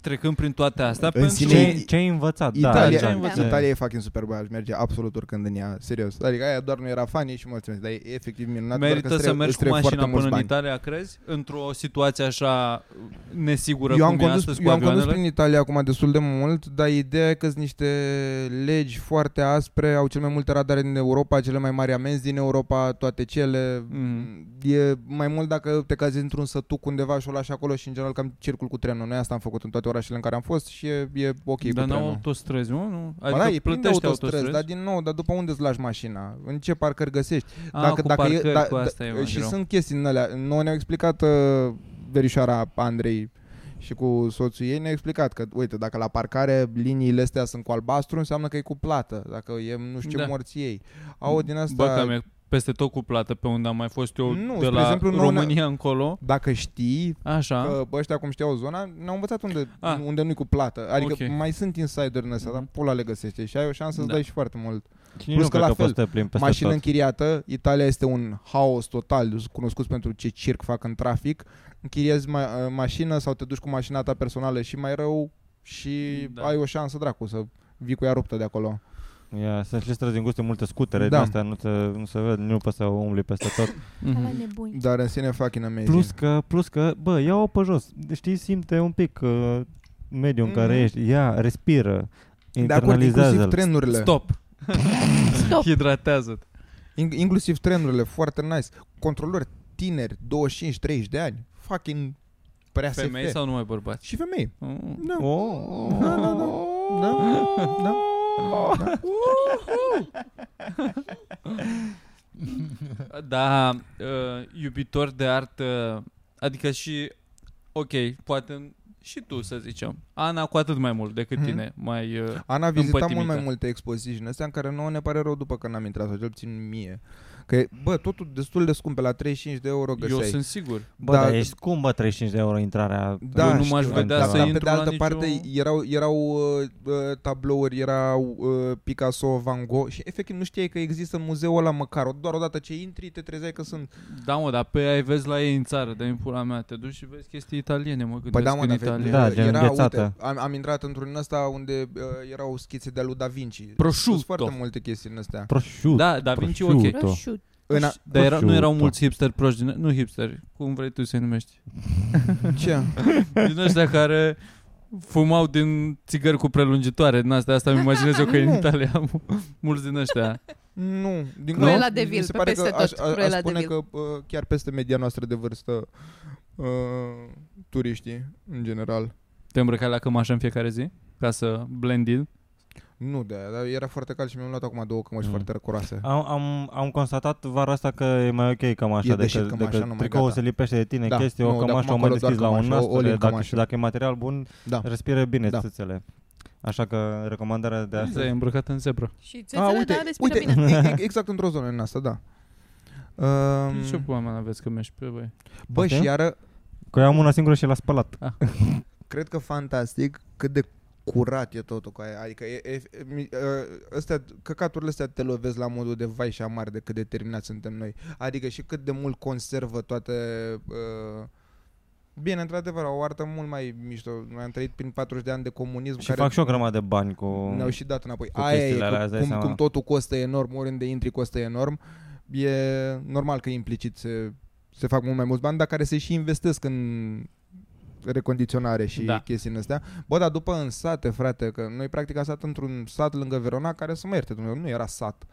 [SPEAKER 4] trecând prin toate astea?
[SPEAKER 3] În
[SPEAKER 4] pentru
[SPEAKER 3] sine
[SPEAKER 4] că
[SPEAKER 3] e-
[SPEAKER 1] Ce, ce ai învățat? da,
[SPEAKER 3] Italia,
[SPEAKER 4] ce ai
[SPEAKER 1] exact.
[SPEAKER 4] învățat?
[SPEAKER 3] Italia e fucking super bă, aș merge absolut oricând în ea, serios. Adică aia doar nu era fan și mă mulțumesc, dar e efectiv minunat. doar că
[SPEAKER 4] merită
[SPEAKER 3] îți
[SPEAKER 4] să
[SPEAKER 3] trebuie-
[SPEAKER 4] mergi
[SPEAKER 3] îți
[SPEAKER 4] cu
[SPEAKER 3] trebuie
[SPEAKER 4] mașina
[SPEAKER 3] foarte
[SPEAKER 4] până
[SPEAKER 3] mulți
[SPEAKER 4] în
[SPEAKER 3] bani.
[SPEAKER 4] Italia, crezi? Într-o situație așa nesigură
[SPEAKER 3] Eu
[SPEAKER 4] cum
[SPEAKER 3] am,
[SPEAKER 4] e
[SPEAKER 3] condus,
[SPEAKER 4] astăzi cu
[SPEAKER 3] eu am condus
[SPEAKER 4] avioanele?
[SPEAKER 3] prin Italia acum destul de mult, dar ideea e că sunt niște legi foarte aspre, au cel mai multe radare din Europa, cele mai mari amenzi din Europa, toate cele. Mm,
[SPEAKER 4] Mhm.
[SPEAKER 3] E mai mult dacă te cazi într-un sătuc undeva și o lași acolo și în general cam circul cu trenul. Noi asta am făcut în toate orașele în care am fost și e, e ok
[SPEAKER 4] Dar
[SPEAKER 3] cu
[SPEAKER 4] n-au
[SPEAKER 3] trenul.
[SPEAKER 4] autostrăzi, nu? nu?
[SPEAKER 3] Adică da, e
[SPEAKER 4] Adică
[SPEAKER 3] plin de
[SPEAKER 4] plătești
[SPEAKER 3] autostrăzi,
[SPEAKER 4] autostrăzi?
[SPEAKER 3] dar din nou, dar după unde îți lași mașina? În ce parcări găsești?
[SPEAKER 4] A, Ah, cu parcări,
[SPEAKER 3] da-
[SPEAKER 4] cu
[SPEAKER 3] da-
[SPEAKER 4] asta e mai
[SPEAKER 3] Și
[SPEAKER 4] greu.
[SPEAKER 3] sunt chestii din alea. Noi ne-au explicat uh, verișoara Andrei și cu soțul ei ne-a explicat că, uite, dacă la parcare liniile astea sunt cu albastru, înseamnă că e cu plată, dacă e nu știu ce
[SPEAKER 4] Da.
[SPEAKER 3] da. morții ei. Au din asta...
[SPEAKER 4] Bă, cam e peste tot cu plată pe unde am mai fost eu
[SPEAKER 3] Nu,
[SPEAKER 4] de
[SPEAKER 3] spre
[SPEAKER 4] la
[SPEAKER 3] exemplu, nouă ne-
[SPEAKER 4] România încolo.
[SPEAKER 3] dacă știi
[SPEAKER 4] Așa.
[SPEAKER 3] că bă, ăștia cum știau zona, ne-au învățat unde,
[SPEAKER 4] Ah.
[SPEAKER 3] unde nu-i cu plată. Adică
[SPEAKER 4] Ok.
[SPEAKER 3] mai sunt insider în astea, dar
[SPEAKER 4] Mhm.
[SPEAKER 3] pula le găsești și ai o șansă să
[SPEAKER 4] Da.
[SPEAKER 3] dai și foarte mult.
[SPEAKER 1] Nici
[SPEAKER 3] Plus
[SPEAKER 1] nu
[SPEAKER 3] că
[SPEAKER 1] cred
[SPEAKER 3] la
[SPEAKER 1] că
[SPEAKER 3] fel,
[SPEAKER 1] poți să te plimbi peste
[SPEAKER 3] mașină
[SPEAKER 1] tot.
[SPEAKER 3] închiriată, Italia este un haos total, cunoscut pentru ce circ fac în trafic, închiriezi ma- uh, mașină sau te duci cu mașina ta personală și mai rău și
[SPEAKER 4] Da.
[SPEAKER 3] da. ai o șansă, dracu, să vii cu ea ruptă de acolo.
[SPEAKER 1] Ia, sunt și străzi din guste multe scutere
[SPEAKER 3] Da.
[SPEAKER 1] da. astea, nu, te, nu se vede, nu poți să umbli peste tot.
[SPEAKER 2] Ca la
[SPEAKER 4] Mhm.
[SPEAKER 2] nebuni.
[SPEAKER 3] Dar în sine fucking amazing.
[SPEAKER 1] plus că, plus că, bă, ia-o pe jos. Știi, simte un pic uh, mediul în care
[SPEAKER 3] Mhm.
[SPEAKER 1] ești. Ia, respiră,
[SPEAKER 3] de acord, inclusiv
[SPEAKER 1] internalizează-l.
[SPEAKER 3] trenurile.
[SPEAKER 4] Stop.
[SPEAKER 2] Stop.
[SPEAKER 4] Hidratează-te.
[SPEAKER 3] In- inclusiv trenurile, foarte nice. Controlori tineri, 25-30 de ani, fucking prea
[SPEAKER 4] Femei
[SPEAKER 3] SF.
[SPEAKER 4] sau numai bărbați?
[SPEAKER 3] Și femei.
[SPEAKER 4] Mm.
[SPEAKER 3] Da.
[SPEAKER 1] Oh,
[SPEAKER 3] Da, da, da. Da, da. da.
[SPEAKER 4] Da, uh, iubitor de artă, adică și, ok, poate și tu să zicem. Ana cu atât mai mult decât
[SPEAKER 3] Mhm.
[SPEAKER 4] tine, mai... Uh,
[SPEAKER 3] Ana a vizitat mult mai
[SPEAKER 4] Împătimită.
[SPEAKER 3] multe expoziții din astea în care nouă ne pare rău după că n-am intrat, sau cel puțin mie. Că, e, bă, totul destul de scump, pe la 35 de euro
[SPEAKER 4] eu
[SPEAKER 3] găseai.
[SPEAKER 4] sunt sigur.
[SPEAKER 1] Bă, dar
[SPEAKER 3] Dar-
[SPEAKER 1] ești scumbă 35 de euro intrarea.
[SPEAKER 3] Da,
[SPEAKER 4] eu nu m-aș
[SPEAKER 3] știu,
[SPEAKER 4] vedea
[SPEAKER 3] da,
[SPEAKER 1] da.
[SPEAKER 4] să
[SPEAKER 3] dar pe
[SPEAKER 4] intru
[SPEAKER 3] de altă
[SPEAKER 4] la nicio...
[SPEAKER 3] parte erau, erau uh, uh, tablouri, erau uh, Picasso, Van Gogh și efectiv nu știai că există în muzeul ăla măcar. Doar odată ce intri te trezeai că sunt.
[SPEAKER 4] Da, mă, dar pe aia îi vezi la ei în țară, de pula mea, te duci și vezi chestii italiene, mă gândesc
[SPEAKER 3] Păi da, mă,
[SPEAKER 4] în
[SPEAKER 3] dar
[SPEAKER 4] Italia.
[SPEAKER 3] vezi,
[SPEAKER 1] Da,
[SPEAKER 3] uh,
[SPEAKER 1] gen
[SPEAKER 3] era,
[SPEAKER 1] ghețată.
[SPEAKER 3] uite, am, am, intrat într-un ăsta unde uh, erau schițe de-a lui Da Vinci.
[SPEAKER 4] Prosciutto.
[SPEAKER 3] Sunt foarte multe chestii în astea.
[SPEAKER 1] Prosciut.
[SPEAKER 4] Da, Da Vinci, ok.
[SPEAKER 1] prosciutto.
[SPEAKER 2] Rășut.
[SPEAKER 3] În a,
[SPEAKER 4] Dar era, nu erau
[SPEAKER 1] Prosciutto.
[SPEAKER 4] mulți hipsteri proști din... Nu hipsteri, cum vrei tu să-i numești.
[SPEAKER 3] ce?
[SPEAKER 4] Din ăștia care fumau din țigări cu prelungitoare din astea, asta îmi imaginez eu că e
[SPEAKER 3] [laughs]
[SPEAKER 4] în
[SPEAKER 3] Nu.
[SPEAKER 4] Italia mu- mulți din ăștia.
[SPEAKER 3] Nu, din
[SPEAKER 2] Cruella
[SPEAKER 3] contră,
[SPEAKER 2] de
[SPEAKER 3] mi
[SPEAKER 2] Vil,
[SPEAKER 3] se
[SPEAKER 2] pe
[SPEAKER 3] pare
[SPEAKER 2] peste
[SPEAKER 3] că aș,
[SPEAKER 2] tot,
[SPEAKER 3] aș, aș
[SPEAKER 2] Cruella de
[SPEAKER 3] spune
[SPEAKER 2] Vil.
[SPEAKER 3] că uh, chiar peste media noastră de vârstă uh, turiștii, în general.
[SPEAKER 4] Te îmbrăcai la cămașă în fiecare zi? Ca să blend in?
[SPEAKER 3] Nu de aia, dar era foarte cald și mi-am luat acum două cămăși
[SPEAKER 1] Mm.
[SPEAKER 3] foarte răcoroase.
[SPEAKER 1] Am, am, am constatat vara asta că e mai ok cam așa
[SPEAKER 3] E deșert
[SPEAKER 1] decât,
[SPEAKER 3] cămașa,
[SPEAKER 1] decât
[SPEAKER 3] numai
[SPEAKER 1] tricoul
[SPEAKER 3] gata.
[SPEAKER 1] se lipește de tine,
[SPEAKER 3] Da,
[SPEAKER 1] chestia
[SPEAKER 3] nu,
[SPEAKER 1] o
[SPEAKER 3] de
[SPEAKER 1] cămașă o
[SPEAKER 3] acum
[SPEAKER 1] mai
[SPEAKER 3] acolo doar
[SPEAKER 1] deschis la un
[SPEAKER 3] cămașă, o- o
[SPEAKER 1] nas,
[SPEAKER 3] lim
[SPEAKER 1] dacă,
[SPEAKER 3] cămașă.
[SPEAKER 1] dacă e material bun,
[SPEAKER 3] Da.
[SPEAKER 1] respire bine
[SPEAKER 3] Da.
[SPEAKER 1] da. țâțele. Așa că recomandarea de
[SPEAKER 4] Da, e
[SPEAKER 1] astăzi.
[SPEAKER 4] îmbrăcat în zebră.
[SPEAKER 2] Și țâțele, da, respiră
[SPEAKER 3] uite,
[SPEAKER 2] bine.
[SPEAKER 3] e- e- exact într-o zonă în asta, da.
[SPEAKER 4] Mm. Ce
[SPEAKER 3] Um,
[SPEAKER 4] pula mea aveți că mergi pe voi?
[SPEAKER 3] bă, și
[SPEAKER 1] Poftim?
[SPEAKER 3] iară,
[SPEAKER 1] Că eu am una singură și l-a spălat.
[SPEAKER 3] cred că fantastic cât de curat e totul cu aia. Adică e, e, mi- ă, ăstea, căcaturile astea te lovesc la modul de vai și amar de cât de terminați suntem noi. Adică și cât de mult conservă toate... ă, Bine, într-adevăr, o artă mult mai mișto. Noi am trăit prin 40 de ani de comunism
[SPEAKER 1] Și
[SPEAKER 3] care
[SPEAKER 1] fac și o grămadă de bani cu...
[SPEAKER 3] ne-au și dat înapoi.
[SPEAKER 1] cu
[SPEAKER 3] Aia e,
[SPEAKER 1] chestiile alea, îți
[SPEAKER 3] că,
[SPEAKER 1] dai
[SPEAKER 3] cum,
[SPEAKER 1] seama.
[SPEAKER 3] cum totul costă enorm, oriunde intri costă enorm. E normal că implicit se, se fac mult mai mulți bani, dar care se și investesc în recondiționare și
[SPEAKER 4] Da.
[SPEAKER 3] da. chestii în astea. Bă, dar după în sate, frate, că noi practic am stat într-un sat lângă Verona care să mă ierte Dumnezeu, nu era sat.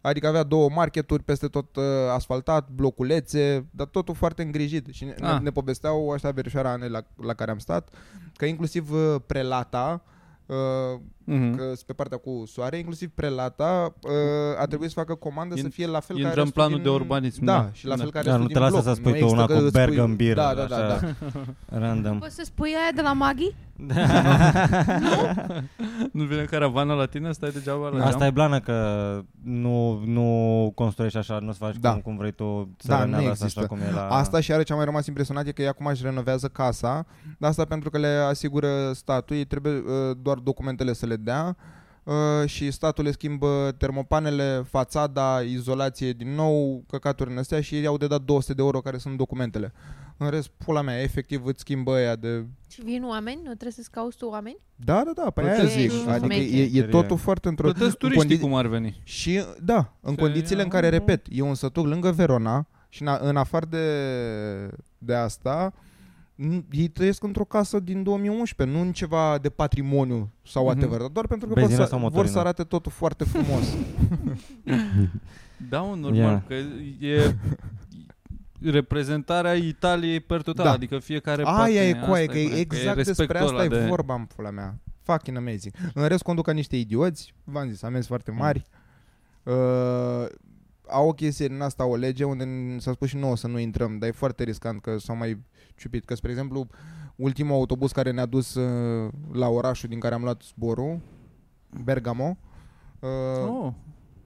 [SPEAKER 3] Adică avea două marketuri peste tot uh, asfaltat, bloculețe, dar totul foarte îngrijit. Și ne,
[SPEAKER 4] Ah.
[SPEAKER 3] ne povesteau ăștia verișoara Ane la, la care am stat, că inclusiv uh, prelata uh,
[SPEAKER 4] Mhm.
[SPEAKER 3] că sunt pe partea cu soare, inclusiv prelata uh, a trebuit să facă comandă să
[SPEAKER 4] In-
[SPEAKER 3] fie la fel
[SPEAKER 4] intră
[SPEAKER 3] care
[SPEAKER 4] în planul
[SPEAKER 3] studii
[SPEAKER 4] de urbanism,
[SPEAKER 3] Da,
[SPEAKER 4] da.
[SPEAKER 3] și la
[SPEAKER 4] Da.
[SPEAKER 3] fel care
[SPEAKER 1] Dar nu
[SPEAKER 3] studii
[SPEAKER 1] te
[SPEAKER 3] în
[SPEAKER 1] lasă
[SPEAKER 3] bloc.
[SPEAKER 1] să
[SPEAKER 3] Nu
[SPEAKER 1] spui tu
[SPEAKER 3] există
[SPEAKER 1] una
[SPEAKER 3] că
[SPEAKER 1] cu
[SPEAKER 3] îți pui-
[SPEAKER 1] berg în bir.
[SPEAKER 3] Da, da, da, da.
[SPEAKER 1] Random.
[SPEAKER 2] Poți să spui aia de la Maghi?
[SPEAKER 4] [laughs] Nu vine caravana la tine, stai degeaba
[SPEAKER 1] [laughs]
[SPEAKER 4] la
[SPEAKER 1] Asta
[SPEAKER 4] geam.
[SPEAKER 1] e blană că nu, nu construiești așa, nu-ți faci
[SPEAKER 3] Da.
[SPEAKER 1] cum, cum vrei tu
[SPEAKER 3] Da, nu
[SPEAKER 1] țărâneala asta
[SPEAKER 3] există.
[SPEAKER 1] așa cum e la...
[SPEAKER 3] Asta și are cea mai rămas impresionat e că ei acum își renovează casa, dar asta pentru că le asigură statul, ei trebuie uh, doar documentele să le dea uh, și statul le schimbă termopanele, fațada, izolație din nou, căcaturi în astea și ei au de dat 200 de euro care sunt documentele. În rest, pula mea, efectiv îți schimbă aia de...
[SPEAKER 2] Și vin oameni? Nu trebuie să-ți cauți tu oameni?
[SPEAKER 3] Da, da, da, păi aia
[SPEAKER 2] Plătesc
[SPEAKER 3] zic.
[SPEAKER 2] și
[SPEAKER 3] Adică e, e
[SPEAKER 1] smecherie.
[SPEAKER 3] totul foarte într-o...
[SPEAKER 4] Plătesc
[SPEAKER 3] în
[SPEAKER 4] turiștii
[SPEAKER 3] condi-
[SPEAKER 4] cum ar veni.
[SPEAKER 3] și, da, în
[SPEAKER 4] Se
[SPEAKER 3] condițiile în
[SPEAKER 4] ia
[SPEAKER 3] care,
[SPEAKER 4] un-
[SPEAKER 3] repet, e un sătuc lângă Verona și în, a- în afară de, de asta, n- ei trăiesc într-o casă din 2011, nu în ceva de patrimoniu sau
[SPEAKER 4] Mhm.
[SPEAKER 3] whatever, mm-hmm. doar pentru că vor
[SPEAKER 1] Benzină
[SPEAKER 3] să,
[SPEAKER 1] sau
[SPEAKER 3] vor
[SPEAKER 1] motorină?
[SPEAKER 3] să arate totul foarte frumos.
[SPEAKER 4] Da, mă, normal,
[SPEAKER 1] Ia.
[SPEAKER 4] yeah. că e reprezentarea Italiei per total,
[SPEAKER 3] Da.
[SPEAKER 4] da. adică fiecare parte
[SPEAKER 3] Aia e
[SPEAKER 4] din asta
[SPEAKER 3] coaie, că
[SPEAKER 4] bine,
[SPEAKER 3] e exact despre
[SPEAKER 4] respectul
[SPEAKER 3] asta
[SPEAKER 4] ăla
[SPEAKER 3] e vorba în pula mea. Fucking amazing. În rest conduc ca niște idioți, v-am zis, amenzi foarte
[SPEAKER 4] Mm.
[SPEAKER 3] mari. Uh, au o chestie din asta, o lege unde n- s-a spus și nouă să nu intrăm, dar e foarte riscant că s-au mai ciupit. Că, spre exemplu, ultimul autobuz care ne-a dus uh, la orașul din care am luat zborul, Bergamo, uh, oh.
[SPEAKER 4] Oh,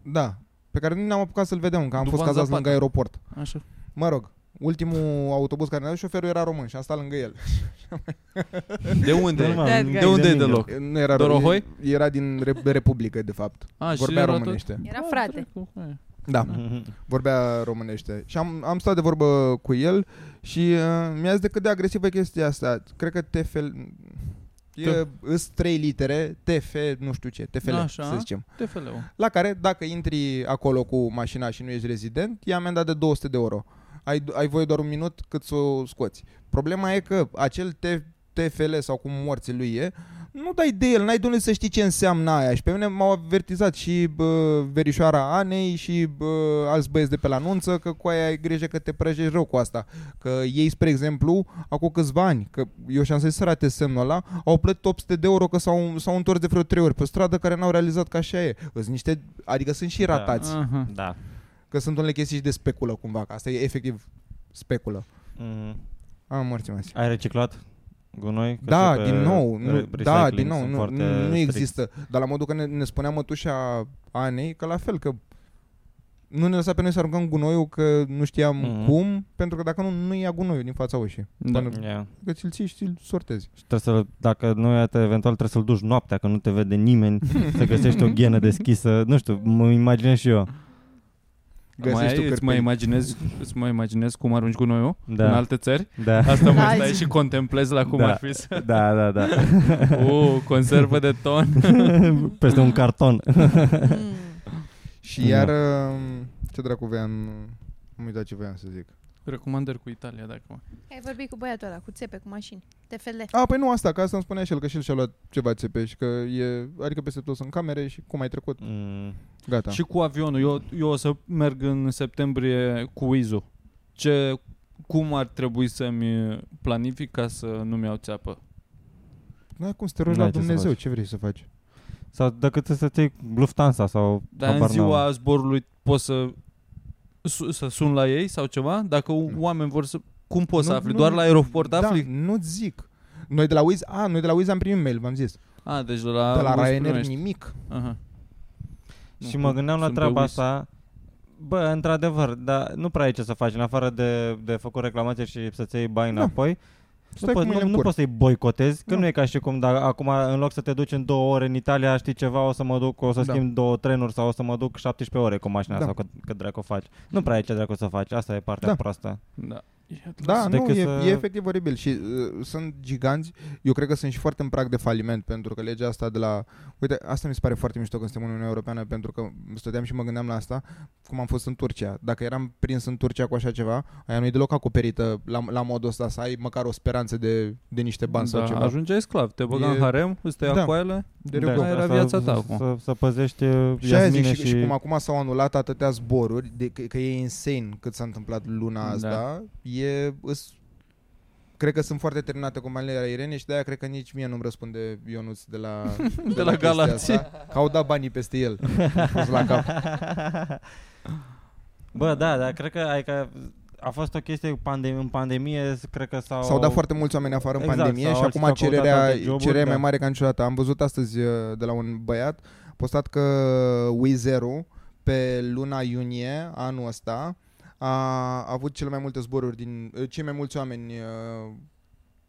[SPEAKER 3] da, pe care nu ne-am apucat să-l vedem, că am
[SPEAKER 4] După
[SPEAKER 3] fost
[SPEAKER 4] în
[SPEAKER 3] cazați
[SPEAKER 4] Zapata.
[SPEAKER 3] lângă aeroport.
[SPEAKER 4] așa.
[SPEAKER 3] Mă rog, ultimul autobuz care ne-a dus, șoferul era român și am stat lângă el.
[SPEAKER 4] De unde?
[SPEAKER 1] Normal,
[SPEAKER 2] That
[SPEAKER 1] nu
[SPEAKER 2] guy.
[SPEAKER 4] de unde e
[SPEAKER 1] mine.
[SPEAKER 4] deloc?
[SPEAKER 3] Nu era
[SPEAKER 4] Dorohoi?
[SPEAKER 3] Era din Re- Republică, de fapt.
[SPEAKER 4] A, și
[SPEAKER 3] vorbea
[SPEAKER 4] era tot- Mhm.
[SPEAKER 3] românește.
[SPEAKER 2] Era
[SPEAKER 4] Da,
[SPEAKER 2] frate.
[SPEAKER 4] dracu, aia.
[SPEAKER 3] Da, vorbea românește. Și am, am stat de vorbă cu el și uh, mi-a zis de cât de agresivă e chestia asta. Cred că TFL... E, îs trei litere, TF, nu știu ce, TFL,
[SPEAKER 4] Așa.
[SPEAKER 3] să zicem.
[SPEAKER 4] TFL-ul.
[SPEAKER 3] La care, dacă intri acolo cu mașina și nu ești rezident, e amenda de 200 de euro. Ai, ai voie doar un minut cât să o scoți. Problema e că acel T- TFL sau cum morții lui e, nu dai de el, n-ai de unde să știi ce înseamnă aia. Și pe mine m-au avertizat și bă, verișoara Anei și bă, alți băieți de pe la anunță că cu aia ai grijă că te prăjești rău cu asta. Că ei, spre exemplu, acum câțiva ani, că eu și-am să-i să rate semnul ăla, au plătit 800 de euro că s-au, s-au întors de vreo 3 ori pe stradă care n-au realizat că așa e. Sunt niște, adică sunt și
[SPEAKER 1] Da.
[SPEAKER 3] ratați.
[SPEAKER 4] Aha.
[SPEAKER 1] [laughs] Da.
[SPEAKER 3] Că sunt unele chestii și de speculă cumva, că asta e efectiv speculă.
[SPEAKER 1] Mhm.
[SPEAKER 3] Am mulțumesc.
[SPEAKER 1] Ai reciclat gunoi? Că
[SPEAKER 3] Da,
[SPEAKER 1] și pe
[SPEAKER 3] din nou, nu,
[SPEAKER 1] re-
[SPEAKER 3] da,
[SPEAKER 1] recycling
[SPEAKER 3] din nou,
[SPEAKER 1] sunt
[SPEAKER 3] nu,
[SPEAKER 1] foarte
[SPEAKER 3] nu
[SPEAKER 1] strict.
[SPEAKER 3] există. Dar la modul că ne, ne spunea mătușa Anei că la fel, că nu ne lăsa pe noi să aruncăm gunoiul, că nu știam
[SPEAKER 1] Mhm.
[SPEAKER 3] cum, pentru că dacă nu, nu ia gunoiul din fața ușii.
[SPEAKER 4] Da.
[SPEAKER 3] Până-
[SPEAKER 1] Ia.
[SPEAKER 3] Că ți-l ții și ți-l sortezi.
[SPEAKER 1] Și trebuie să, dacă nu e atât, eventual trebuie să-l duci noaptea, că nu te vede
[SPEAKER 3] [laughs]
[SPEAKER 1] nimeni, să găsești o ghenă deschisă, nu știu, mă imaginez și eu.
[SPEAKER 3] Găsești
[SPEAKER 4] mai,
[SPEAKER 3] tu
[SPEAKER 4] ai- îți,
[SPEAKER 3] cărpeni.
[SPEAKER 4] mai imaginezi, îți mai imaginezi cum arunci gunoiul în
[SPEAKER 1] Da,
[SPEAKER 4] alte țări?
[SPEAKER 1] da,
[SPEAKER 4] Asta mai
[SPEAKER 2] Da,
[SPEAKER 4] stai
[SPEAKER 2] zi.
[SPEAKER 4] și contemplezi la cum
[SPEAKER 1] Da.
[SPEAKER 4] ar fi să... [laughs]
[SPEAKER 1] da, [laughs] da, da.
[SPEAKER 3] Oh.
[SPEAKER 4] O, conservă de [laughs] ton.
[SPEAKER 1] [laughs] Peste un
[SPEAKER 3] [laughs]
[SPEAKER 1] carton.
[SPEAKER 2] Mm.
[SPEAKER 1] Da.
[SPEAKER 3] Și iar, uh, ce dracu voiam, am uitat ce voiam să zic.
[SPEAKER 4] Recomandări cu Italia, dacă mă.
[SPEAKER 2] Ai vorbit cu băiatul ăla, cu țepe, cu mașini. TFL.
[SPEAKER 3] A, păi nu asta, că asta îmi spunea și el, că și el și-a luat ceva țepe și că e, adică peste tot sunt camere și cum ai trecut,
[SPEAKER 1] Mm,
[SPEAKER 3] gata.
[SPEAKER 4] Da. Și cu avionul. Eu, eu o să merg în septembrie cu Izu. Ce, cum ar trebui să-mi planific ca să nu-mi iau țeapă?
[SPEAKER 3] Nu ai Da, cum să te rogi
[SPEAKER 1] Nu
[SPEAKER 3] la
[SPEAKER 1] ai ce să
[SPEAKER 3] Dumnezeu,
[SPEAKER 1] faci.
[SPEAKER 3] ce vrei să faci?
[SPEAKER 1] Sau dacă trebuie să te iei Lufthansa sau
[SPEAKER 4] Dar în
[SPEAKER 1] habar n-am.
[SPEAKER 4] ziua zborului pot să, su, să sun la ei sau ceva? Dacă
[SPEAKER 3] Nu.
[SPEAKER 4] nu. oameni vor să... Cum poți
[SPEAKER 3] Nu,
[SPEAKER 4] să afli?
[SPEAKER 3] nu,
[SPEAKER 4] Doar
[SPEAKER 3] nu.
[SPEAKER 4] la aeroport
[SPEAKER 3] da,
[SPEAKER 4] afli?
[SPEAKER 3] nu-ți zic. Noi de la Wiz, a, noi de la Wiz am primit mail, v-am zis.
[SPEAKER 4] A, deci de la...
[SPEAKER 3] de la
[SPEAKER 4] Wiz
[SPEAKER 3] Ryanair
[SPEAKER 4] primești.
[SPEAKER 3] nimic.
[SPEAKER 4] Aha.
[SPEAKER 1] Și
[SPEAKER 4] Nu,
[SPEAKER 1] mă gândeam la
[SPEAKER 4] sunt pe
[SPEAKER 1] treaba
[SPEAKER 4] Wiz.
[SPEAKER 1] asta. Bă, într-adevăr, dar nu prea ai ce să faci, în afară de, de făcut reclamație și să-ți iei bani
[SPEAKER 3] Da.
[SPEAKER 1] înapoi.
[SPEAKER 3] Stai
[SPEAKER 1] nu,
[SPEAKER 3] cu
[SPEAKER 1] po-
[SPEAKER 3] mâinile
[SPEAKER 1] nu,
[SPEAKER 3] în
[SPEAKER 1] nu
[SPEAKER 3] cur.
[SPEAKER 1] poți să-i boicotezi, că
[SPEAKER 3] Nu.
[SPEAKER 1] nu. e ca și cum, dar acum în loc să te duci în două ore în Italia, știi ceva, o să mă duc, o să
[SPEAKER 3] Da.
[SPEAKER 1] schimb două trenuri sau o să mă duc 17 ore cu mașina
[SPEAKER 3] Da.
[SPEAKER 1] da. sau cât, cât dracu faci. Nu prea ai ce dracu să faci, asta e partea
[SPEAKER 3] Da.
[SPEAKER 1] da. proastă.
[SPEAKER 4] Da. Ia tu.
[SPEAKER 3] Da, nu,
[SPEAKER 1] Decât
[SPEAKER 3] e,
[SPEAKER 1] să-
[SPEAKER 3] e efectiv oribil și uh, sunt giganți. Eu cred că sunt și foarte în prag de faliment pentru că legea asta de la... Uite, asta mi se pare foarte mișto când suntem în Uniunea Europeană pentru că stăteam și mă gândeam la asta cum am fost în Turcia. Dacă eram prins în Turcia cu așa ceva, aia nu e deloc acoperită la, la modul ăsta să ai măcar o speranță de, de niște bani
[SPEAKER 4] da,
[SPEAKER 3] sau ceva.
[SPEAKER 4] ajungeai sclav, te băga
[SPEAKER 3] E-
[SPEAKER 4] în harem, îți tăia
[SPEAKER 3] Da.
[SPEAKER 4] da. coaiele,
[SPEAKER 3] De
[SPEAKER 4] Da,
[SPEAKER 3] regulă.
[SPEAKER 4] era
[SPEAKER 1] asta
[SPEAKER 4] viața ta
[SPEAKER 1] să-
[SPEAKER 4] acum.
[SPEAKER 1] Să, să păzești
[SPEAKER 3] Și aia zic,
[SPEAKER 1] Iasmine
[SPEAKER 3] și,
[SPEAKER 1] și...
[SPEAKER 3] și cum acum s-au anulat atâtea zboruri, de, că, că e insane cât s a întâmplat luna
[SPEAKER 4] Da.
[SPEAKER 3] asta, e îs, Cred că sunt foarte terminate companiile la Irene și de-aia cred că nici mie nu-mi răspunde Ionuț de la, de
[SPEAKER 4] la
[SPEAKER 3] chestia
[SPEAKER 4] Galați.
[SPEAKER 3] asta, Că au dat banii peste el. Mi-a fost la cap.
[SPEAKER 1] [laughs] Bă, da, dar cred că, adică, a fost o chestie cu pandemie, în pandemie, s- cred că s-au...
[SPEAKER 3] S-au dat foarte mulți oameni afară în
[SPEAKER 1] Exact,
[SPEAKER 3] pandemie
[SPEAKER 1] sau
[SPEAKER 3] și
[SPEAKER 1] alții
[SPEAKER 3] acum
[SPEAKER 1] s-au căutat
[SPEAKER 3] cererea,
[SPEAKER 1] alte joburi,
[SPEAKER 3] cererea e mai
[SPEAKER 1] da.
[SPEAKER 3] mare ca niciodată. Am văzut astăzi uh, de la un băiat postat că Wizero pe luna iunie anul ăsta a avut cele mai multe zboruri din uh, cei mai mulți oameni uh,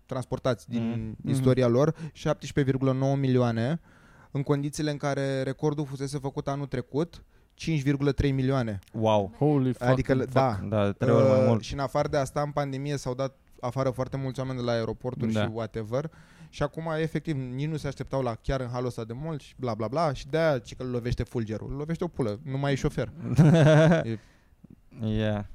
[SPEAKER 3] transportați din
[SPEAKER 1] Mhm.
[SPEAKER 3] istoria lor, 17,9 milioane, în condițiile în care recordul fusese făcut anul trecut, 5,3 milioane.
[SPEAKER 1] Wow.
[SPEAKER 4] Holy fuck.
[SPEAKER 3] Adică, da,
[SPEAKER 1] Da, de trei ori mai
[SPEAKER 3] Uh,
[SPEAKER 1] mult.
[SPEAKER 3] Și în afară de asta, în pandemie s-au dat afară foarte mulți oameni de la aeroporturi
[SPEAKER 4] Da.
[SPEAKER 3] și whatever. Și acum, efectiv, nici nu se așteptau la chiar în halul ăsta de mult și bla bla bla. Și de-aia ce că îl lovește fulgerul. Îl lovește o pulă, nu mai e șofer.
[SPEAKER 1] [laughs] yeah.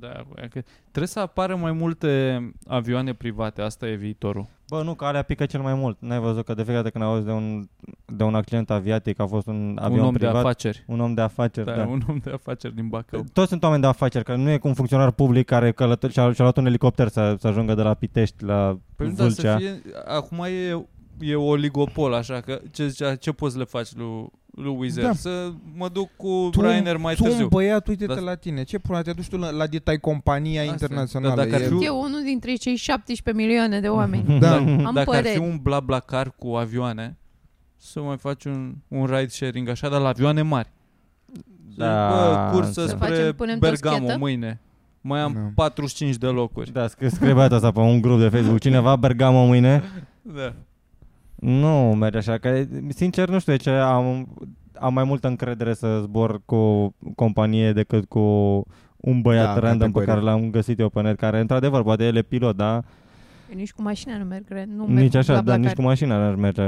[SPEAKER 4] Da, bă, că trebuie să apară mai multe avioane private, asta e viitorul.
[SPEAKER 1] Bă, nu, că alea pică cel mai mult. N-ai văzut că de fiecare dată când auzi de un, de un accident aviatic, a fost un avion
[SPEAKER 4] un om
[SPEAKER 1] privat,
[SPEAKER 4] de afaceri.
[SPEAKER 1] un om de afaceri.
[SPEAKER 4] Da,
[SPEAKER 1] da.
[SPEAKER 4] un om de afaceri din Bacău.
[SPEAKER 3] Păi
[SPEAKER 1] Toți sunt oameni de afaceri, că nu e cu un funcționar public care călător, și-a, și-a luat un elicopter să, să ajungă de la Pitești la
[SPEAKER 4] Păi nu, dar
[SPEAKER 1] Vâlcea.
[SPEAKER 4] să fie, acum e, e oligopol, așa că ce, zicea, ce poți le faci lui, lui Wizard?
[SPEAKER 3] Da.
[SPEAKER 4] Să mă duc cu
[SPEAKER 3] tu,
[SPEAKER 4] Rainer mai
[SPEAKER 3] tu
[SPEAKER 4] târziu.
[SPEAKER 3] un băiat, uite-te
[SPEAKER 4] Dar-
[SPEAKER 3] la tine. Ce pula, te duci tu la, la ditai compania
[SPEAKER 4] Asta e.
[SPEAKER 3] internațională.
[SPEAKER 4] Dar dacă ar
[SPEAKER 3] e,
[SPEAKER 4] fi un-
[SPEAKER 2] E unul dintre cei 17 milioane de
[SPEAKER 3] [laughs]
[SPEAKER 2] oameni.
[SPEAKER 3] da,
[SPEAKER 4] Dacă-
[SPEAKER 2] Am
[SPEAKER 4] Dacă ar fi
[SPEAKER 2] păreri.
[SPEAKER 4] un blablacar cu avioane, să mai faci un, un ride sharing așa, dar la avioane mari.
[SPEAKER 1] Da,
[SPEAKER 4] Bă, cursă
[SPEAKER 1] înțeleg.
[SPEAKER 4] spre
[SPEAKER 2] Să facem- punem toți
[SPEAKER 4] Bergamo
[SPEAKER 2] chetă?
[SPEAKER 4] mâine. Mai am
[SPEAKER 3] Da.
[SPEAKER 4] 45 de locuri.
[SPEAKER 1] Da, scrie, scrie băiatul ăsta pe un grup de
[SPEAKER 4] [laughs]
[SPEAKER 1] Facebook. Cineva Bergamo mâine?
[SPEAKER 4] Da.
[SPEAKER 1] Nu merge așa, că sincer nu știu de ce am, am mai multă încredere să zbor cu companie decât cu un băiat da,
[SPEAKER 3] Da,
[SPEAKER 1] random pe
[SPEAKER 3] categoric.
[SPEAKER 1] care l-am găsit eu pe net, care într-adevăr poate el e pilot, da?
[SPEAKER 2] Nici cu mașina nu merg, nu merg
[SPEAKER 1] nici așa,
[SPEAKER 2] la
[SPEAKER 1] dar nici
[SPEAKER 2] placare.
[SPEAKER 1] cu mașina n-ar merge.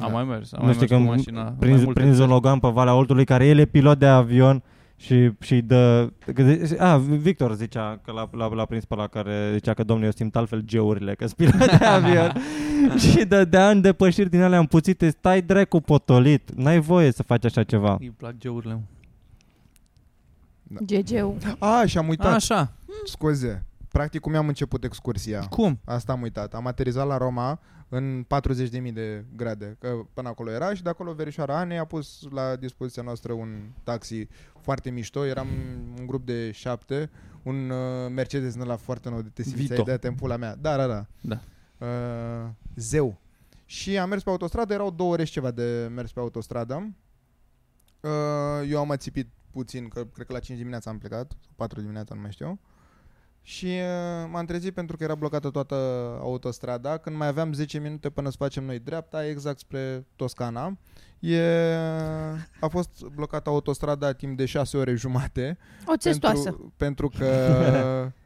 [SPEAKER 4] Am mai mers.
[SPEAKER 1] Da.
[SPEAKER 4] Am
[SPEAKER 1] nu știu
[SPEAKER 4] mai mers
[SPEAKER 1] că
[SPEAKER 4] cu
[SPEAKER 1] m-
[SPEAKER 4] mașina. mai
[SPEAKER 1] prinzi,
[SPEAKER 4] multe
[SPEAKER 1] prinzi un
[SPEAKER 4] țări.
[SPEAKER 1] Logan pe Valea Oltului care el e pilot de avion și și dă... Că de, a, Victor zicea că l-a, l-a, l-a prins pe la care zicea că domnul eu simt altfel geurile, că [laughs] pilot de avion și dădea în depășiri din alea împuțite, stai dracu potolit, n-ai voie să faci așa ceva.
[SPEAKER 4] Îi plac geurile. mă.
[SPEAKER 2] GG-ul.
[SPEAKER 3] A, și am uitat.
[SPEAKER 4] Da. Așa.
[SPEAKER 3] Scuze. Practic cum am început excursia.
[SPEAKER 4] Cum?
[SPEAKER 3] Asta am uitat. Am aterizat la Roma în 40.000 de grade, că până acolo era și de acolo verișoara Ane a pus la dispoziția noastră un taxi foarte mișto. Eram un grup de șapte, un uh, Mercedes de la foarte nou de te simțeai
[SPEAKER 4] Vito.
[SPEAKER 3] de în pula mea. Da, da, da.
[SPEAKER 4] Da.
[SPEAKER 3] Uh, zeu. Și am mers pe autostradă, erau două ore și ceva de mers pe autostradă. Uh, eu am ațipit puțin, că cred că la 5 dimineața am plecat, sau 4 dimineața, nu mai știu. Și uh, m-am trezit pentru că era blocată toată autostrada, când mai aveam 10 minute până să facem noi dreapta, exact spre Toscana. E, a fost blocată autostrada timp de 6 ore jumate
[SPEAKER 2] O țestoasă.
[SPEAKER 3] pentru, pentru
[SPEAKER 2] [laughs]
[SPEAKER 3] că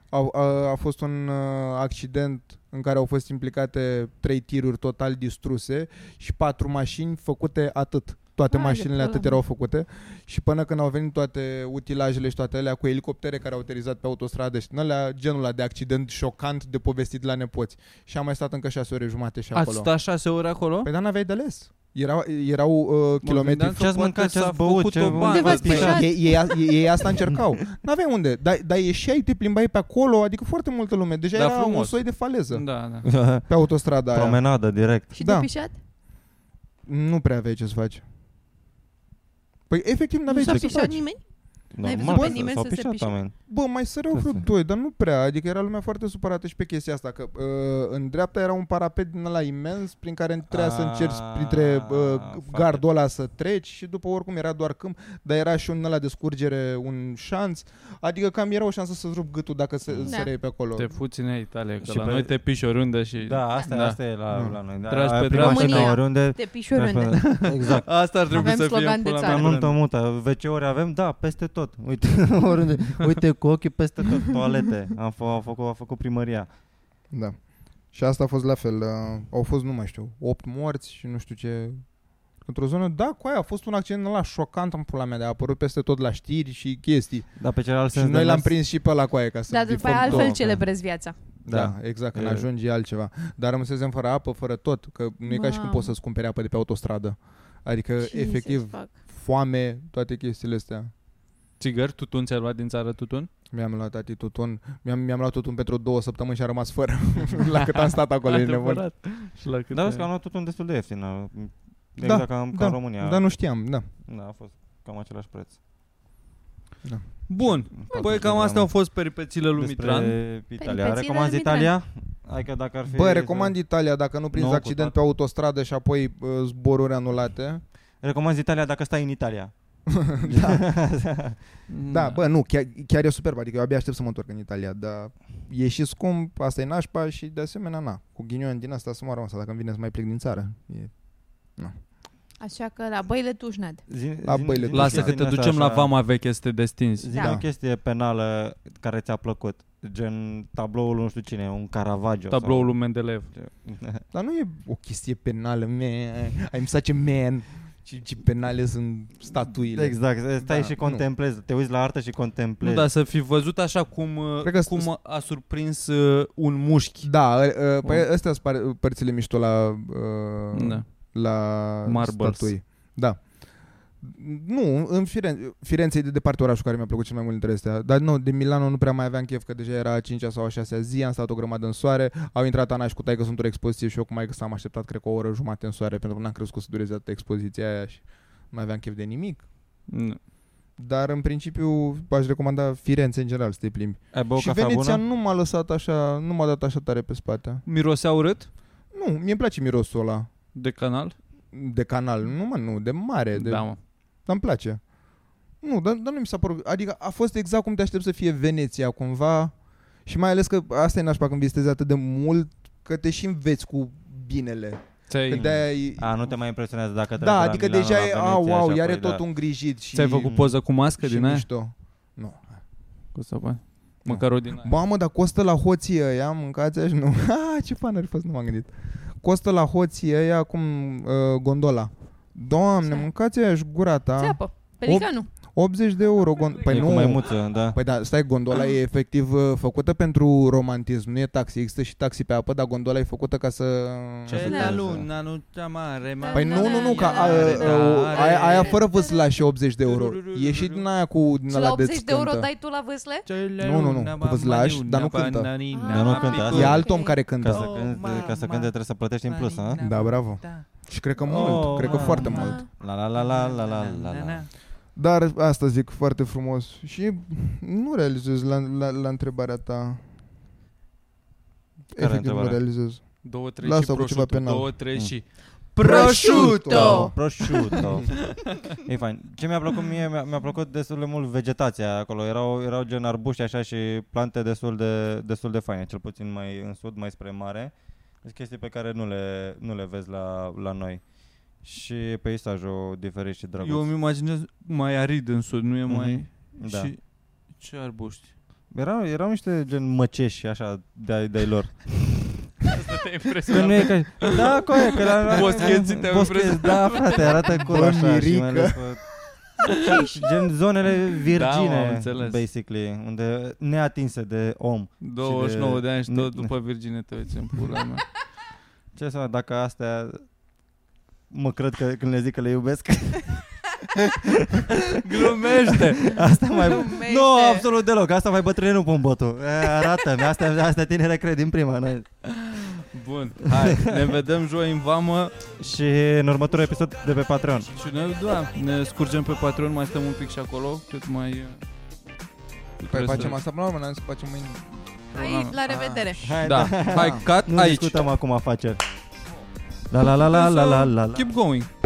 [SPEAKER 3] a, a, a fost un uh, accident în care au fost implicate trei tiruri total distruse și patru mașini făcute atât. Toate
[SPEAKER 2] Hai de
[SPEAKER 3] mașinile
[SPEAKER 2] pula
[SPEAKER 3] atât
[SPEAKER 2] mea.
[SPEAKER 3] erau făcute și până când au venit toate utilajele și toate alea cu elicoptere care au aterizat pe autostradă și din alea, genul ăla de accident șocant de povestit la nepoți. Și am mai stat încă șase ore jumate și
[SPEAKER 4] Ați
[SPEAKER 3] acolo.
[SPEAKER 4] stat șase ore acolo?
[SPEAKER 3] Păi dar n-aveai de ales. Erau, erau uh, kilometri
[SPEAKER 4] gândeam că
[SPEAKER 1] Ce-ați
[SPEAKER 4] poate
[SPEAKER 1] mâncat,
[SPEAKER 4] s-a
[SPEAKER 1] ce-ați băut,
[SPEAKER 4] făcut
[SPEAKER 1] ce
[SPEAKER 4] o Păi
[SPEAKER 1] unde
[SPEAKER 4] bandă.
[SPEAKER 2] v-ați
[SPEAKER 1] pișat?
[SPEAKER 2] pișat?
[SPEAKER 3] ei, ei, ei, ei asta încercau. N-aveai unde. Dar, dar ieșeai, te plimbai pe acolo, adică foarte multă lume. Deja
[SPEAKER 4] Da,
[SPEAKER 3] era un
[SPEAKER 4] frumos.
[SPEAKER 3] soi de faleză
[SPEAKER 4] Da, da.
[SPEAKER 3] pe
[SPEAKER 1] da.
[SPEAKER 3] autostrada aia.
[SPEAKER 1] [laughs] Promenadă direct.
[SPEAKER 2] Și
[SPEAKER 3] da.
[SPEAKER 2] de pișat?
[SPEAKER 3] Nu prea aveai ce să faci. Păi efectiv n-aveai
[SPEAKER 2] Nu s-a
[SPEAKER 3] ce să
[SPEAKER 2] pișat
[SPEAKER 3] faci.
[SPEAKER 2] nimeni? N-ai văzut
[SPEAKER 1] Normal, că
[SPEAKER 2] pe nimeni
[SPEAKER 1] s-au
[SPEAKER 2] să se
[SPEAKER 1] pișat
[SPEAKER 2] pișe?
[SPEAKER 1] oameni.
[SPEAKER 3] Bă, mai săreau vreo
[SPEAKER 1] Asta e.
[SPEAKER 3] doi, dar nu prea. Adică era lumea foarte supărată și pe chestia asta. Că uh, în dreapta era un parapet din ăla imens prin care trebuia să
[SPEAKER 1] Ah,
[SPEAKER 3] încerci printre uh,
[SPEAKER 1] foarte.
[SPEAKER 3] gardul ăla să treci și după oricum era doar câmp, dar era și un ăla de scurgere, un șanț. Adică cam era o șansă să-ți rup gâtul dacă se,
[SPEAKER 2] Da.
[SPEAKER 3] sărei pe acolo.
[SPEAKER 4] Te fuți în Italia, că
[SPEAKER 1] Și
[SPEAKER 4] la
[SPEAKER 1] pe-
[SPEAKER 4] noi te piși oriunde și...
[SPEAKER 1] Da, asta,
[SPEAKER 4] Da.
[SPEAKER 1] asta e la,
[SPEAKER 3] Nu.
[SPEAKER 1] la noi. Da,
[SPEAKER 4] Tragi
[SPEAKER 1] aia
[SPEAKER 4] pe
[SPEAKER 1] prima
[SPEAKER 2] România.
[SPEAKER 1] și nouă, oriunde.
[SPEAKER 2] Te piși oriunde.
[SPEAKER 1] Tragi pe- [laughs] Exact.
[SPEAKER 4] Asta ar trebui
[SPEAKER 2] Avem
[SPEAKER 4] să fie
[SPEAKER 2] slogan
[SPEAKER 4] în
[SPEAKER 2] de
[SPEAKER 4] pula mea.
[SPEAKER 2] țară.
[SPEAKER 1] Dar nuntă mută, WC-uri avem, da, peste tot. Uite, [laughs] oriunde, uite cu ochii peste tot, toalete. Am fă, a, făcut, a făcut primăria.
[SPEAKER 3] Da. Și asta a fost la fel. uh, Au fost, nu mai știu, 8 morți și nu știu ce... Într-o zonă, da, cu aia a fost un accident la șocant în pula mea, de a apărut peste tot la știri și chestii.
[SPEAKER 1] Dar pe celălalt
[SPEAKER 3] Și
[SPEAKER 1] sens de
[SPEAKER 3] noi l-am
[SPEAKER 1] mers-
[SPEAKER 3] prins și pe la coaie ca să
[SPEAKER 2] Dar Da, după
[SPEAKER 3] bifăm
[SPEAKER 2] aia altfel
[SPEAKER 3] două.
[SPEAKER 2] celebrezi viața.
[SPEAKER 3] Da, exact, când
[SPEAKER 1] E-
[SPEAKER 3] ajungi e altceva. Dar rămăsesem fără apă, fără tot, că nu e ca și cum
[SPEAKER 2] Mamă.
[SPEAKER 3] poți să-ți cumperi apă de pe autostradă. Adică,
[SPEAKER 2] Jesus,
[SPEAKER 3] efectiv,
[SPEAKER 2] fuck.
[SPEAKER 3] foame, toate chestiile astea.
[SPEAKER 4] Țigări, tutun, ți-ai luat din țară tutun?
[SPEAKER 3] Mi-am luat tati tutun. Mi-am, mi-am luat tutun pentru două săptămâni și a rămas fără. [laughs] la cât am stat acolo, e nebun.
[SPEAKER 4] Adevărat. Și la cât
[SPEAKER 1] Dar vezi
[SPEAKER 4] ai-
[SPEAKER 1] că am luat totul destul de ieftin. a-
[SPEAKER 3] Da,
[SPEAKER 1] Exact ca, ca
[SPEAKER 3] da,
[SPEAKER 1] în România.
[SPEAKER 3] Dar nu știam, da.
[SPEAKER 1] Da, a fost cam același preț.
[SPEAKER 4] Bun, păi cam astea au fost peripețiile lui Mitran.
[SPEAKER 1] Despre Italia.
[SPEAKER 2] Peripețiile
[SPEAKER 1] Recomand
[SPEAKER 2] lui Mitran.
[SPEAKER 1] Italia? Adică dacă ar fi...
[SPEAKER 3] Bă, recomand Italia dacă nu
[SPEAKER 1] Nu,
[SPEAKER 3] prinzi
[SPEAKER 1] cu
[SPEAKER 3] accident
[SPEAKER 1] tot.
[SPEAKER 3] pe autostradă și apoi uh, zboruri anulate.
[SPEAKER 1] Mm. Recomand Italia dacă stai în
[SPEAKER 3] [laughs]
[SPEAKER 1] Italia. [laughs]
[SPEAKER 3] Da, bă, nu, chiar, chiar e superb, adică eu abia aștept să mă întorc în Italia, dar e și scump, asta e nașpa și de asemenea, na, cu ghinion din asta să mă asta, dacă îmi vine să mai plec din țară. E...
[SPEAKER 2] Așa că la băile Tușnad.
[SPEAKER 1] Zi,
[SPEAKER 3] La băile tu.
[SPEAKER 4] Lasă că
[SPEAKER 1] chestia
[SPEAKER 4] te
[SPEAKER 1] din asta
[SPEAKER 4] ducem la
[SPEAKER 1] așa-
[SPEAKER 4] vama veche să te destinzi.
[SPEAKER 1] Zi
[SPEAKER 2] Da.
[SPEAKER 1] o chestie penală care ți-a plăcut. Gen tabloul nu știu cine, un Caravaggio.
[SPEAKER 4] Tabloul lui Mendeleev.
[SPEAKER 1] Sau...
[SPEAKER 3] Dar nu e o chestie penală, man, I'm such a man, ci, ci penale sunt statuile.
[SPEAKER 1] Exact, stai
[SPEAKER 3] Da,
[SPEAKER 1] și
[SPEAKER 3] nu.
[SPEAKER 1] contemplezi, te uiți la artă și contemplezi.
[SPEAKER 4] Nu, dar să fi văzut așa cum, uh,
[SPEAKER 3] Cred că
[SPEAKER 4] cum
[SPEAKER 3] s-
[SPEAKER 4] a surprins uh, un mușchi.
[SPEAKER 3] Da, uh, uh, păi
[SPEAKER 4] Bun.
[SPEAKER 3] astea sunt par- părțile mișto la, uh,
[SPEAKER 4] Da.
[SPEAKER 3] la
[SPEAKER 4] Marbles.
[SPEAKER 3] statui. Da. Nu, în Firenze, Firenze e de departe orașul care mi-a plăcut cel mai mult dintre astea. Dar nu, din Milano nu prea mai aveam chef că deja era a 5 sau a 6 zi, am stat o grămadă în soare, au intrat Ana și cu taică sunt o expoziție și eu cu maică s-am așteptat cred că o oră jumate în soare pentru că n-am crezut că o să dureze atât expoziția aia și nu mai aveam chef de nimic.
[SPEAKER 4] Da.
[SPEAKER 3] Dar în principiu aș recomanda Firenze în general să te plimbi.
[SPEAKER 1] Ai băut
[SPEAKER 3] și
[SPEAKER 1] cafea
[SPEAKER 3] Veneția
[SPEAKER 1] bună?
[SPEAKER 3] nu m-a lăsat așa, nu m-a dat așa tare pe spate.
[SPEAKER 4] Mirosea urât
[SPEAKER 3] Nu, mie îmi place mirosul ăla
[SPEAKER 4] de canal?
[SPEAKER 3] de canal, nu mă, nu, de mare, de
[SPEAKER 4] Da, mă.
[SPEAKER 3] Dar îmi place. Nu, dar, dar nu mi s-a părut. Adică a fost exact cum te aștept să fie Veneția cumva. Și mai ales că asta e nașpa când vizitezi atât de mult că te și înveți cu binele. Că
[SPEAKER 4] Ți-ai,
[SPEAKER 3] de-aia e...
[SPEAKER 1] A, nu te mai impresionează dacă
[SPEAKER 3] da,
[SPEAKER 1] treci de la
[SPEAKER 3] adică
[SPEAKER 1] Milano
[SPEAKER 3] deja
[SPEAKER 1] la
[SPEAKER 3] e,
[SPEAKER 1] Veneția
[SPEAKER 3] a,
[SPEAKER 1] și
[SPEAKER 3] wow,
[SPEAKER 1] apoi,
[SPEAKER 3] iar e
[SPEAKER 1] da.
[SPEAKER 3] tot îngrijit și,
[SPEAKER 4] ți-ai făcut poză cu mască
[SPEAKER 3] și
[SPEAKER 4] din aia?
[SPEAKER 3] mișto. Nu.
[SPEAKER 4] Costa, Măcar o din aia.
[SPEAKER 3] Mamă, dar costă la hoții ăia, mâncați așa? Nu. [laughs] Ha, ce fan ar fost, nu m-am gândit. Costă la hoții ăia acum uh, gondola. Doamne,
[SPEAKER 2] Ce?
[SPEAKER 3] mâncați aia și gura ta.
[SPEAKER 2] Țeapă. Pelicanul.
[SPEAKER 3] 80 de euro. Gon- păi
[SPEAKER 1] E
[SPEAKER 3] nu.
[SPEAKER 1] cu maimuță, da.
[SPEAKER 3] Păi da, stai, gondola e efectiv uh, făcută pentru romantism, nu e taxi. Există și taxi pe apă, dar gondola e făcută ca să...
[SPEAKER 1] Celea
[SPEAKER 4] luna nu cea mare, mare.
[SPEAKER 3] Păi nu, nu, nu, ca a,
[SPEAKER 4] Are,
[SPEAKER 3] a, a,
[SPEAKER 4] are.
[SPEAKER 3] aia, aia fără vâsla și 80 de euro. E și din aia cu din
[SPEAKER 2] Și
[SPEAKER 3] ăla
[SPEAKER 2] la
[SPEAKER 3] de
[SPEAKER 2] 80 de euro
[SPEAKER 3] țântă.
[SPEAKER 2] dai tu la vâsle?
[SPEAKER 4] Celea
[SPEAKER 3] Nu, nu, nu,
[SPEAKER 4] luna
[SPEAKER 3] cu vâzlaș,
[SPEAKER 4] mama,
[SPEAKER 3] dar nu
[SPEAKER 4] luna,
[SPEAKER 3] cântă.
[SPEAKER 4] bananina,
[SPEAKER 1] Dar nu
[SPEAKER 4] papi,
[SPEAKER 1] cântă
[SPEAKER 4] papi.
[SPEAKER 1] asta.
[SPEAKER 3] E
[SPEAKER 1] al-
[SPEAKER 3] alt om care
[SPEAKER 1] Ca
[SPEAKER 3] cântă.
[SPEAKER 1] să, cânte, ca să cânte trebuie să
[SPEAKER 4] Păi,
[SPEAKER 1] plătești în plus, a?
[SPEAKER 3] Da, bravo. Și cred că
[SPEAKER 2] Oh,
[SPEAKER 3] mult, cred că foarte
[SPEAKER 2] Da.
[SPEAKER 3] mult.
[SPEAKER 1] La la la
[SPEAKER 4] Da,
[SPEAKER 1] la la la la la.
[SPEAKER 3] Dar asta zic foarte frumos. Și nu realizez la, la, la întrebarea ta. Efectiv,
[SPEAKER 1] întrebare?
[SPEAKER 3] nu realizez.
[SPEAKER 4] Două, trei
[SPEAKER 3] Lasă
[SPEAKER 4] și
[SPEAKER 3] cu ceva
[SPEAKER 4] prosciutto,
[SPEAKER 3] penal.
[SPEAKER 4] două, trei și...
[SPEAKER 3] Prosciutto! Păi
[SPEAKER 1] Prosciutto. [laughs] e fain. Ce mi-a plăcut mie, mi-a, mi-a plăcut destul de mult vegetația acolo. Erau, erau gen arbuști așa și plante destul de, destul de faine, cel puțin mai în sud, mai spre mare. Sunt chestii pe care nu le, nu le vezi la, la noi. Și peisajul diferit și drăguț.
[SPEAKER 4] Eu îmi imaginez mai arid în sud, nu e mai...
[SPEAKER 1] da.
[SPEAKER 4] Și ce arbuști?
[SPEAKER 1] Erau, erau niște gen măceși așa de-ai, de-ai [laughs] lor.
[SPEAKER 4] [laughs] Asta te-ai
[SPEAKER 1] Că
[SPEAKER 4] impresionat.
[SPEAKER 1] nu e ca... Da, coaie, că la...
[SPEAKER 4] Boscheții te-au
[SPEAKER 1] Boscheți, da, frate, arată cu
[SPEAKER 3] Bă,
[SPEAKER 1] așa și
[SPEAKER 3] mirică.
[SPEAKER 1] mai ales pe- Gen zonele
[SPEAKER 4] Da, mă,
[SPEAKER 1] virgine,
[SPEAKER 4] înțeles.
[SPEAKER 1] basically, unde neatinse de om.
[SPEAKER 4] 29 de ani și
[SPEAKER 1] Ne-
[SPEAKER 4] tot
[SPEAKER 1] ne-
[SPEAKER 4] după Virginie te uiți în pula mea.
[SPEAKER 1] Ce să dacă astea mă cred că când le zic că le iubesc
[SPEAKER 4] [laughs]
[SPEAKER 1] [laughs]
[SPEAKER 4] Glumește!
[SPEAKER 1] Asta mai
[SPEAKER 2] Glumește.
[SPEAKER 1] Nu, absolut deloc Asta mai bătrâne nu pun botul E, Arată-mi, astea, astea tinere cred din prima noi.
[SPEAKER 4] Bun, hai, ne vedem joi în vamă
[SPEAKER 1] Și în următorul episod de pe Patreon
[SPEAKER 4] și noi, da, ne scurgem pe Patreon, mai stăm un pic și acolo, cât mai... uh, cât
[SPEAKER 3] Păi
[SPEAKER 4] rest
[SPEAKER 3] facem
[SPEAKER 4] de-
[SPEAKER 3] asta până la urmă, n-am zis să facem mâine.
[SPEAKER 2] Hai, la revedere.
[SPEAKER 1] Hai,
[SPEAKER 4] Da,
[SPEAKER 3] [laughs]
[SPEAKER 4] hai, cut
[SPEAKER 1] Nu
[SPEAKER 4] aici.
[SPEAKER 1] discutăm acum afaceri La la la la la la la la
[SPEAKER 4] Keep going.